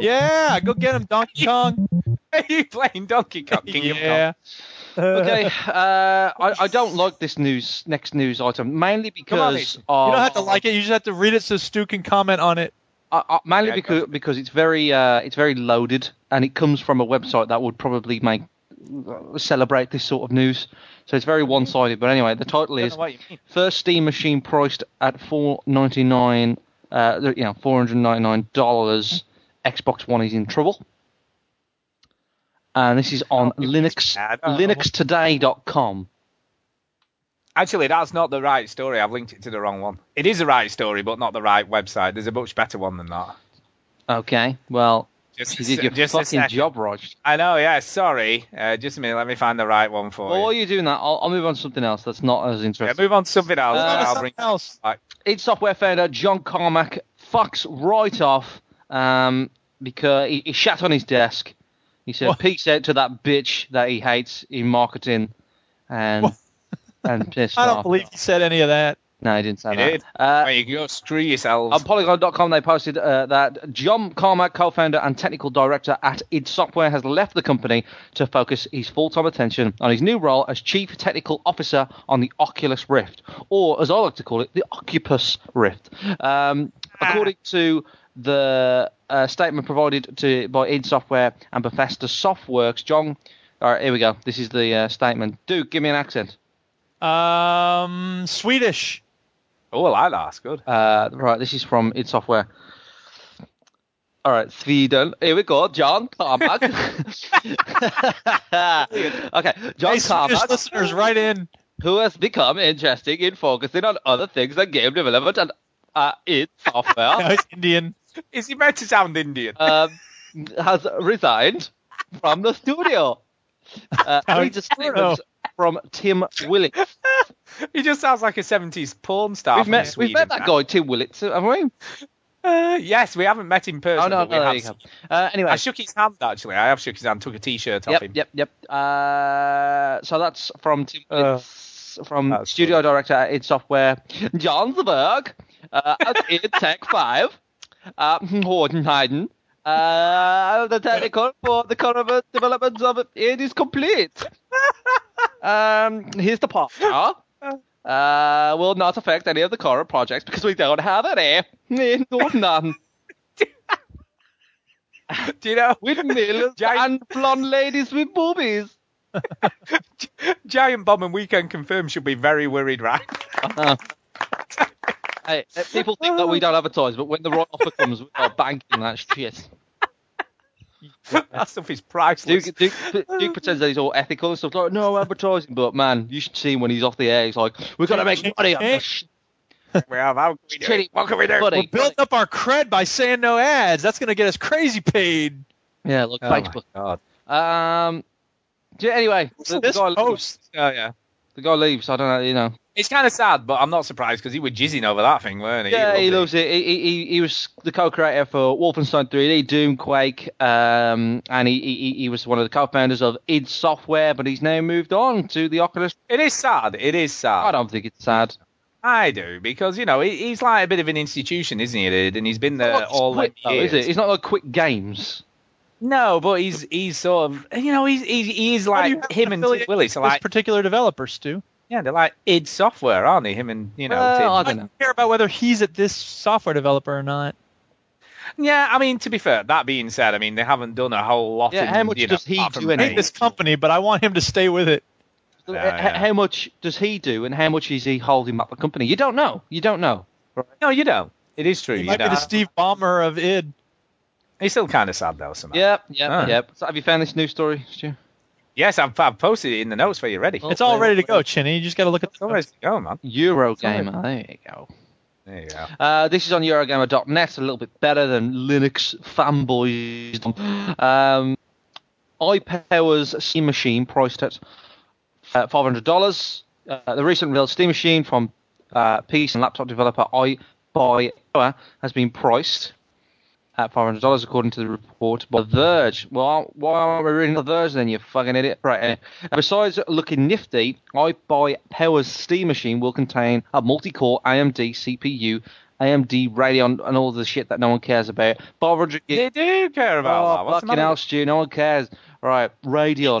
S1: Yeah, go get him, Donkey Kong.
S2: Are you playing Donkey Kong? Kingdom
S1: yeah.
S2: (laughs)
S3: (laughs) okay, uh, I, I don't like this news next news item mainly
S2: on,
S3: because
S2: Ethan.
S3: um, of,
S1: You don't have to like it. You just have to read it so Stu can comment on it.
S3: I, I, mainly
S2: Yeah,
S3: because because it's very uh, it's very loaded and it comes from a website that would probably make uh, celebrate this sort of news. So it's very one sided. But anyway, the title
S2: Kong? I
S3: is
S2: don't know what you mean.
S3: first Steam machine priced at four ninety nine. Uh, you know, four hundred ninety nine dollars. Xbox One is in trouble. And this is on Linux
S2: Oh, bad.
S3: linuxtoday.com.
S2: Actually, that's not the right story. I've linked it to the wrong one. It is the right story, but not the right website. There's a much better one than that.
S3: Okay, well,
S2: Just,
S3: you did your
S2: just a
S3: fucking
S2: sec.
S3: job, Raj.
S2: I know. Yeah. Sorry. Uh, just a minute. Let me find the right one for
S3: Well, while
S2: you.
S3: you're doing that, I'll, I'll move on to something else that's not as
S2: Yeah,
S3: interesting.
S2: move on to something else.
S3: Uh,
S2: and I'll bring
S1: Something else.
S3: id Software founder John Carmack fucks right off um, because he, he shat on his desk. He said,
S1: What?
S3: peace out to that bitch that he hates in marketing and
S1: What?
S2: (laughs)
S3: and pissed
S1: I don't
S3: off.
S1: believe he said any of that.
S3: No, he didn't say
S2: He
S3: that.
S2: did.
S3: Uh,
S2: Well, you can go screw yourselves.
S3: on Polygon.com, they posted uh, that John Carmack, co-founder and technical director at id Software, has left the company to focus his full-time attention on his new role as chief technical officer on the Oculus Rift, or as I like to call it, the Occupus Rift. Um, According to the uh, statement provided to by id Software and Bethesda Softworks, John. All right, here we go. This is the uh, statement. Dude, give me an accent.
S1: Um, Swedish.
S2: oh, I like that. That's good.
S3: Uh, right, this is from id Software. All right, Sweden. Here we go, John
S2: (laughs)
S3: Carmack. (laughs) okay, John
S1: Hey, Swedish
S3: Carmack,
S1: listeners, right in.
S3: who has become interesting in focusing on other things than game development and uh, id
S2: (laughs)
S1: No,
S3: Software,
S1: he's Indian.
S2: Is he meant to sound Indian?
S3: um, has resigned from the
S2: (laughs)
S3: studio. Uh,
S1: Now
S3: read the
S1: he's Bruno.
S3: statement from Tim Willits.
S2: he just sounds like a 70s porn star.
S3: We've
S2: from
S3: met, we've
S2: Sweden,
S3: met that guy, Tim Willits, haven't we?
S2: Uh, yes, we haven't met in person.
S3: Oh, no, no,
S2: but we
S3: there
S2: have
S3: you go. Uh, anyway,
S2: I shook his hand actually. I have shook his hand, took a t-shirt off
S3: yep,
S2: him.
S3: Yep, yep, Uh, so that's from Tim Willits, from
S2: Uh, that's
S3: studio director at id Software, John Zberg. Uh,
S2: (laughs)
S3: okay, Tech 5. Uh, Horton Hayden. Uh, the technical for the current developments of it, it is complete.
S2: (laughs)
S3: Um, here's the part. Uh, will not affect any of the current projects because we don't have any. (laughs) None. None.
S2: (laughs) Do you know? (laughs)
S3: Windmills
S2: Giant-
S3: and blonde ladies with boobies.
S2: Giant Bomb and Weekend Confirmed should be very worried,
S3: (laughs)
S2: right?
S3: Hey, uh, people think that we don't advertise, but when the right offer comes, we are banking that shit.
S2: that stuff is priceless.
S3: Duke, Duke, Duke pretends that he's all ethical and stuff like, no advertising, but man, you should see him when he's off the air. He's like, we're gonna make money on this. shit."
S2: well, how can we do
S3: Shitty.
S2: it? What can we do?
S3: Buddy.
S2: Well,
S1: We're building up our cred by saying no ads. That's going to get us crazy paid.
S3: Yeah, like
S10: Oh my
S3: Facebook.
S10: God.
S3: Um. Yeah, anyway, the, the
S1: This
S3: guy,
S1: post.
S2: Oh, yeah.
S3: the guy leaves. I don't know, you know.
S2: It's kind of sad, but I'm not surprised because he was jizzing over that thing, weren't he?
S3: Yeah, he
S2: loved it.
S3: loves it. He, he, he- he was the co-creator for Wolfenstein 3D, Doom, Quake, um, and he, he he was one of the co-founders of id Software, but he's now moved on to the Oculus.
S2: It is sad. It is sad.
S3: I don't think it's sad.
S2: I do because you know he, he's like a bit of an institution, isn't he? Ed? And he's been there
S3: Not
S2: all
S3: quick,
S2: them
S3: though,
S2: years.
S3: Uh, is it? It's not like Quick Games.
S2: No, but he's he's sort of you know he's he's, he's
S1: Why do you
S2: like
S1: have
S2: him
S1: an
S2: and
S1: affiliate
S2: Tim Willis are
S1: with this
S2: like
S1: particular developer, Stu.
S2: yeah they're like id Software, aren't they? Him and you know
S3: Well,
S2: Tim.
S3: I
S1: I
S3: don't know.
S1: don't care about whether he's at this software developer or not.
S2: Yeah, I mean to be fair, that being said, I mean they haven't done a whole lot.
S3: Yeah,
S2: in,
S3: how much
S2: you know,
S3: does he
S2: apart from
S3: do in
S1: I
S3: it?
S2: me.
S1: hate this company, but I want him to stay with it.
S3: H-
S2: yeah.
S3: How much does he do, and how much is he holding back the company? You don't know. You don't know.
S2: No, you don't. It is true.
S1: He
S2: you
S1: might be the
S2: don't.
S1: Steve Ballmer of id.
S2: It's still kind of sad though. Somehow.
S3: Yep, yep,
S2: Ah.
S3: yep. So have you found this news story, Stu?
S2: Yes, I've, I've posted it in the notes for you. Ready?
S1: It's all ready to go, Chinny. You just got to look at
S2: It's
S1: the
S2: always go, man.
S3: Eurogamer. There you go.
S2: There you go.
S3: Uh, this is on Eurogamer.net, a little bit better than Linux fanboys. Um, iPower's Steam Machine priced at uh, $500. Uh, the recent revealed Steam Machine from uh, PC and laptop developer iBuyPower has been priced at $500 according to the report by The Verge. Well, why aren't we reading The Verge then, you fucking idiot? Right, anyway. Uh, Besides looking nifty, iBuyPower's Steam Machine will contain a multi-core AMD CPU, AMD Radeon, and all the shit that no one cares about. 500 gig.
S2: They do care about that.
S3: Oh,
S2: What's the
S3: fucking
S2: matter?
S3: hell, Stu, no one cares. Right, Radeon.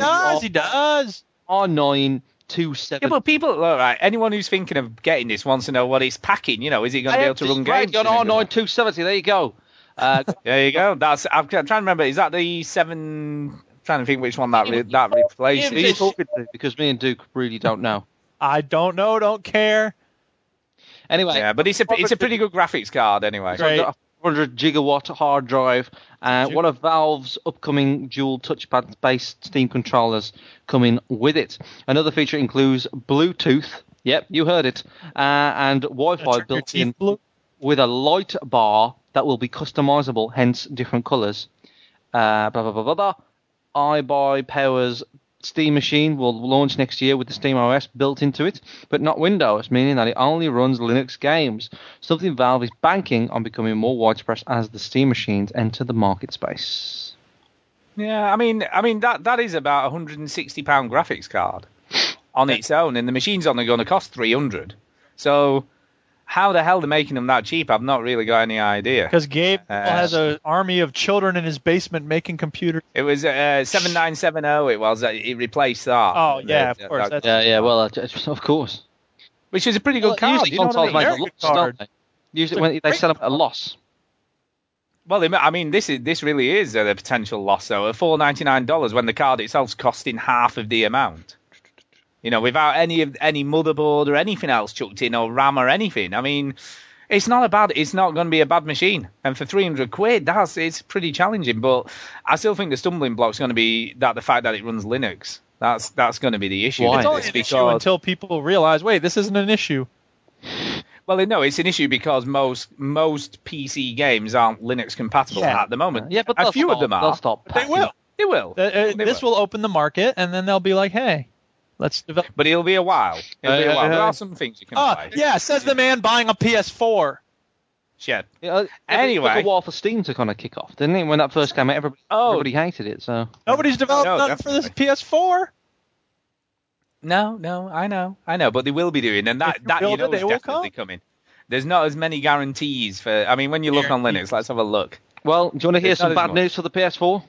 S1: (laughs) does. He does.
S3: R9
S2: Yeah,
S3: 270.
S2: but people, all right, anyone who's thinking of getting this wants to know what it's packing. You know, is it going to be able to run games?
S3: Radeon
S2: in it?
S3: R9 270, there you go. Uh, (laughs)
S2: There you go. That's. I'm, I'm trying to remember. Is that the seven? Trying to think which one that re, that replaced.
S3: who are you
S8: It's-
S3: talking to? Because me and Duke really don't know.
S1: I don't know. Don't care.
S3: Anyway,
S2: Yeah, but it's a it's a pretty good graphics card anyway.
S1: Great.
S3: got a 400 gigawatt hard drive, and one of Valve's upcoming dual touchpad based Steam controllers coming with it. Another feature includes Bluetooth. Yep, you heard it. Uh, and Wi Fi
S1: Turn your
S3: built in
S1: teeth blue.
S3: with a light bar that will be customizable, hence different colors. Uh, blah, blah, blah, blah, blah. iBuy Power's Steam machine will launch next year with the Steam OS built into it, but not Windows, meaning that it only runs Linux games. Something Valve is banking on becoming more widespread as the Steam machines enter the market space.
S2: Yeah, I mean, I mean that that is about a 160 pound graphics card on its own, and the machine's only going to cost 300. So, how the hell they're making them that cheap? I've not really got any idea.
S1: Because Gabe
S2: Uh,
S1: has an army of children in his basement making computers.
S2: It was uh, 7970. It was. uh, It replaced that.
S1: Oh, yeah, of
S2: That-
S1: course,
S2: that-
S1: that's-
S3: Yeah, yeah, well, of course.
S2: which is a pretty good card.
S3: usually
S2: you know what I
S3: consoles
S2: mean?
S3: make a
S1: Very
S3: loss,
S1: good card.
S3: don't they? Usually when they sell them at a loss.
S2: Well, they- I mean, this is this really is a potential loss. So, at four ninety nine dollars, when the card itself's costing half of the amount, you know, without any of any motherboard or anything else chucked in or RAM or anything. I mean, it's not a bad. It's not going to be a bad machine. And for three hundred quid, that's it's pretty challenging. But I still think the stumbling block's going to be that the fact that it runs Linux. That's that's going to be the issue.
S3: Why?
S2: with
S1: It's only
S2: this
S1: an issue
S2: because-
S1: until people realize, wait, this isn't an issue.
S2: well, no, it's an issue because most most PC games aren't Linux compatible
S1: Yeah.
S2: at the moment.
S3: Yeah, but
S2: a
S3: they'll
S2: few
S3: stop,
S2: of them are.
S3: They'll stop.
S1: They will.
S2: They will.
S1: Uh, uh,
S2: They
S1: this will open the market, and then they'll be like, hey, let's develop.
S2: But it'll be a while. It'll be a
S3: Uh,
S2: while. There
S3: uh,
S2: are some things you can
S1: Oh,
S2: buy.
S1: yeah, says the man buying a PS4.
S2: Shit.
S3: Yeah, it
S2: Anyway.
S3: took a while for Steam to kind of kick off, didn't it? When that first came out, everybody,
S2: Oh.
S3: everybody hated it. So
S1: Nobody's developed
S2: No,
S1: nothing for this PS4.
S2: No, no, I know, I know. But they will be doing, and that
S1: If you
S2: that you
S1: build it,
S2: know
S1: they
S2: is
S1: will
S2: definitely
S1: come.
S2: coming. there's not as many guarantees for. I mean, when you look on Linux, let's have a look.
S3: Well, do you want to hear
S2: It's not
S3: some
S2: as
S3: bad
S2: much.
S3: news for the PS4?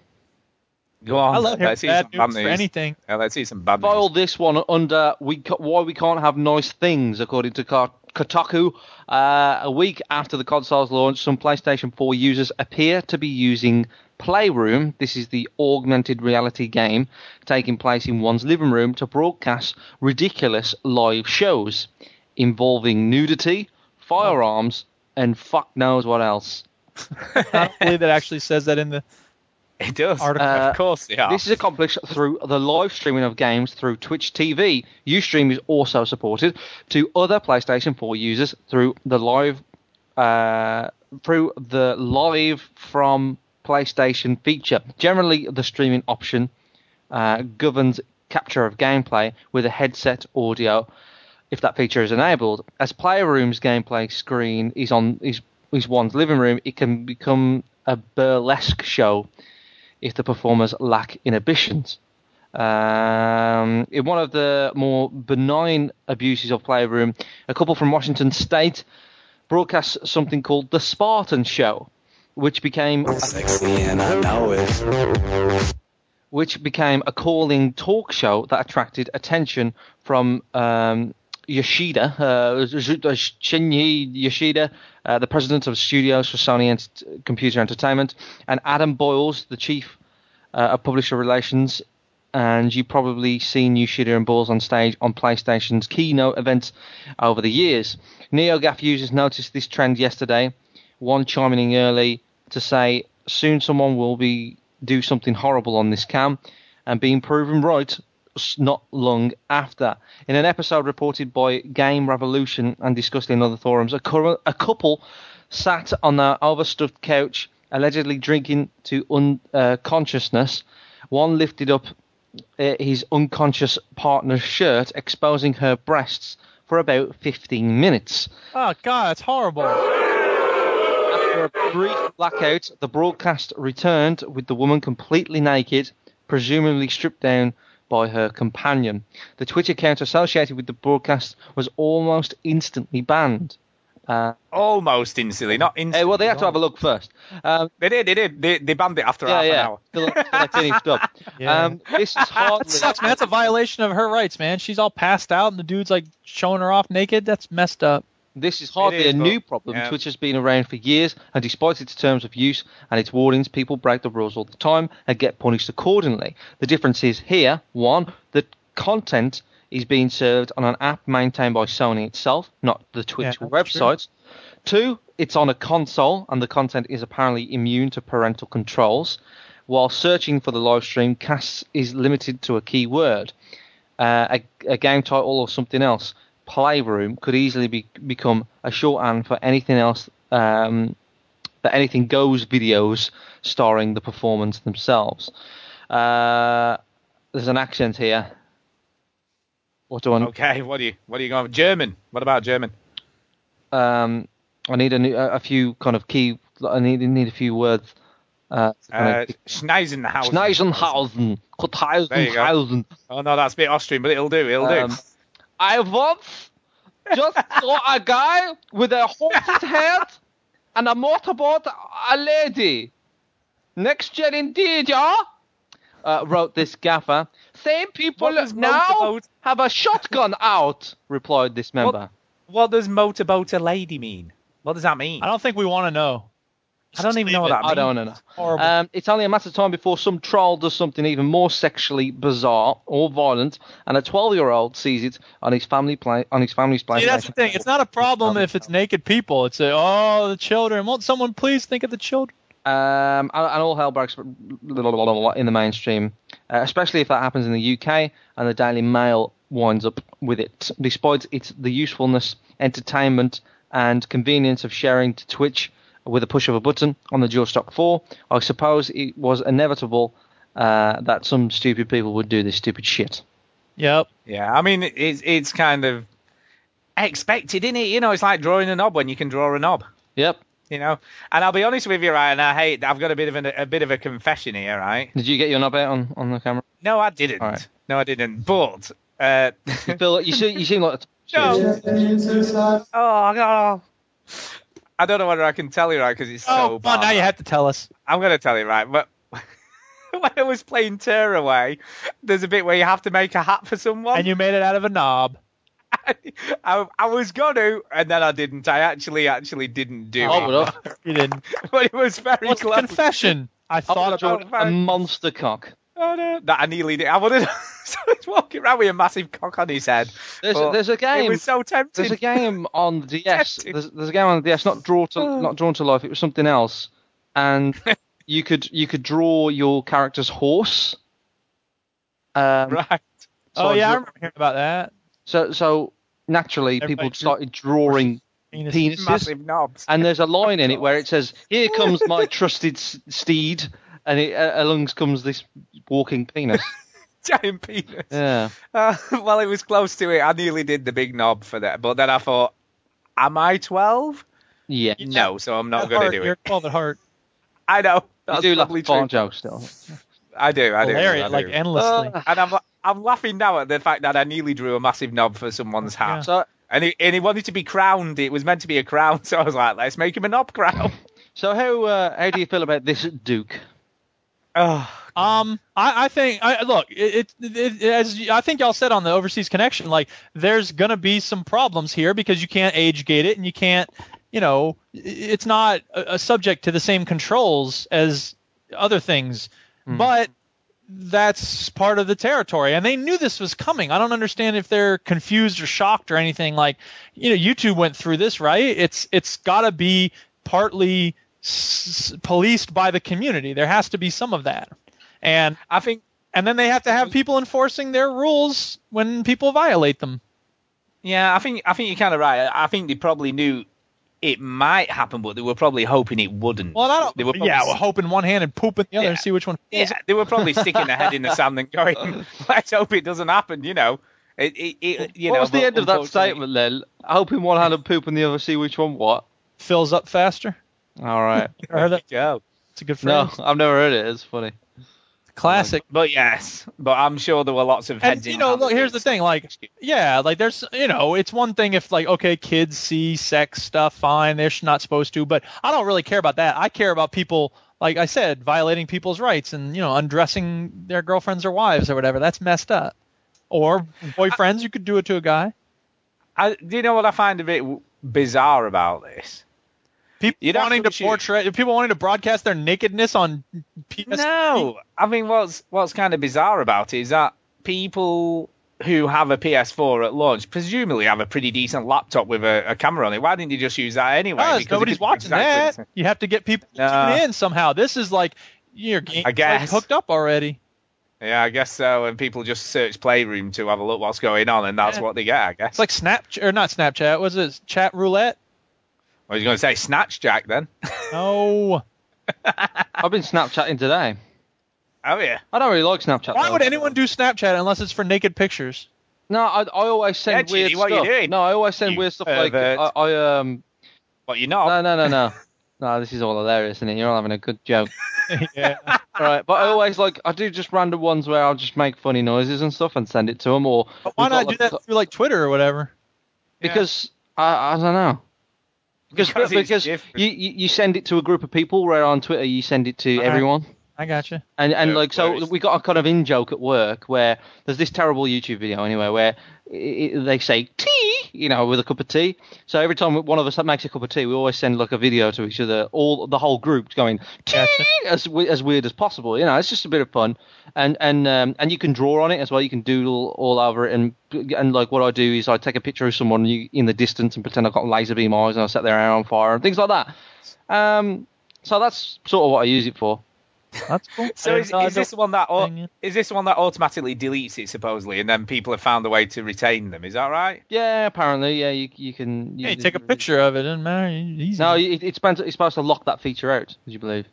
S2: Go on.
S1: I love hearing
S2: let's see
S1: bad
S2: some bad
S1: news for
S2: news.
S1: anything.
S2: Yeah, let's see some bad news.
S3: File this one under we ca- why we can't have nice things, according to Ka- Kotaku. Uh, a week after the console's launch, some PlayStation 4 users appear to be using Playroom. This is the augmented reality game taking place in one's living room to broadcast ridiculous live shows involving nudity, firearms, and fuck knows what else.
S1: I don't believe that actually says that
S2: (laughs)
S1: in the
S2: It does.
S1: Article.
S3: Uh,
S2: of course, yeah.
S3: This is accomplished through the live streaming of games through Twitch TV. Ustream is also supported to other PlayStation 4 users through the live uh, through the live from PlayStation feature. Generally, the streaming option uh, governs capture of gameplay with a headset audio if that feature is enabled. As Playroom's gameplay screen is on is is one's living room, it can become a burlesque show if the performers lack inhibitions. Um, in one of the more benign abuses of Playroom, a couple from Washington State broadcast something called The Spartan Show, which became which became a calling talk show that attracted attention from um, Yoshida, uh, Shinji Yoshida, uh, the president of studios for Sony Ent- Computer Entertainment, and Adam Boyles, the chief uh, of publisher relations. And you've probably seen Yoshida and Boyles on stage on PlayStation's keynote events over the years. NeoGAF users noticed this trend yesterday, one chiming in early to say, soon someone will be do something horrible on this cam and being proven right s- not long after. In an episode reported by Game Revolution and discussed in other forums, a, cur- a couple sat on their overstuffed couch, allegedly drinking to un- uh, consciousness. One lifted up uh, his unconscious partner's shirt, exposing her breasts for about 15 minutes.
S1: Oh God, that's horrible.
S3: After a brief blackout, the broadcast returned with the woman completely naked, presumably stripped down by her companion. The Twitch account associated with the broadcast was almost instantly banned.
S2: Almost instantly, not instantly.
S3: Eh, well, they had to have a look first. Um,
S2: They did, they did. They, they banned it after
S3: yeah,
S2: half an
S3: yeah,
S2: hour.
S3: till, till they finished up.
S1: Yeah.
S3: Um, this (laughs) is hardly.
S1: That sucks, man. That's a violation of her rights, man. She's all passed out, and the dude's like showing her off naked. That's messed up.
S3: This is hardly
S2: is,
S3: a
S2: but-
S3: new problem.
S2: yeah.
S3: Twitch has been around for years, and despite its terms of use and its warnings, people break the rules all the time and get punished accordingly. The difference is here one, the content is being served on an app maintained by Sony itself, not the Twitch
S1: Yeah, that's true.
S3: website. Two, it's on a console, and the content is apparently immune to parental controls. While searching for the live stream, cast is limited to a keyword uh, a, a game title or something else, Playroom could easily be, become a shorthand for anything else um, that anything goes videos starring the performers themselves. Uh, there's an accent here. What do I?
S2: Okay, what are you what are you going? German. What about German?
S3: Um, I need a, new- a a few kind of key. I need need a few words. Uh, to
S2: Uh,
S3: kind of-
S2: Schneisenhausen.
S3: Schneisenhausen,
S2: There you go.
S3: Kuthausenhausen.
S2: Oh no, that's a bit Austrian, but it'll do. It'll
S3: Um,
S2: do.
S3: I once
S1: (laughs)
S3: just saw a guy with a horse's head and a motorboat, a lady. Next year indeed, yeah? Uh, wrote this gaffer. Same people
S2: What is
S3: now
S2: motorboat?
S3: have a shotgun out, replied this member.
S2: What does motorboat a lady mean? What does that mean?
S1: I don't think we want to know.
S2: I don't even know what that means.
S3: I don't know.
S1: Horrible.
S3: Um, it's only a matter of time before some troll does something even more sexually bizarre or violent, and a 12-year-old sees it on his family play on his family's PlayStation.
S1: See, that's the thing. It's not a problem if it's naked people. It's a, oh the children. Won't someone please think of the children?
S3: Um, and, and all hell breaks in the mainstream, uh, especially if that happens in the UK and the Daily Mail winds up with it. Despite its the usefulness, entertainment, and convenience of sharing to Twitch with a push of a button on the DualShock 4, I suppose it was inevitable uh, that some stupid people would do this stupid shit.
S1: Yep.
S2: Yeah, I mean it's it's kind of expected, isn't it? You know, it's like drawing a knob when you can draw a knob.
S3: Yep.
S2: You know, and I'll be honest with you, Ryan. I hate. I've got a bit of an, a bit of a confession here, right?
S3: Did you get your knob out on, on the camera?
S2: No, I didn't.
S3: All right.
S2: No, I didn't. But uh, (laughs)
S3: (laughs) You feel like you, see, you seem like a
S2: no. Oh, God. I don't know whether I can tell you right because it's so
S1: oh,
S2: bad.
S1: well, now you have to tell us.
S2: I'm going to tell you right, but (laughs) when I was playing Tearaway, there's a bit where you have to make a hat for someone.
S1: And you made it out of a knob.
S2: (laughs) I, I was going to, and then I didn't. I actually, actually didn't do
S3: Oh,
S2: it.
S3: well,
S1: (laughs) You didn't.
S2: (laughs) but it was very
S1: What's the
S2: close.
S1: confession? I
S3: I
S1: thought
S3: was
S1: about
S2: about
S3: drawing a
S2: that.
S3: monster cock.
S2: Oh, no. That I nearly did. I wanted. (laughs) so he's walking around with a massive cock on his head.
S3: There's,
S2: But
S3: there's a
S2: It
S3: game.
S2: was so tempting.
S3: There's
S2: (laughs)
S3: a game on the DS.
S2: Tempting.
S3: There's, there's a game on the DS, not draw
S2: Oh.
S3: to not drawn to life. It was something else,
S2: (laughs)
S3: and you could you could draw your character's horse. Um,
S2: Right.
S1: oh,
S3: I
S1: yeah, I
S3: drew-
S1: remember hearing about that.
S3: So so naturally,
S1: Everybody
S3: people
S1: drew-
S3: started drawing
S1: Penis.
S3: penises,
S2: Massive knobs.
S3: and there's a line in it where it says,
S2: (laughs)
S3: "Here comes my trusted s- steed," and it, uh, along comes this walking
S2: (laughs)
S3: penis.
S2: Giant penis.
S3: Yeah.
S2: Uh, (laughs) well, it was close to it. I nearly did the big knob for that, but then I thought, am I 12?
S3: Yeah.
S2: No, so I'm not
S1: At
S2: going
S1: heart,
S2: to do
S1: You're
S2: it.
S1: 12 at heart.
S2: I know.
S3: You
S2: That's
S3: do laugh
S2: probably
S3: at
S2: true.
S3: fart jokes still.
S2: I do. I do. I
S1: Hilarious,
S2: do.
S1: like endlessly.
S3: Uh,
S2: and I'm I'm laughing now at the fact that I nearly drew a massive knob for someone's hat.
S1: Yeah.
S3: So
S2: And he, and he wanted to be crowned. It was meant to be a crown, (laughs) so I was like, let's make him a knob
S1: (sighs)
S2: crown.
S3: so how uh, how do you feel about this Duke?
S2: Oh,
S1: Um, I, I think I look it, it, it as y- I think y'all said on the overseas connection, like there's gonna be some problems here because you can't age gate it and you can't, you know, i- it's not a, a subject to the same controls as other things, but that's part of the territory and they knew this was coming i don't understand if they're confused or shocked or anything like you know youtube went through this right it's it's got to be partly s- s- policed by the community there has to be some of that and
S2: I think
S1: and then they have to have people enforcing their rules when people violate them
S2: Yeah, I think I think you're kind of right. I think they probably knew it might happen, but they were probably hoping it wouldn't.
S1: well i don't
S2: They were probably
S1: yeah well, hope in one hand and poop in the other
S2: Yeah.
S1: and see which one
S2: yeah, they were probably sticking their head in the sand and
S1: (laughs)
S2: going, (laughs) "Let's hope it doesn't happen." You know, it, it, it you
S3: what
S2: know.
S3: was the
S2: but
S3: end of that
S2: unfortunately-
S3: statement then? I hope in one hand and poop in the other, see which one what.
S1: fills up faster
S3: All
S2: (laughs)
S3: right.
S1: I heard that.
S2: Yeah.
S1: it's a good
S3: no,
S1: phrase
S3: I've never heard it. It's funny.
S1: classic
S2: But yes, but I'm sure there were lots of heads
S1: and
S2: in
S1: you know
S2: hands.
S1: look here's the thing like yeah like there's you know it's one thing if like okay kids see sex stuff fine they're sh- not supposed to but i don't really care about that i care about people like i said violating people's rights and you know undressing their girlfriends or wives or whatever that's messed up or boyfriends you could do it to a guy
S2: I, do you know what I find a bit w- bizarre about this?
S1: people
S2: You'd have
S1: wanting
S2: to
S1: to
S2: shoot.
S1: portray people wanting to broadcast their nakedness on PS-
S2: No, I mean, what's what's kind of bizarre about it is that people who have a PS4 at launch presumably have a pretty decent laptop with a, a camera on it. Why didn't you just use that anyway?
S1: Because
S2: Because it
S1: nobody's
S2: could-
S1: watching
S2: exactly.
S1: that you have to get people to
S2: Nah.
S1: tune in somehow this is like your game
S2: guess.
S1: hooked up already
S2: Yeah, I guess so. And people just search Playroom to have a look what's going on, and that's
S1: Yeah.
S2: what they get, I guess.
S1: It's like Snapchat, or not Snapchat. Was it Chat Roulette?
S2: I was going to say Snatch Jack then.
S1: No.
S3: I've been Snapchatting today.
S2: oh, yeah.
S3: I don't really like Snapchat.
S1: Why
S3: though.
S1: would anyone do Snapchat unless it's for naked pictures?
S3: No, I, I always
S2: Yeah,
S3: send
S2: Judy,
S3: weird
S2: what are you
S3: stuff.
S2: doing?
S3: No, I always send
S2: You
S3: weird stuff like I,
S2: pervert.
S3: I um.
S2: But you're not.
S3: No, no, no, no. no, this is all hilarious, isn't it? You're all having a
S1: (laughs)
S3: good joke.
S1: yeah.
S3: All right, but I always like I do just random ones where I'll just make funny noises and stuff and send it to them. Or
S1: But why
S3: we've got,
S1: not do
S3: like,
S1: that through like Twitter or whatever?
S3: Because I, I don't know. Because
S2: Because
S3: because,
S2: it's different.
S3: you, you you send it to a group of people, where on Twitter you send it to
S1: Right.
S3: everyone.
S1: I gotcha.
S3: And and
S2: Yeah,
S3: like so,
S2: whereas-
S3: we got a kind of in joke at work where there's this terrible YouTube video anyway where i i they say tea, you know, with a cup of tea. So every time one of us makes a cup of tea, we always send like a video to each other, all the whole group going tea
S1: Gotcha.
S3: as we- as weird as possible. You know, it's just a bit of fun, and and um, and you can draw on it as well. You can doodle all over it, and and like what I do is I take a picture of someone you- in the distance and pretend I've got laser beam eyes and I set their hair on fire and things like that. Um, so that's sort of what I use it for.
S1: That's cool.
S2: (laughs) So
S1: I
S2: is,
S1: didn't know
S2: is
S1: I
S2: this the one that
S1: Hang
S2: au-
S1: on.
S2: is this the one that automatically deletes it supposedly, and then people have found a way to retain them? Is that right?
S3: Yeah, apparently, yeah, you you can. You,
S1: Hey, take a picture of it. Doesn't matter. E-, Easy.
S3: No, it, it's supposed to, it's supposed to lock that feature out. Would you believe?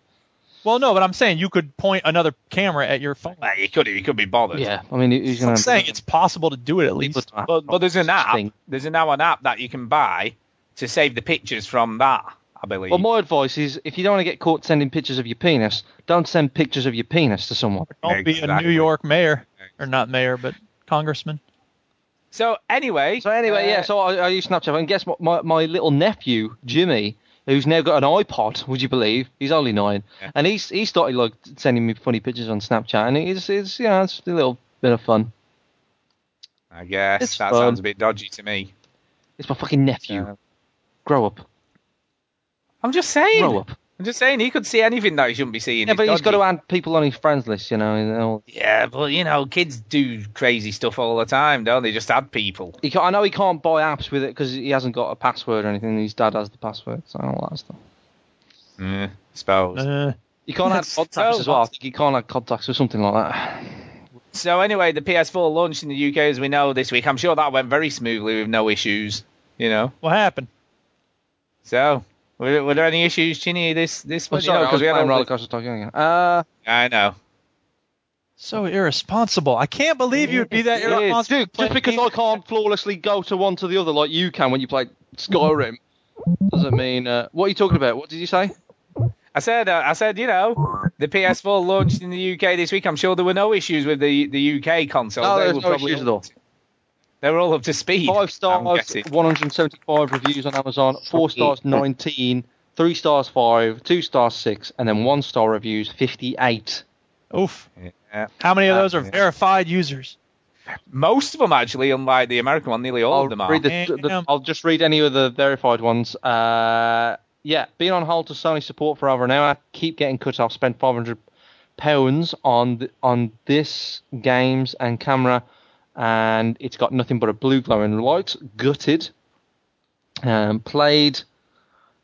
S1: Well, no, but I'm saying you could point another camera at your phone.
S2: Well, mm-hmm. you could you could be bothered.
S3: Yeah, I mean, who- who's gonna?
S1: I'm saying it's possible to do it at
S3: people
S1: least.
S3: to-
S2: But but there's an app.
S3: Thing.
S2: There's now an app that you can buy to save the pictures from that. I believe.
S3: Well, my advice is if you don't want to get caught sending pictures of your penis, don't send pictures of your penis to someone.
S1: Don't be a
S2: Exactly.
S1: New York mayor, or not mayor, but congressman.
S2: So anyway,
S3: So anyway,
S2: Uh,
S3: yeah. So I, I use Snapchat, and guess what? My, my little nephew Jimmy, who's now got an iPod, would you believe? He's only nine, and he's he started like sending me funny pictures on Snapchat, and it's it's yeah, it's a little bit of fun.
S2: I guess
S3: It's
S2: that
S3: fun.
S2: sounds a bit dodgy to me.
S3: It's my fucking nephew. Grow up,
S2: I'm just saying.
S3: grow up.
S2: I'm just saying he could see anything that he shouldn't be seeing.
S3: Yeah,
S2: It's
S3: but he's got
S2: dodgy.
S3: to add people on his friends list, you know. And all.
S2: Yeah, but you know, kids do crazy stuff all the time, don't they? Just add people.
S3: He can't, I know he can't buy apps with it because he hasn't got a password or anything. His dad has the password, so all that stuff.
S2: Yeah, suppose.
S3: Uh-huh.
S1: Uh,
S3: You can't add
S2: That's
S3: contacts
S2: so
S3: as well. I
S2: much.
S3: think you can't add contacts or something like that.
S2: So anyway, the PS4 launched in the UK as we know this week. I'm sure that went very smoothly with no issues. You know.
S1: what happened?
S2: So were, were there any issues, Chinny? This this
S3: Oh,
S2: one,
S3: sorry,
S2: you know,
S3: I was
S2: we had
S3: playing
S2: all
S3: roller
S2: the-
S3: coaster talking again. Uh,
S2: I know.
S1: So irresponsible. I can't believe you would be that
S2: It is.
S1: irresponsible.
S3: Dude, just because I can't flawlessly go to one to the other like you can when you play Skyrim, doesn't mean. Uh, what are you talking about? What did you say?
S2: I said, uh, I said, you know, the PS4 launched in the UK this week. I'm sure there were no issues with the, the UK console.
S3: No,
S2: They
S3: there's
S2: were
S3: no
S2: probably
S3: issues at all.
S2: They were all up to speed.
S3: Five stars,
S2: I'm guessing.
S3: 175 reviews on Amazon. Four stars, 19. Three stars, five. Two stars, six. And then one star reviews, 58.
S1: Oof.
S2: Yeah.
S1: How many of
S2: Uh,
S1: those are
S2: yeah.
S1: verified users?
S2: Most of them actually, unlike the American one, nearly all
S3: I'll
S2: of them are.
S3: read the, the,
S1: Damn.
S3: I'll just read any of the verified ones. Uh, yeah, been on hold to Sony support for over an hour. Keep getting cut off. Spent 500 pounds on th- on this games and camera, and it's got nothing but a blue glowing light. Gutted. Um, played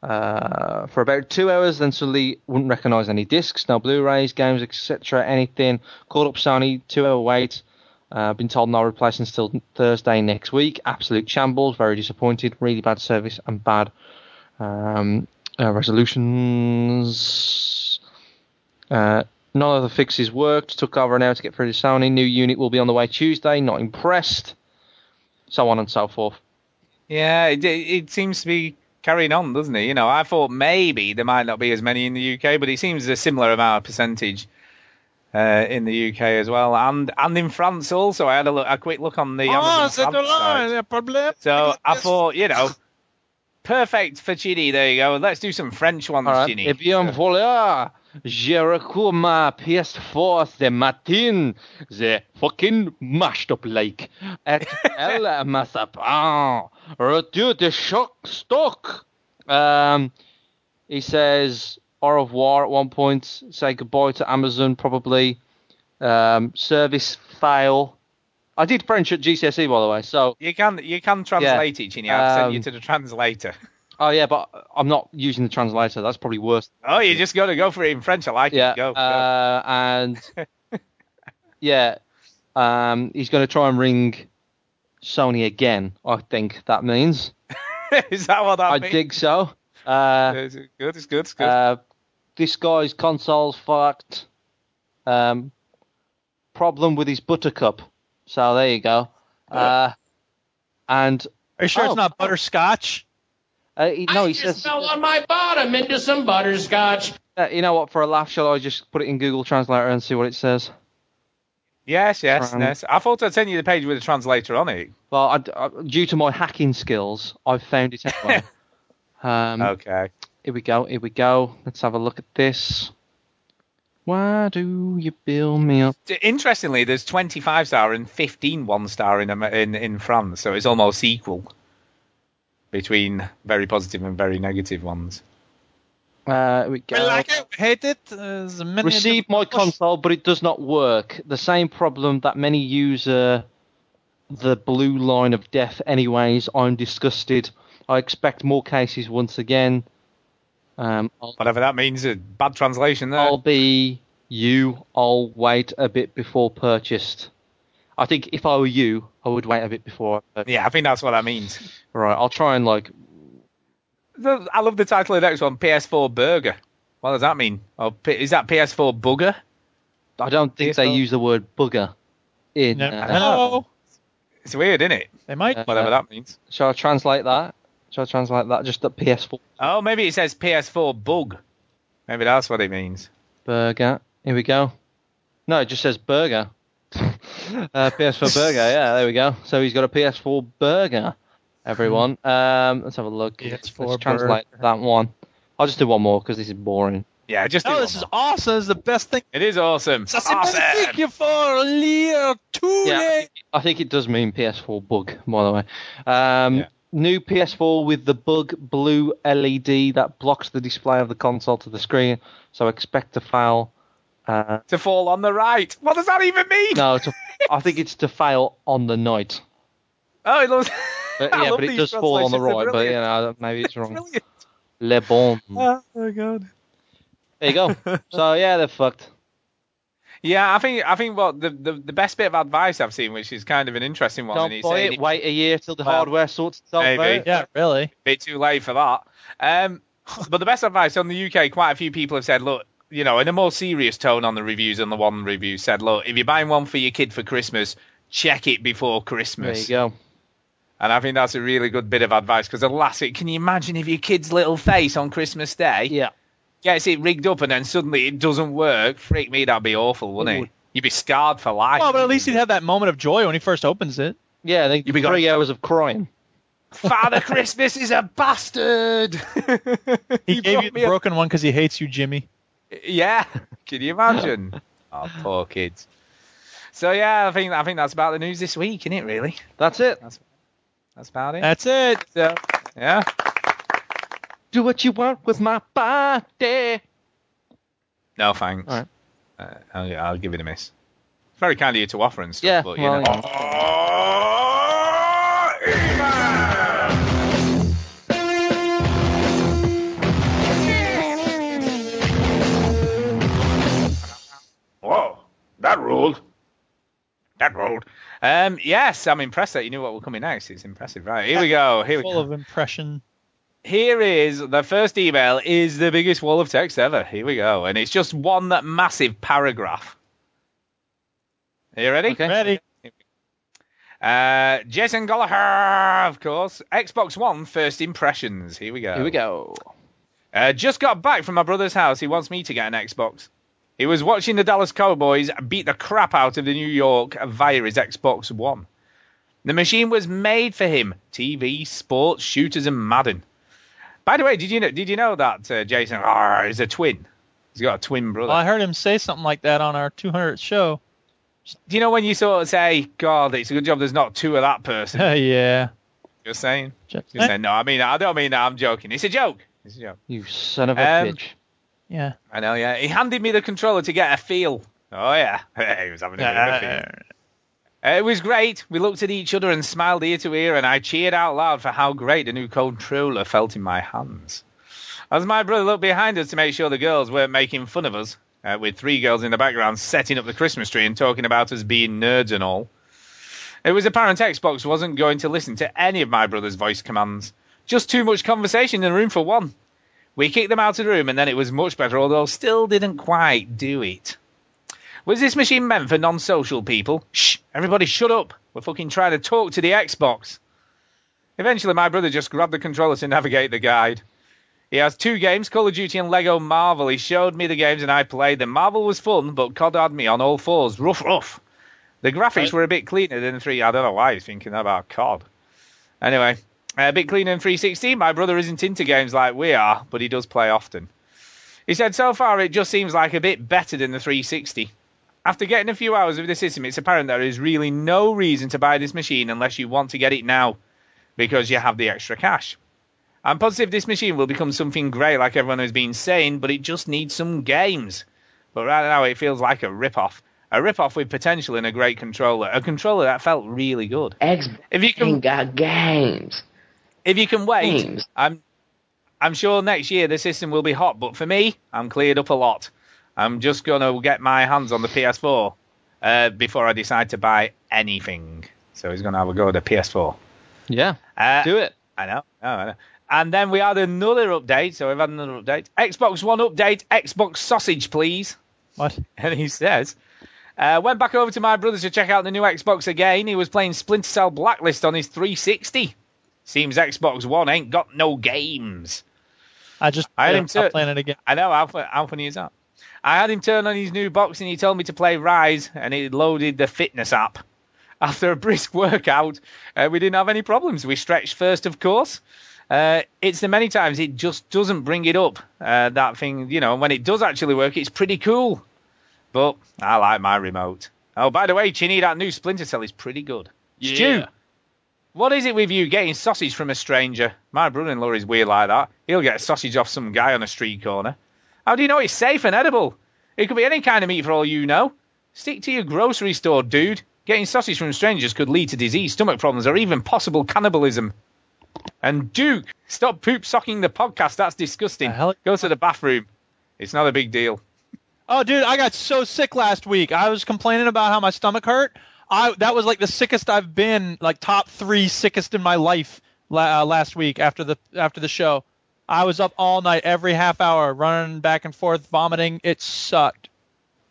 S3: uh, for about two hours, then suddenly wouldn't recognise any discs, no Blu-rays, games, etc. Anything. Called up Sony. Two hour wait. Uh, been told no replacements till Thursday next week. Absolute shambles. Very disappointed. Really bad service and bad um, uh, resolutions. Uh, none of the fixes worked. Took over an hour to get through to Sony. New unit will be on the way Tuesday. Not impressed. So on and so forth.
S2: Yeah, it, it seems to be carrying on, doesn't it? You know, I thought maybe there might not be as many in the UK, but it seems a similar amount of percentage uh, in the UK as well, and and in France also. I had a, look, a quick look on the
S1: Ah, c'est
S2: Amazon
S1: de
S2: France site.
S1: là, le problème.
S2: So I thought, you know, perfect for Chini. There you go. Let's do some French ones,
S3: All right.
S2: Chini.
S3: Eh bien voilà. Je recours ma PS4 ce matin. The fucking mashed up like. Et elle m'a sapin. Retour de choc stock. Um, he says au revoir at one point. Say goodbye to Amazon probably. Um, service fail. I did French at GCSE E, by the way, so
S2: You can you can translate it, Chini. I've sent you
S3: Um,
S2: to the translator. (laughs)
S3: oh yeah, but I'm not using the translator. That's probably worse
S2: Oh, you just got to go for it in French. I like
S3: Yeah.
S2: it. Go. go.
S3: Uh, and yeah, um, he's going to try and ring Sony again. I think that means.
S2: (laughs) Is that what that
S3: I
S2: means?
S3: think so. Uh,
S2: It's good. It's good. It's good.
S3: uh, this guy's console's fucked. Um, problem with his buttercup. So there you go. Uh, and
S1: Are you sure
S3: Oh.
S1: it's not butterscotch?
S3: uh, he, no, he says.
S8: on my bottom into some butterscotch.
S3: Uh, you know what? For a laugh, shall I just put it in Google Translator and see what it says?
S2: yes, yes,
S3: um,
S2: yes. I thought I'd send you the page with the translator on it.
S3: Well, I, I, due to my hacking skills, I've found it
S1: (laughs)
S3: anyway. um,
S2: Okay.
S3: Here we go. Here we go. Let's have a look at this. Why do you build me up?
S2: D- Interestingly, there's 25 star and 15 one star in Am- in in France, so it's almost equal between very positive and very negative ones.
S3: Uh, here we
S1: I
S3: go.
S1: like it. Hate it. Uh, there's a many
S3: Received my
S1: different-
S3: console, but it does not work. The same problem that many user the blue line of death. Anyways, I'm disgusted. I expect more cases once again. Um, I'll,
S2: Whatever that means, a bad translation there.
S3: I'll
S1: Uh,
S3: be you. I'll wait a bit before purchased. I think if I were you, I would wait a bit before. I purchased.
S2: Yeah, I think that's what that means.
S3: Right, I'll try and like
S2: The- I love the title of the next one, PS4 Burger. What does that mean? Oh, P- is that PS4 Bugger?
S3: I don't think they
S2: PSL.
S3: use the word bugger in.
S1: No.
S3: uh,
S1: Hello.
S2: It's weird, isn't it?
S1: They might.
S3: Uh,
S2: Whatever that means.
S3: Shall I translate that? Shall I translate that? Just the PS4
S2: Oh, maybe it says PS4 Bug. Maybe that's what it means.
S3: burger. (laughs) Here we go. No, it just says burger. Uh,
S1: (laughs)
S3: PS4 burger, yeah, there we go. So he's got a PS4 burger, everyone.
S1: Hmm.
S3: Um, let's have a look.
S1: PS4
S3: let's translate that one. I'll just do one more because this is boring.
S2: Yeah, just do
S1: Oh,
S2: one
S1: this is
S2: more.
S1: awesome. This is the best thing.
S2: It is awesome.
S1: Thank
S2: Awesome.
S1: you for Lear
S3: Yeah, I
S1: today.
S3: think, I think it does mean PS4 bug, by the way. Um,
S10: Yeah.
S3: New PS4 with the bug blue LED that blocks the display of the console to the screen. So expect to fail. Uh,
S2: To fall on the right. What does that even mean?
S3: no, it's a, I think it's to (laughs) fail on
S2: (laughs)
S3: the night.
S2: Oh, it looks. (laughs)
S3: But,
S2: I
S3: yeah,
S2: love
S3: but it
S2: these
S3: does fall on the
S2: translations,
S3: right.
S2: they're
S3: But you
S2: brilliant.
S3: know,
S2: (laughs)
S3: maybe it's wrong.
S2: Brilliant.
S3: Le Bon.
S1: Oh my god.
S3: There you
S2: (laughs)
S3: go. So yeah, they're fucked.
S2: Yeah, I think I think what the, the the best bit of advice I've seen, which is kind of an interesting one, and
S3: Don't
S2: he's
S3: buy
S2: saying
S3: it. Wait a year till the
S2: Well,
S3: hardware sorts itself
S2: maybe.
S3: out.
S1: Yeah, really.
S2: bit too late for that.
S1: (laughs)
S2: Um, but the best advice on the UK, quite a few people have said, look, you know, in a more serious tone on the reviews, and the one review said, look, if you're buying one for your kid for Christmas, check it before
S3: There
S2: Christmas.
S3: you go.
S2: And I think that's a really good bit of advice because, alas, it, can you imagine if your kid's little face on Christmas Day
S3: Yeah.
S2: gets it rigged up and then suddenly it doesn't work? Freak me, that'd be awful, wouldn't
S3: It
S2: it?
S3: would.
S2: You'd be scarred for life.
S1: Well, but at least he'd have that moment of joy when he first opens it.
S3: Yeah, they
S2: You'll be
S3: three
S2: gone.
S3: hours of crying.
S2: Father Christmas is a bastard.
S1: (laughs) He, gave
S2: brought
S1: you
S2: me
S1: the
S2: a-
S1: broken one because he hates you, Jimmy.
S2: Yeah, can you
S1: (laughs)
S2: imagine? oh, poor kids. So yeah, I think I think that's about the news this week, isn't it? Really,
S3: That's it.
S2: that's about it.
S1: That's it.
S2: So, yeah,
S3: Do what you want with my body.
S2: no thanks.
S3: All right.
S2: Uh, I'll, I'll give it a miss. It's very kind of you to offer and stuff,
S3: Yeah,
S2: but you
S3: well,
S2: know.
S8: Whoa, that ruled.
S2: That road. Um, yes, I'm impressed that you knew what was coming next. It's impressive, right? Here we go. Here we
S1: Full
S2: go.
S1: of impression.
S2: Here is the first email. Is the biggest wall of text ever. Here we go, and it's just one that massive paragraph. Are you ready?
S3: Okay.
S1: Ready?
S2: Uh, Jason Gallagher, of course. Xbox One first impressions. Here we go.
S3: Here we go.
S2: Uh, just got back from my brother's house. He wants me to get an Xbox. He was watching the Dallas Cowboys beat the crap out of the New York via his Xbox One. The machine was made for him. TV, sports, shooters, and Madden. By the way, did you know? Did you know that uh, Jason Gallagher is a twin? He's got a twin brother.
S1: Well, I heard him say something like that on our 200th show. (laughs)
S2: Do you know when you sort of say, "God, it's a good job there's not two of that person"? (laughs)
S1: yeah.
S2: Just saying.
S1: Ju-
S2: Just saying. No, I mean, I don't mean that. I'm joking. It's a joke. It's a joke.
S3: You son of a
S2: Um,
S3: bitch.
S1: Yeah.
S2: I know, yeah. He handed me the controller to get a feel. Oh, yeah. (laughs) he was having a bit of a feel. Uh, it was great. We looked at each other and smiled ear to ear, and I cheered out loud for how great the new controller felt in my hands. As my brother looked behind us to make sure the girls weren't making fun of us, uh, with three girls in the background setting up the Christmas tree and talking about us being nerds and all, it was apparent Xbox wasn't going to listen to any of my brother's voice commands. Just too much conversation in the room for one. We kicked them out of the room, and then it was much better, although still didn't quite do it. Was this machine meant for non social people? Shh, everybody shut up. We're fucking trying to talk to the Xbox. Eventually, my brother just grabbed the controller to navigate the guide. He has two games, Call of Duty and Lego Marvel. He showed me the games and I played them. Marvel was fun, but COD had me on all fours. Rough, rough. The graphics were a bit cleaner than 3. I don't know why he's thinking about COD. Anyway, Uh, a bit cleaner than 360. My brother isn't into games like we are, but he does play often. He said, so far it just seems like a bit better than the 360. After getting a few hours of the system, it's apparent there is really no reason to buy this machine unless you want to get it now because you have the extra cash. I'm positive this machine will become something great like everyone has been saying, but it just needs some games. But right now it feels like a rip-off. A rip-off with potential and a great controller. A controller that felt really good.
S4: Xbox
S2: If you can
S4: ain't got games.
S2: if you can wait,
S4: Games.
S2: I'm I'm sure next year the system will be hot, but for me, I'm cleared up a lot. I'm just gonna get my hands on the PS4 uh, before I decide to buy anything. So he's gonna have a go at the PS4.
S3: Yeah.
S2: Uh,
S3: Do it.
S2: I know, I know, I know. And then we had another update. So we've had another update. Xbox One update. Xbox sausage, please.
S1: What?
S2: (laughs) And he says, uh, went back over to my brother to check out the new Xbox again. He was playing Splinter Cell Blacklist on his 360. Seems Xbox One ain't got no games.
S1: I just
S2: I had him
S1: I'm
S2: too.
S1: playing it again.
S2: I know. How, fu- how funny is that? I had him turn on his new box and he told me to play Rise, and he loaded the fitness app. (laughs) After a brisk workout, uh, we didn't have any problems. We stretched first, of course. Uh, it's the many times it just doesn't bring it up. Uh, that thing, you know, when it does actually work, it's pretty cool. But I like my remote. Oh, by the way, Chinny, that new Splinter Cell is pretty good.
S3: Yeah.
S2: Stu, what is it with you getting sausage from a stranger? My brother-in-law is weird like that. He'll get a sausage off some guy on a street corner. How do you know it's safe and edible? It could be any kind of meat for all you know. Stick to your grocery store, dude. Getting sausage from strangers could lead to disease, stomach problems, or even possible cannibalism. And Duke, stop poop socking the podcast. That's disgusting.
S1: The hell-
S2: Go to the bathroom. It's not a big deal.
S1: Oh, dude, I got so sick last week. I was complaining about how my stomach hurt. I that was like the sickest I've been, like top three sickest in my life la- uh, last week after the after the show. I was up all night, every half hour, running back and forth, vomiting. It sucked.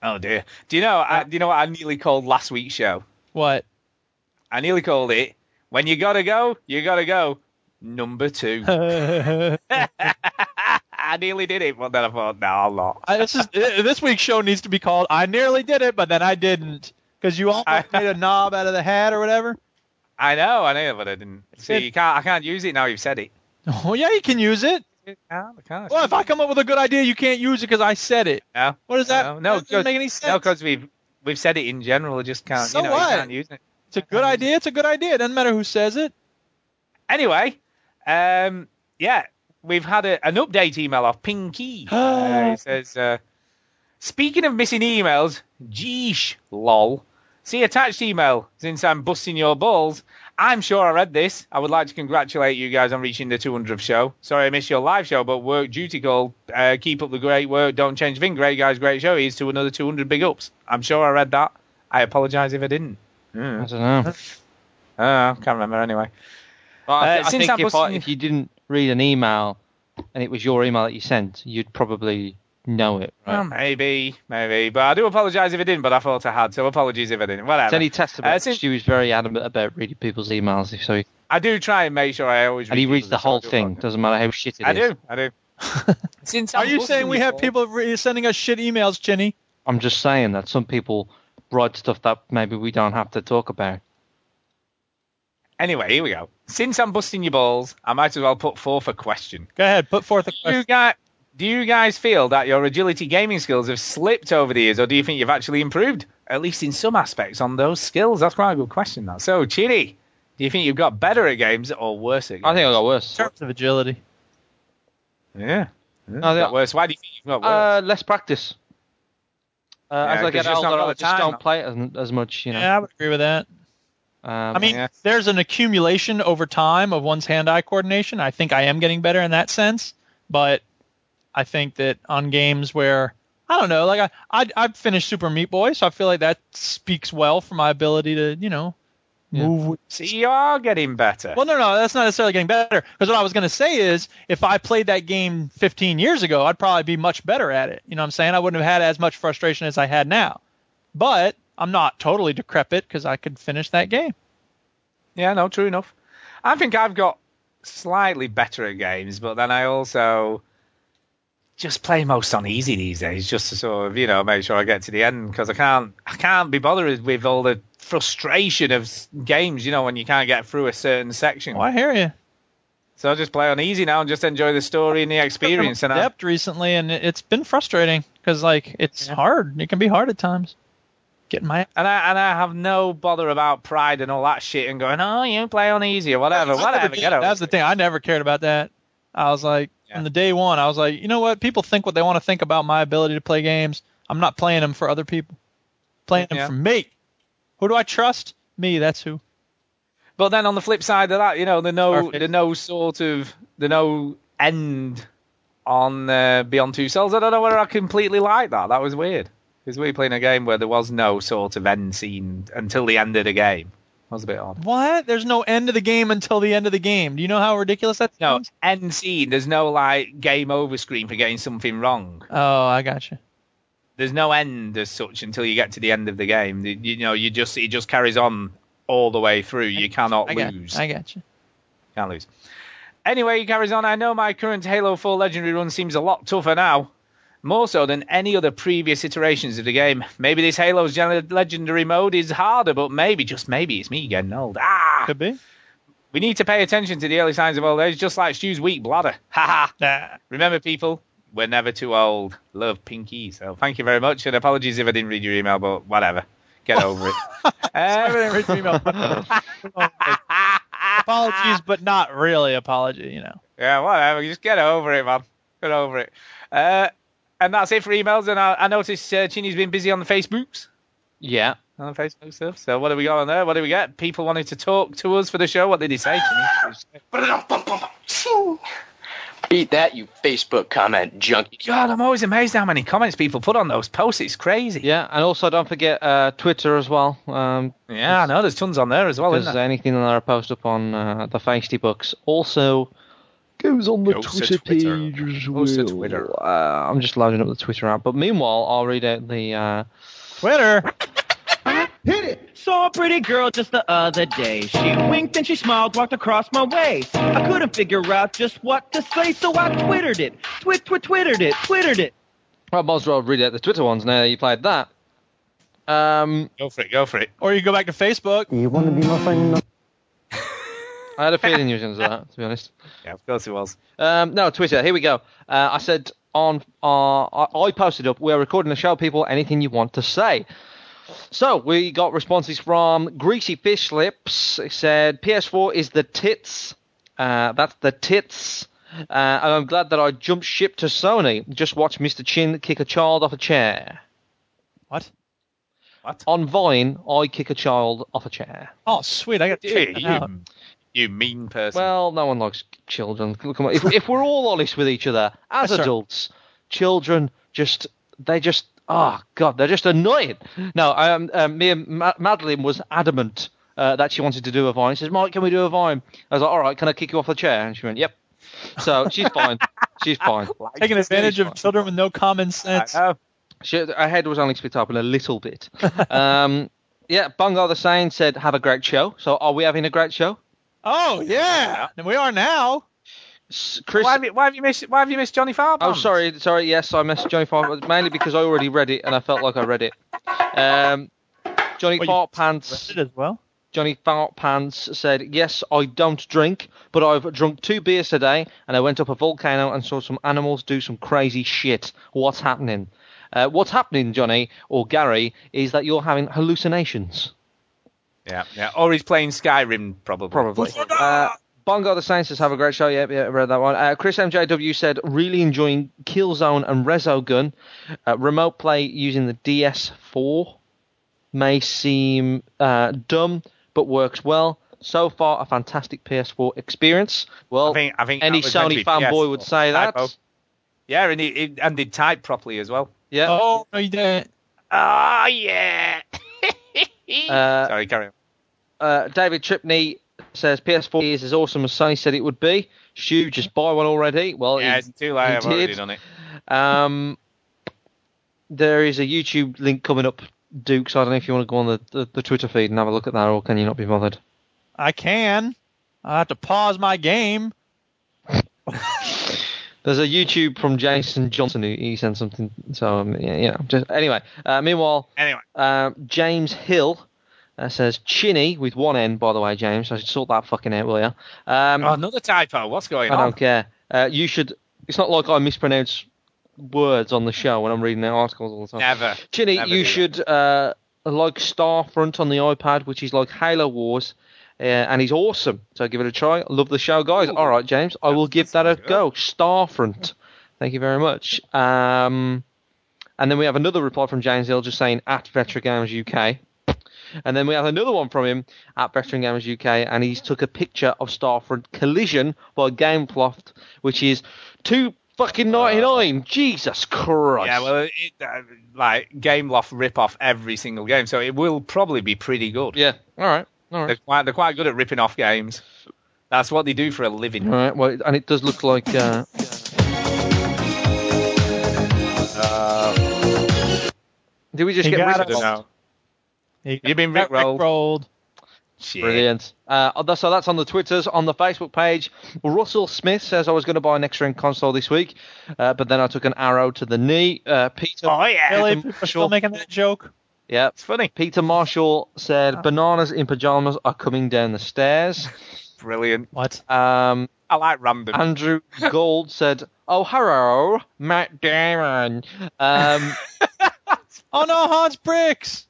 S2: Oh dear. Do you know? I, do you know what I nearly called last week's show? (laughs)
S1: What?
S2: I nearly called it. When you gotta go, you gotta go. Number two.
S1: I,
S2: I nearly did it, but then I thought, no, I'm not.
S1: this (laughs) is i- this week's show needs to be called "I nearly did it, but then I didn't" because you almost made a knob out of the hat or whatever.
S2: I know, I know, but I didn't. See, you can't. I can't use it now. You've said it.
S1: Oh yeah, you can use it.
S2: I can't. I can't.
S1: Well, if I come up with a good idea, you can't use it because I said it.
S2: no,
S1: What is that?
S2: no, no,
S1: that doesn't make any sense.
S2: because we've we've said it in general. I just can't.
S1: So
S2: you know,
S1: what?
S2: You can't use it.
S1: It's a good idea. It's a good idea. It doesn't matter who says it.
S2: Anyway, um, yeah, we've had a, an update email off
S3: (gasps)
S2: Pinky. uh, it says, uh, speaking of missing emails, geesh, lol. See attached email. Since I'm busting your balls, I'm sure I read this. I would like to congratulate you guys on reaching the 200th show. Sorry I missed your live show, but work duty called. Uh, keep up the great work. Don't change a thing. Great guys, great show. Here's to another 200 big ups. I'm sure I read that. I apologise if I didn't.
S3: I don't know.
S2: Uh, I can't remember anyway.
S3: I,
S2: Uh,
S3: th- I
S2: since
S3: think
S2: I'm
S3: if, I,
S2: busting-
S3: if you didn't read an email and it was your email that you sent, you'd probably know it. Right?
S2: Well, maybe, maybe. But I do apologise if I didn't, but I thought I had, so apologies if I didn't. Whatever.
S3: it's only
S2: Uh,
S3: testament. Uh,
S2: since-
S3: Stu is very adamant about reading people's emails, if so, he-
S2: I do try and make sure I always
S3: and he
S2: read
S3: reads
S2: those,
S3: the
S2: so I
S3: whole
S2: do
S3: thing.
S2: apologise.
S3: Doesn't matter how shit it is.
S2: I do, I
S3: (laughs)
S2: do. Since
S1: Are
S2: I'm
S1: you
S2: busting
S1: saying we
S2: you
S1: have
S2: all-
S1: people re- sending us shit emails, Chinny?
S3: I'm just saying that some people write stuff that maybe we don't have to talk about.
S2: Anyway, here we go. Since I'm busting your balls, I might as well put forth a question.
S1: Go ahead, put forth a
S2: Do
S1: question.
S2: you guys, do you guys feel that your agility gaming skills have slipped over the years, or do you think you've actually improved, at least in some aspects, on those skills? That's quite a good question, that. So, Chidi, do you think you've got better at games or worse at games?
S3: I think I got worse.
S1: terms of agility.
S2: Yeah. yeah.
S3: I think-
S2: Got worse. Why do you think you've got worse?
S3: Uh, less practice. Uh, as I
S2: 'cause
S3: get
S2: you just
S3: older,
S2: haven't got
S3: I
S2: the
S3: just
S2: time
S3: don't
S2: now.
S3: play it as, as much. You know.
S1: Yeah, I would agree with that.
S3: Um,
S1: I mean,
S2: yeah.
S1: there's an accumulation over time of one's hand-eye coordination. I think I am getting better in that sense, but I think that on games where I don't know, like I I, I finished Super Meat Boy, so I feel like that speaks well for my ability to you know
S3: Yeah.
S1: move with
S2: See, you are getting better.
S1: Well, no, no, that's not necessarily getting better. Because what I was going to say is, if I played that game 15 years ago, I'd probably be much better at it. You know what I'm saying? I wouldn't have had as much frustration as I had now. But I'm not totally decrepit because I could finish that game.
S2: Yeah, no, true enough. I think I've got slightly better at games, but then I also just play most on easy these days, just to sort of you know make sure I get to the end because I can't I can't be bothered with all the frustration of s- games, you know, when you can't get through a certain section.
S1: Well, I hear you.
S2: So I just play on easy now and just enjoy the story and the experience. And I,
S1: depth recently, and it- it's been frustrating because like it's hard. It can be hard at times. Getting my
S2: and I and I have no bother about pride and all that shit and going, oh, you play on easy or whatever,
S1: I never
S2: whatever.
S1: did.
S2: Get over
S1: That's the
S2: it.
S1: thing. I never cared about that. I was like,
S2: Yeah.
S1: from the day one, I was like, you know what? People think what they want to think about my ability to play games. I'm not playing them for other people. Playing them
S2: Yeah.
S1: for me. Who do I trust? Me. That's who.
S2: But then on the flip side of that, you know, the no,
S1: Perfect.
S2: the no sort of, the no end on uh, Beyond Two Souls. I don't know whether I completely like that. That was weird. Because we were playing a game where there was no sort of end scene until the end of the game. That was a bit odd.
S1: What? There's no end of the game until the end of the game. Do you know how ridiculous that
S2: No
S1: sounds?
S2: end scene. There's no like game over screen for getting something wrong.
S1: Oh, I got you.
S2: There's no end as such until you get to the end of the game. You, you know, you just it just carries on all the way through. You cannot
S1: I got,
S2: lose.
S1: I got you.
S2: Can't lose. Anyway, he carries on. I know my current Halo 4 Legendary run seems a lot tougher now. more so than any other previous iterations of the game. Maybe this Halo's gen- legendary mode is harder, but maybe, just maybe, it's me getting old. Ah!
S1: Could
S2: (laughs)
S1: be.
S2: We need to pay attention to the early signs of old age, just like Stu's weak bladder. Ha ha!
S1: Nah.
S2: Remember, people, we're never too old. Love, Pinky. So thank you very much, and apologies if I didn't read your email, but whatever. Get over it.
S1: (laughs) Sorry,
S2: Uh,
S1: I didn't read your email. apologies, but not really apology, you know.
S2: yeah, whatever. Just get over it, man. Get over it. Uh, and that's it for emails. And I, I noticed uh, Chini's been busy on the Facebooks.
S3: Yeah.
S2: On the Facebook stuff. So what do we got on there? What do we get? People wanted to talk to us for the show. What did he say? (laughs) Chini?
S11: Beat that, you Facebook comment junkie.
S2: God, I'm always amazed how many comments people put on those posts. It's crazy.
S3: Yeah, and also don't forget uh, Twitter as well. Um,
S2: Yeah, I know. There's tons on there as well,
S3: because
S2: isn't there?
S3: anything that I post up on uh, the Feisty Books also goes on the
S2: Goes to
S3: Twitter,
S2: Twitter.
S3: page as well.
S2: Goes to Twitter.
S3: Uh, I'm just loading up the Twitter app, but meanwhile, I'll read out the. Uh,
S1: Twitter.
S6: Saw a pretty girl just the other day. She winked and she smiled, walked across my way. I couldn't figure out just what to say, so I twittered it. Twit, twit, twittered it, twittered it.
S3: I might as well read out the Twitter ones now that you played that. Um,
S2: Go for it. Go for it.
S1: Or you go back to Facebook.
S3: I had a feeling you were going to do that, to be honest.
S2: Yeah, of course it was.
S3: Um, no, Twitter. Here we go. Uh, I said on uh, I I posted up. We're recording the show, people. Anything you want to say. So we got responses from Greasy Fish Lips. It said PS4 is the tits. Uh, that's the tits. Uh, and I'm glad that I jumped ship to Sony. Just watch Mr. Chin kick a child off a chair.
S1: What?
S3: On Vine, I kick a child off a chair.
S1: Oh, sweet. I got to check
S2: Gee,
S1: that out.
S2: you, you mean person.
S3: Well, no one likes children. Come on. If, if we're all honest with each other as
S1: Yes, sir.
S3: adults, children just they just oh god, they're just annoying. No, um, um, me and Ma- Madeline was adamant uh, that she wanted to do a vine. She says, "Mike, can we do a vine?" I was like, "All right, can I kick you off the chair?" And she went, "Yep." So she's fine. She's fine.
S1: Taking advantage of
S3: Fine.
S1: children with no common sense.
S2: I know.
S3: She, her head was only split up in a little bit. um, yeah, Bungar the Sane said, "Have a great show." So are we having a great show?
S1: Oh, yeah. And we are now.
S3: S- Chris,
S2: why, have you, why have you missed? Why have you missed Johnny Farb?
S3: Oh, sorry, sorry. Yes, I missed Johnny Farr mainly because I already read it and I felt like I read it. Um, Johnny
S1: Well, you-
S3: Fart
S1: Read
S3: Pants.
S1: it as well.
S3: Johnny Fart Pants said, "Yes, I don't drink, but I've drunk two beers today, and I went up a volcano and saw some animals do some crazy shit. What's happening? Uh, what's happening, Johnny or Gary, is that you're having hallucinations."
S2: Yeah, yeah. Or he's playing Skyrim, probably.
S3: Probably. Uh, Bongo the Saints says, have a great show. Yep, yeah, I read that one. Uh, Chris MJW said, really enjoying Killzone and Rezo Gun. Uh, remote play using the DS4 may seem uh, dumb, but works well. So far, a fantastic PS4 experience. Well,
S2: I think- I think
S3: any
S2: that was meant
S3: Sony
S2: to be
S3: fanboy
S2: PS4.
S3: would say that.
S2: Typo. Yeah, and he, he and did type properly as well.
S3: Yeah.
S1: Oh, no, you didn't.
S2: Oh
S3: Ah,
S2: yeah.
S3: Uh,
S2: sorry, carry on.
S3: uh, David Tripney says PS4 is as awesome as Sony said it would be. Stu, just buy one already. Well,
S2: Yeah,
S3: he-
S2: it's too late.
S3: he
S2: I've already
S3: did.
S2: done it.
S3: Um, there is a YouTube link coming up, Dukes. I don't know if you want to go on the, the, the Twitter feed and have a look at that, or can you not be bothered?
S1: I can. I have to pause my game.
S3: There's a YouTube from Jason Johnson who he sent something. So um, yeah, you know, just anyway. Uh, meanwhile,
S2: Anyway,
S3: uh, James Hill uh, says Chinny with one N, by the way, James. I should sort that fucking out, will you? Um,
S2: oh, another typo. What's going
S3: I
S2: on?
S3: don't care. Uh, you should. It's not like I mispronounce words on the show when I'm reading their articles all the time.
S2: Never. (laughs)
S3: Chinny,
S2: Never do
S3: you
S2: that.
S3: should uh, like Starfront on the iPad, which is like Halo Wars, uh, and he's awesome. So give it a try. Love the show, guys. All right, James, I will give that a go. Starfront. Thank you very much. Um, and then we have another reply from James Hill just saying at Veteran Games UK. And then we have another one from him at Veteran Gamers UK, and he's took a picture of Starfront Collision by Gameploft, which is two fucking ninety nine. Jesus Christ!
S2: Yeah, well, it, uh, like Gameloft rip off every single game, so it will probably be pretty good.
S3: yeah. All right, all right.
S2: They're quite, they're quite good at ripping off games. That's what they do for a living.
S3: All right. Well, and it does look like. Uh, did we just
S1: You
S3: get
S1: got
S3: rid of
S1: us.
S3: it?
S1: You
S2: You've been
S1: got
S2: rickrolled.
S1: rickrolled.
S3: Brilliant. Uh, so that's on the Twitters, on the Facebook page. Russell Smith says I was going to buy an extra end console this week, uh, but then I took an arrow to the knee. Uh, Peter.
S2: Oh yeah.
S1: Really? People are still making that joke?
S3: Yeah, it's
S2: funny.
S3: Peter Marshall said bananas in pajamas are coming down the stairs.
S2: Brilliant.
S1: What?
S3: Um,
S2: I like random.
S3: (laughs) Andrew Gold said, "Oh hello, Matt Damon." Um,
S1: Oh no, Hans Bricks.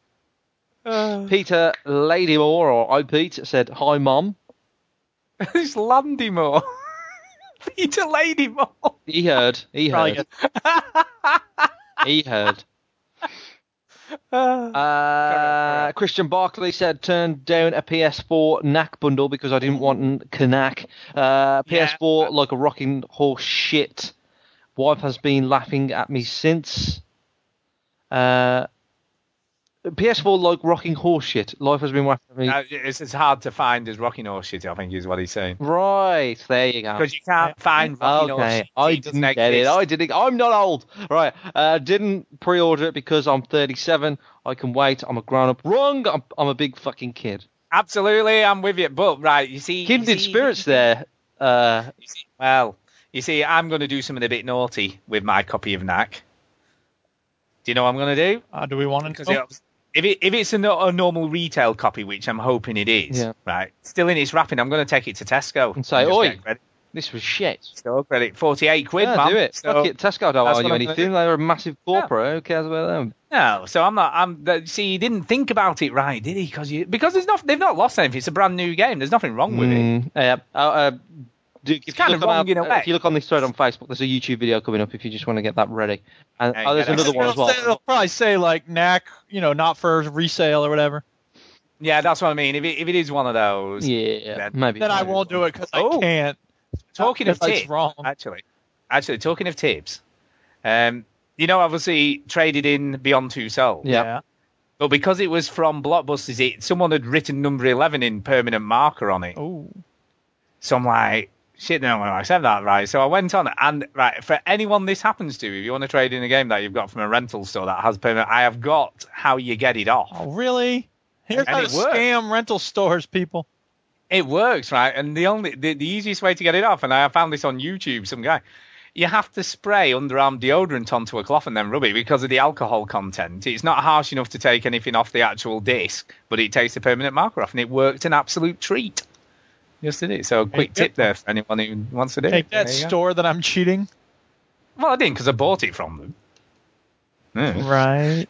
S3: Peter Ladymore or Pete said, "Hi, mom."
S2: (laughs) it's Landymore. (laughs) Peter Ladymore.
S3: He heard. He
S1: Probably
S3: heard. he heard. Uh, Christian Barkley said turned down a PS4 NAC bundle because I didn't want an Knack. Uh, PS4 like a rocking horse shit. Wife has been laughing at me since. Uh, PS4 like rocking horse shit. Life has been laughing at me.
S2: Uh, it's as hard to find as Rocky Horse Shit, I think, is what he's saying.
S3: Right, there you go.
S2: Because you can't find Rocky Horse
S3: Okay,
S2: Shit.
S3: I
S2: It doesn't
S3: didn't get it.
S2: exist.
S3: I didn't. I'm not old. Right. Uh, didn't pre-order it because I'm 37. I can wait. I'm a grown-up. Wrong. I'm, I'm a big fucking kid.
S2: Absolutely, I'm with you. But right, you see, you
S3: Kindred
S2: see-
S3: spirits there. Uh,
S2: Well, you see, I'm going to do something a bit naughty with my copy of Knack. Do you know what I'm going to do?
S1: Uh, do we want to?
S3: Oh.
S2: Because if it, if it's a, no, a normal retail copy, which I'm hoping it is,
S3: Yeah.
S2: right? Still in its wrapping, I'm going to take it to Tesco
S3: And say,
S2: just
S3: "Oi."
S2: get credit-
S3: this was shit.
S2: Store credit, forty-eight quid,
S3: Yeah,
S2: man.
S3: do it.
S2: So-
S3: Fuck it. Tesco don't
S2: that's
S3: owe
S2: what I'm
S3: you
S2: gonna
S3: anything.
S2: do.
S3: They're a massive corporate. Who cares about them?
S2: No, so I'm not. I'm. that- See, he didn't think about it right, did he? Because you because there's not. They've not lost anything. It's a brand new game. There's nothing wrong with it.
S3: Mm, yeah. Uh, uh, Duke, if, you
S2: kinda
S3: look on our- uh,
S2: wrong in a way.
S3: if you look on this thread on Facebook, there's a YouTube video coming up if you just want to get that ready. And,
S2: Yeah,
S3: oh, there's
S2: yeah,
S3: another one as
S1: They'll say- they'll
S3: well.
S1: probably say like knack, you know, not for resale or whatever.
S2: Yeah, that's what I mean. If it, if it is one of those,
S3: Yeah,
S2: That-
S3: maybe.
S1: Then I won't do it because I
S2: Oh.
S1: can't.
S2: Talking of
S1: That's
S2: tips,
S1: wrong.
S2: actually, actually, talking of tips, um, you know, obviously traded in Beyond Two Souls,
S3: Yeah.
S2: but because it was from Blockbusters, it someone had written number eleven in permanent marker on it.
S1: Oh.
S2: So I'm like, shit, no, I'm gonna accept that, right? So I went on and right for anyone this happens to, if you want to trade in a game that you've got from a rental store that has permanent, I have got how you get it off.
S1: Oh really? Here's
S2: And
S1: how to
S2: it worked.
S1: scam rental stores, people.
S2: It works, right? And the only the, the easiest way to get it off, and I found this on YouTube, some guy. You have to spray underarm deodorant onto a cloth and then rub it because of the alcohol content. It's not harsh enough to take anything off the actual disc, but it takes the permanent marker off, and it worked an absolute treat. Yes, it is. So, a quick
S1: There you
S2: tip there for anyone who wants to do
S1: Take
S2: it.
S1: that
S2: There you go.
S1: store that I'm cheating.
S2: Well, I didn't because I bought it from them. Yeah.
S1: Right.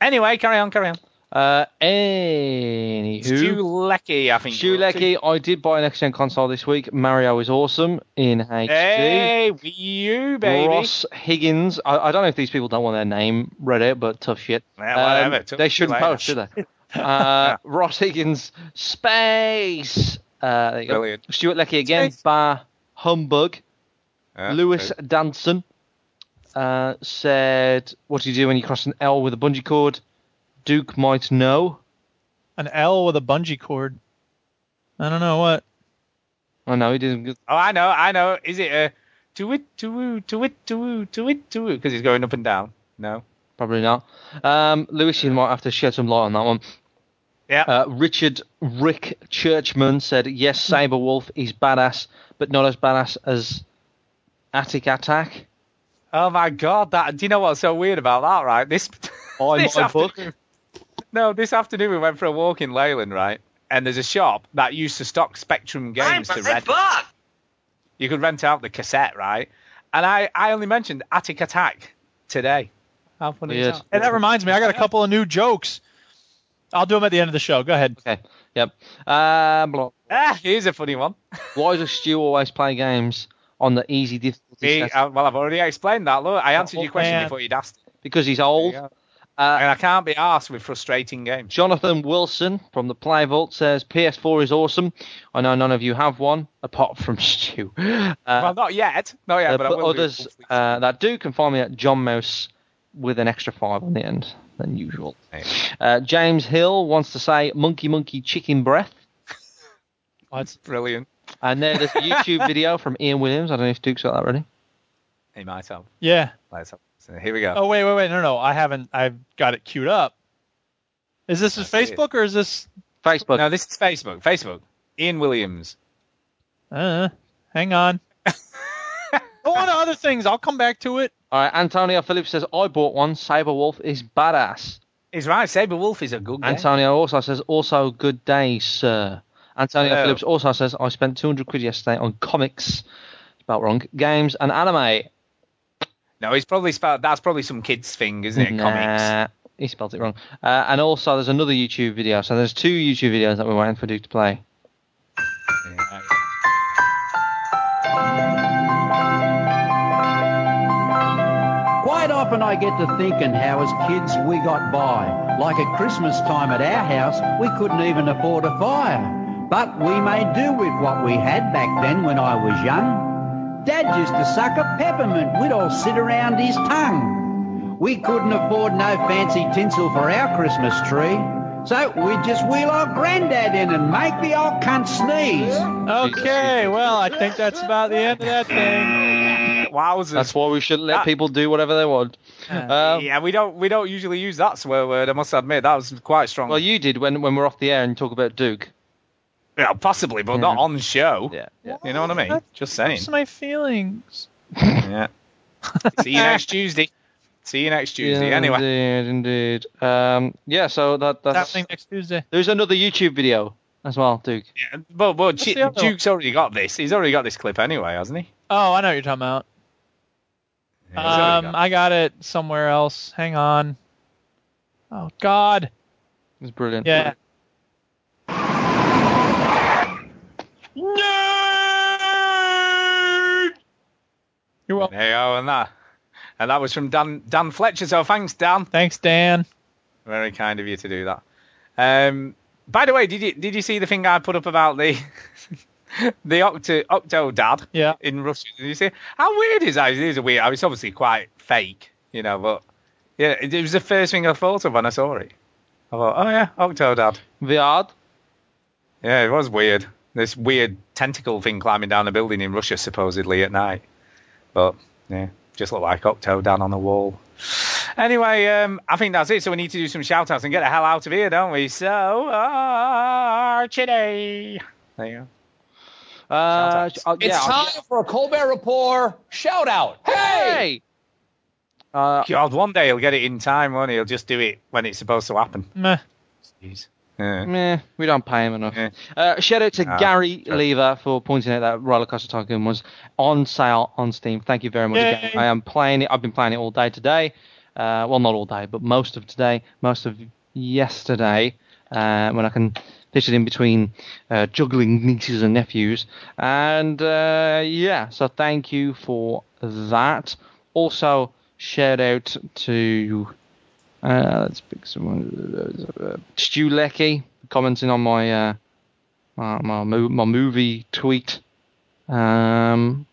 S2: Anyway, carry on, carry on.
S3: Uh, anywho,
S2: Stu Lecky, I think.
S3: Stu Lecky, I did buy an next-gen console this week. Mario is awesome in HD.
S2: Hey, Wii U, baby.
S3: Ross Higgins. I, I don't know if these people don't want their name read out, but tough shit.
S2: Yeah, whatever.
S3: Um,
S2: Tough
S3: they
S2: shit
S3: shouldn't
S2: later.
S3: post, should they?
S2: (laughs)
S3: Uh, Ross Higgins, space. Uh, there you go.
S2: Brilliant.
S3: Stuart Leckie again,
S1: Space.
S3: bar humbug.
S2: Yeah,
S3: Lewis Danson uh, said, "What do you do when you cross an L with a bungee cord?" Duke might know.
S1: An L with a bungee cord. I don't know what.
S3: I know he didn't.
S2: Oh, I know, I know. Is it uh, a to it to woo to it to woo to it to woo? Because he's going up and down. No.
S3: Probably not. Um, Lewis, you might have to shed some light on that one.
S2: Yeah.
S3: Uh, Richard Rick Churchman said, "Yes,
S2: Hmm.
S3: Saber Wolf is badass, but not as badass as Attic Attack."
S2: oh my god, that. Do you know what's so weird about that? Right. This. (laughs)
S3: Buy
S2: this
S3: my book.
S2: afternoon- No, this afternoon we went for a walk in Leyland, right? And there's a shop that used to stock Spectrum games to rent. You could rent out the cassette, right? And I, I only mentioned Attic Attack today. How funny
S3: Weird.
S2: is that?
S1: Hey, that reminds me, I got a couple of new jokes. I'll do them at the end of the show. Go ahead.
S3: Okay. Yep. Um, blah.
S2: Ah, here's a funny one.
S3: why does Stu always play games on the easy difficulty?
S2: Me,
S3: setting?
S2: uh, well, I've already explained that. Look, I answered
S1: Oh,
S2: your question
S1: man.
S2: before you'd asked.
S3: because he's old.
S2: There you
S3: Uh,
S2: and I can't be arsed with frustrating games.
S3: Jonathan Wilson from the Play Vault says PS4 is awesome. I know none of you have one, apart from (laughs) Stu. Uh,
S2: well, not yet, not yet,
S3: uh,
S2: but, I
S3: but
S2: will do.
S3: others uh, that do can find me at John Mouse with an extra five on the end than usual. Uh, James Hill wants to say monkey monkey chicken breath.
S2: That's brilliant.
S3: And there, there's
S2: (laughs)
S3: a YouTube video from Ian Williams. I don't know if Duke's got that ready.
S2: He might have.
S1: Yeah.
S2: Might have. So here we go.
S1: Oh wait, wait, wait. No, no. I haven't. I've got it queued up. Is this
S2: I
S1: is
S2: see it.
S1: Facebook or is this
S3: Facebook.
S2: No, this is Facebook. Facebook. Ian Williams.
S1: Uh, hang (laughs) on. Go on to other things. I'll come back to it.
S3: All right, Antonio Phillips says, I bought one. Saberwolf is badass.
S2: He's right. Saberwolf is a good guy.
S3: Antonio also says, also good day, sir. Antonio
S2: Hello.
S3: Phillips also says, I spent 200 quid yesterday on comics, spelt wrong, games and anime.
S2: No, he's probably spelled. That's probably some kids thing, isn't it? Comics.
S3: Nah, he spelled it wrong. Uh, and also, there's another YouTube video. So there's two YouTube videos that we're waiting for Duke to play.
S12: Quite often I get to thinking how as kids we got by. Like at Christmas time at our house, we couldn't even afford a fire. But we made do with what we had back then when I was young. Dad used to suck a peppermint, we'd all sit around his tongue. We couldn't afford no fancy tinsel for our Christmas tree. So we'd just wheel our granddad in and make the old cunt sneeze.
S1: Okay, well, I think that's about the end of that thing.
S2: Wowzers.
S3: That's why we shouldn't let
S2: That-
S3: people do whatever they want. Um,
S2: yeah, we don't we don't usually use that swear word. I must admit that was quite strong.
S3: well, you did when, when we're off the air and talk about Duke.
S2: Yeah, possibly, but not on show.
S3: Yeah,
S2: You know what I mean?
S1: That
S2: Just saying.
S1: hurts my feelings.
S2: yeah. See you next Tuesday. See you next Tuesday.
S3: Yeah,
S2: anyway,
S3: Indeed, indeed. Um, yeah, so that,
S1: That's
S3: that's.
S1: happening next Tuesday.
S3: There's another YouTube video as well, Duke.
S2: Yeah, but but
S1: What's the other one?
S2: Duke's already got this. He's already got this clip anyway, hasn't he?
S1: Oh, I know what you're talking about.
S2: he's already
S1: um,
S2: got
S1: I got it somewhere else. Hang on. Oh God.
S3: It's brilliant.
S1: Yeah. You're welcome.
S2: There you go, and that and that was from Dan Dan Fletcher. So thanks, Dan.
S1: Thanks, Dan.
S2: Very kind of you to do that. Um, by the way, did you did you see the thing I put up about the (laughs) the octo octo dad
S1: Yeah.
S2: in Russia? Did you see? How weird is that? It is weird. I mean, it's obviously quite fake, you know. But yeah, it, it was the first thing I thought of when I saw it. I thought, oh yeah, octo dad.
S3: Viard.
S2: Yeah, it was weird. This weird tentacle thing climbing down a building in Russia, supposedly at night. But yeah, just looked like Octo down on the wall. Anyway, um, I think that's it. So we need to do some shout outs and get the hell out of here, don't we? So, Archie. There you go.
S3: Uh,
S2: Shout-outs.
S3: uh, yeah,
S11: it's time for a Colbert Report shout out. Hey!
S3: Hey! Uh,
S2: God, one day he'll get it in time, won't he? He'll just do it when it's supposed to happen.
S1: Meh.
S2: Jeez. Yeah.
S3: Meh, we don't pay him enough.
S2: Yeah.
S3: Uh, shout out to
S2: Ah,
S3: Gary
S2: sure.
S3: Lever for pointing out that Roller Coaster Tycoon was on sale on Steam. Thank you very much.
S1: Yay.
S3: Again. I am playing it. I've been playing it all day today. Uh, well, not all day, but most of today, most of yesterday, uh, when I can fit it in between uh, juggling nieces and nephews. And uh, yeah, so thank you for that. Also, shout out to uh, let's pick someone. Uh, Stu Leckie commenting on my uh, my my, mo- my movie tweet. Um,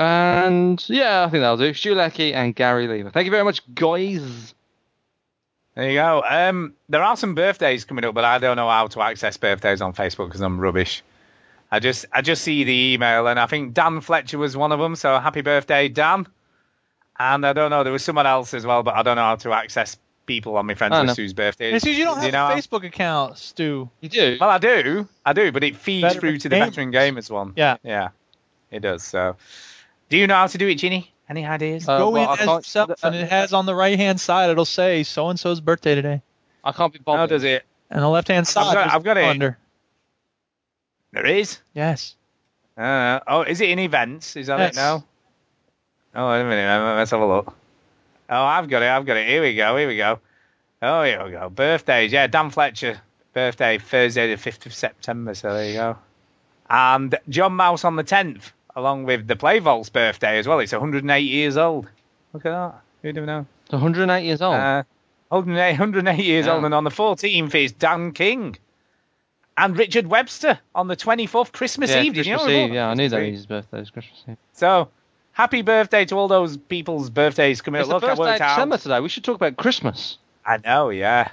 S3: and yeah, I think that'll do. Stu Leckie and Gary Lever. Thank you very much, guys.
S2: There you go. Um, there are some birthdays coming up, but I don't know how to access birthdays on Facebook because I'm rubbish. I just I just see the email, and I think Dan Fletcher was one of them. So happy birthday, Dan! And I don't know, there was someone else as well, but I don't know how to access people on my friends
S3: Oh,
S2: list
S3: no.
S2: whose birthday.
S1: It's
S2: is.
S1: you don't have
S2: Do know
S1: a
S2: how-
S1: Facebook account, Stu.
S3: You do.
S2: Well, I do, I do, but it feeds
S1: Veteran
S2: through to the
S1: Gamers.
S2: veteran gamers one.
S1: Yeah.
S2: yeah, it does. So, do you know how to do it, Ginny? Any ideas?
S3: Uh,
S1: Go
S3: well, I
S1: in as
S3: can't- uh,
S1: yourself,
S2: uh,
S1: and it has on the right hand side. It'll say so and so's birthday today,
S3: I can't be
S2: how
S3: bothered.
S2: does it?
S1: and the left hand side.
S2: got-
S1: is
S2: I've got it.
S1: under.
S2: There is.
S1: Yes.
S2: Uh, oh, is it in events? Is that
S1: Yes.
S2: it now? Oh, wait a minute. uh, Let's have a look. Oh, I've got it. I've got it. Here we go. Here we go. Oh, here we go. Birthdays. Yeah, Dan Fletcher. Birthday, Thursday, the 5th of September. So there you go. And John Mouse on the 10th, along with the Play Vault's birthday as well. It's 108 years old. Look at that. Who'd have known?
S3: It's 108 years old.
S2: Uh, 108, 108 years
S3: Oh. Yeah.
S2: old. And on the 14th is Dan King. And Richard Webster on the 24th, Christmas
S3: yeah,
S2: Eve. Did you know
S3: Christmas
S2: it was?
S3: Eve. Yeah, I knew that
S2: Christmas Eve.
S3: his birthday was Christmas Eve.
S2: So, happy birthday to all those people's birthdays coming
S3: It's
S2: up. Look,
S3: the
S2: I
S3: first day of
S2: worked out.
S3: December today. We should talk about Christmas.
S2: I know, yeah.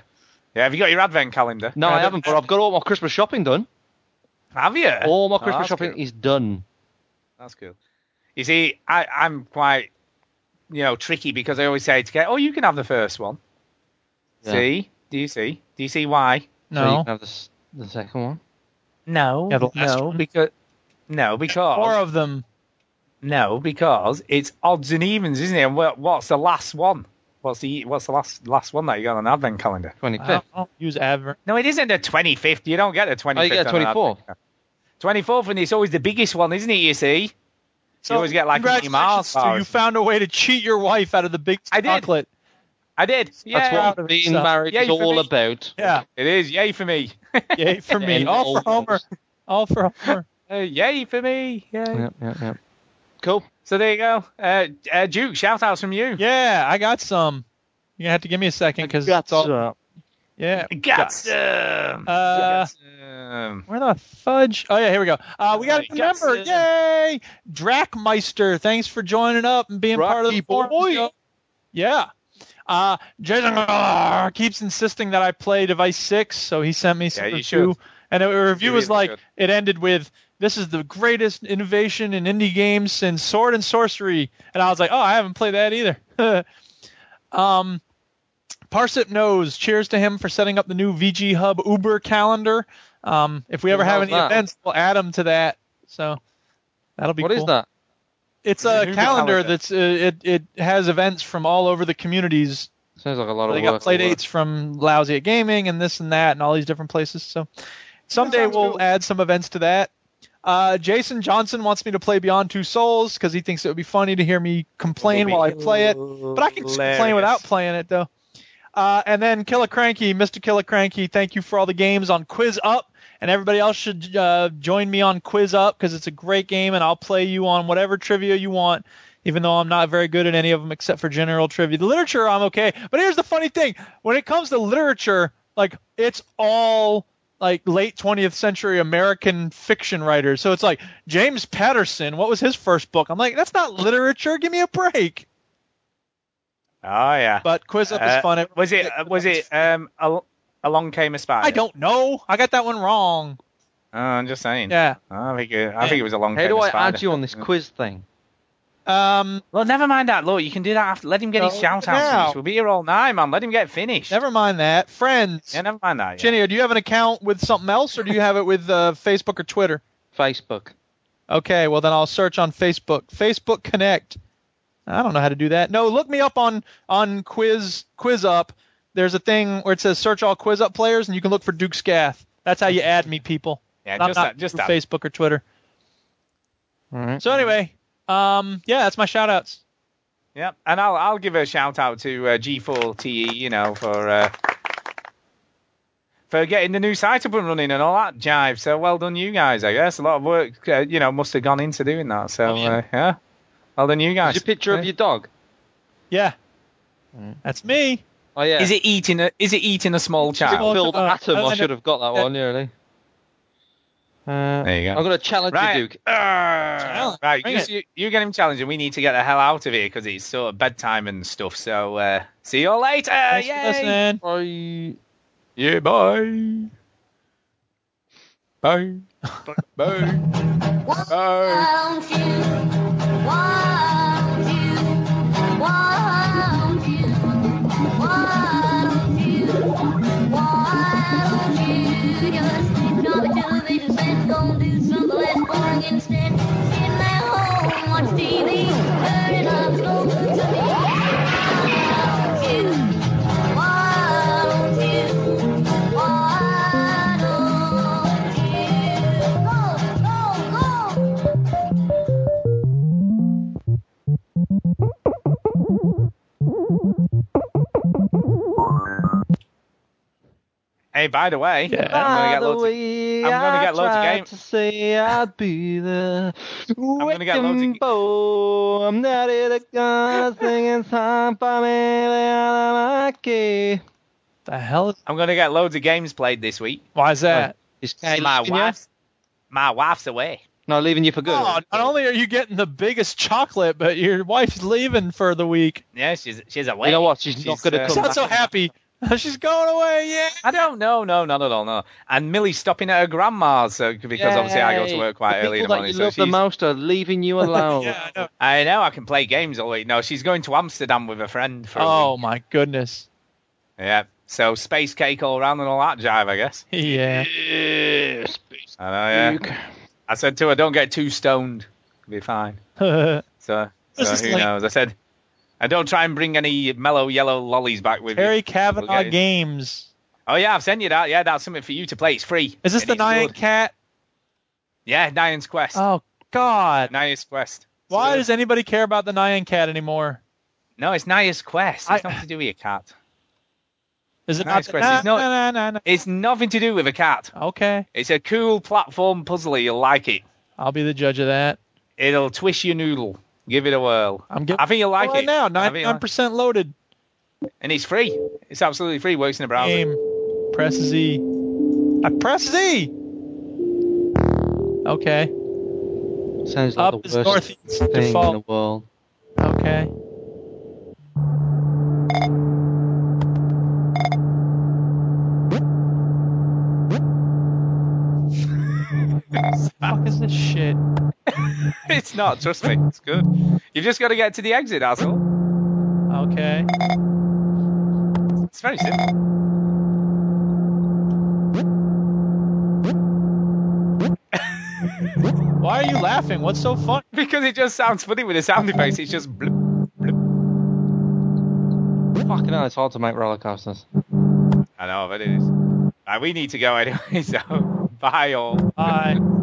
S2: Yeah, have you got your advent calendar?
S3: No, I haven't, but I've got all my Christmas shopping done.
S2: Have you?
S3: All my
S2: Oh,
S3: Christmas
S2: that's
S3: shopping
S2: cool.
S3: is done.
S2: That's cool. You see, I, I'm quite, you know, tricky because I always say to get, oh, you can have the first one.
S3: Yeah.
S2: See? Do you see? Do you see why?
S3: So you
S2: No.
S3: can have the, s- the second one.
S2: No,
S3: Yeah, the last
S2: no, because no, because four
S1: of them.
S2: No, because it's odds and evens, isn't it? And what, what's the last one? What's the what's the last last one that you got on an advent calendar?
S3: Twenty
S1: I don't- I don't use advent.
S2: No, it isn't the twenty fifth. You don't get a twenty
S3: Oh, you
S2: fifth.
S3: get a 24th.
S2: Twenty fourth, and it's always the biggest one, isn't it? You see, you always get like Mickey Mouse.
S1: congratulations to you found a way to cheat your wife out of the big chocolate.
S2: I did. Yeah.
S1: That's what being married is all
S3: about.
S1: Yeah.
S2: It is. Yay for me.
S1: (laughs)
S2: (laughs)
S1: Yay for me.
S3: And
S1: All for
S3: all-
S1: Homer. All for Homer.
S2: Uh, yay for me. Yay.
S3: Yep, yep.
S2: Cool. So there you go. Uh, uh, Duke, shout outs from you.
S1: Yeah, I got some. You're going to have to give me a second because it's all. Yeah.
S2: Got some.
S1: Uh, Where the fudge? Oh yeah, here we go. Uh, we got a new
S2: got
S1: member. Yay! Drackmeister, thanks for joining up and being part of the forum show. Yeah. Uh, Jason Gar keeps insisting that I play Device Six, so he sent me some
S2: Yeah, you
S1: review,
S2: should.
S1: and the review
S2: You
S1: was
S2: really
S1: like
S2: should.
S1: it ended with "This is the greatest innovation in indie games since Sword and Sorcery," and I was like, "Oh, I haven't played that either." (laughs) um. Parsip knows. Cheers to him for setting up the new VG Hub Uber calendar. Um, if we ever
S3: Well,
S1: have
S3: how's
S1: any
S3: that?
S1: events, we'll add him to that. So that'll be
S3: What is
S1: cool.
S3: that?
S1: It's
S3: It's an
S1: a
S3: Uber
S1: calendar,
S3: calendar.
S1: that's uh, it. It has events from all over the communities.
S3: Sounds like a lot of
S1: They
S3: work.
S1: got play dates from Lousy at Gaming and this and that and all these different places. So someday we'll add some events to that. Uh, Jason Johnson wants me to play Beyond Two Souls because he thinks it would be funny to hear me complain while I play it. But I can just complain
S2: hilarious.
S1: without playing it though. Uh, and then Killer Cranky, Mr. Killer Cranky, thank you for all the games on Quiz Up. And everybody else should uh, join me on Quiz Up because it's a great game, and I'll play you on whatever trivia you want, even though I'm not very good at any of them except for general trivia. The literature, I'm okay. But here's the funny thing when it comes to literature, like, it's all like late 20th century American fiction writers. So it's like James Patterson, what was his first book? I'm like, that's not literature. Give me a break.
S2: Oh yeah.
S1: But quiz up is fun.
S2: Was it? uh, Was it? Um, Al- along came a spy.
S1: I don't know. I got that one wrong.
S2: Oh, I'm just saying.
S1: Yeah.
S2: I think it, I think it was along.
S3: How
S2: came
S3: do
S2: a
S3: I
S2: spider.
S3: add you on this quiz thing?
S1: Um.
S2: Well, never mind that. Look, you can do that after. Let him get his
S1: No,
S2: shout
S1: now.
S2: out. We'll be here all night, man. Let him get finished.
S1: Never mind that. Friends.
S2: Yeah, never mind that. Yeah.
S1: Chinio, do you have an account with something else, or do you have it with uh, Facebook or Twitter?
S3: Facebook.
S1: Okay, well then I'll search on Facebook. Facebook Connect. I don't know how to do that. No, look me up on on Quiz Quiz Up. There's a thing where it says search all Quiz Up players, and you can look for Duke Scath. That's how you add me, people.
S2: Yeah,
S1: And I'm
S2: just
S1: not
S2: that- just
S1: for
S2: that.
S1: Facebook or Twitter.
S3: All right.
S1: So anyway, um, yeah, that's my shout outs.
S2: Yeah, and I'll I'll give a shout out to uh, G4TE, you know, for uh, for getting the new site up and running and all that jive. So well done, you guys. I guess a lot of work, uh, you know, must have gone into doing that. So
S3: Oh, yeah.
S2: Uh, yeah, well done, you guys.
S3: There's a picture of your dog.
S1: Yeah. That's me.
S3: Oh yeah.
S2: Is it eating a Is it eating a small
S3: Big
S2: child?
S3: filled
S1: Uh,
S3: atom.
S1: uh,
S3: I should have got that one, really. Uh,
S2: There you go.
S3: I'm gonna challenge
S2: Right.
S3: you, Duke.
S2: Arrgh. Right,
S1: Bring
S2: you,
S1: it.
S2: you, you get him challenged, and we need to get the hell out of here because it's sort of bedtime and stuff. So uh, see you all later.
S1: Thanks for
S2: Yay!
S1: listening.
S3: Bye.
S2: Yeah, bye. Bye.
S1: (laughs)
S2: Bye. Bye.
S5: Won't you? Won't you? Won't you? Won't you? Won't you just turn on the television set, go and do something less boring instead? Sit at home, watch TV, turn it off, go do something. Won't you? Won't you? Won't you? Go, go, go!
S2: Hey, by the way, I'm gonna get loads. Of, I'm gonna get loads of games.
S3: To say I'd be there. I'm
S2: gonna get loads of ga-
S3: I'm not here to go singing song for me. I'm lucky.
S1: The hell is
S2: I'm gonna get loads of games played this week.
S1: why is that?
S3: He's
S2: Hey, Uh, my
S3: leaving you?
S2: wife's my wife's away.
S3: No, leaving you for good.
S1: Oh, not only are you getting the biggest chocolate, but your wife's leaving for the week.
S2: Yeah, she's she's away.
S3: you know what? She's, not gonna
S2: uh,
S3: come
S1: She's
S3: back.
S1: not so happy. (laughs) She's going away. Yeah.
S2: I don't know, no, not at all, no. And Millie's stopping at her grandma's so, because obviously I go to
S3: Yay.
S2: work quite
S3: the
S2: early in the
S3: people
S2: morning.
S3: That you
S2: so
S3: love the
S2: she's-
S3: most are leaving
S1: (laughs)
S3: you alone.
S1: Yeah. I know.
S2: I know I can play games all week. No, she's going to Amsterdam with a friend for a
S1: Oh
S2: week.
S1: my goodness.
S2: Yeah, So space cake all around and all that jive, I guess.
S1: Yeah. (laughs)
S2: I know, yeah. I said to her, don't get too stoned. You'll be fine.
S1: yeah.
S2: So,
S1: This
S2: so
S1: is
S2: who
S1: like-
S2: knows? I said, and don't try and bring any mellow yellow lollies back with you.
S1: Harry
S2: We'll
S1: Kavanaugh
S2: get it.
S1: games.
S2: Oh yeah, I've sent you that. Yeah, that's something for you to play. It's free.
S1: Is this
S2: And
S1: the
S2: it's
S1: Nyan
S2: good.
S1: Cat?
S2: Yeah, Nyan's Quest.
S1: Oh God!
S2: Nyan's Quest.
S1: Why does anybody care about the Nyan Cat anymore?
S2: No, it's Nyan's Quest. It's nothing to do with a cat.
S1: Is it
S2: Nyan's
S1: not?
S2: Quest? It's
S1: Nah,
S2: not.
S1: nah, nah, nah.
S2: It's nothing to do with a cat.
S1: Okay,
S2: It's a cool platform puzzle. You'll like it.
S1: I'll be the judge of that.
S2: It'll twist your noodle. Give it a whirl.
S1: I'm giving.
S2: I think you'll like
S1: right
S2: it.
S1: now.
S2: I think you'll
S1: Ninety-nine
S2: like-
S1: percent loaded.
S2: And it's free. It's absolutely free. Works in a browser.
S1: Game. Press Z. I press Z. Okay.
S3: Sounds like
S1: Up
S3: the
S1: is
S3: worst
S1: northeast
S3: thing
S1: default.
S3: in the world.
S1: Okay. fuck is this shit?
S2: (laughs) it's not. Trust me. It's good. You've just got to get to the exit. That's all.
S1: Okay.
S2: It's very simple. (laughs)
S1: Why are you laughing? What's so funny?
S2: Because it just sounds funny with the sound effects. It's just. Bloop.
S3: Fucking hell, it's hard to make roller coasters.
S2: (laughs) I know, but it is. Right, we need to go anyway. So bye all.
S1: Bye.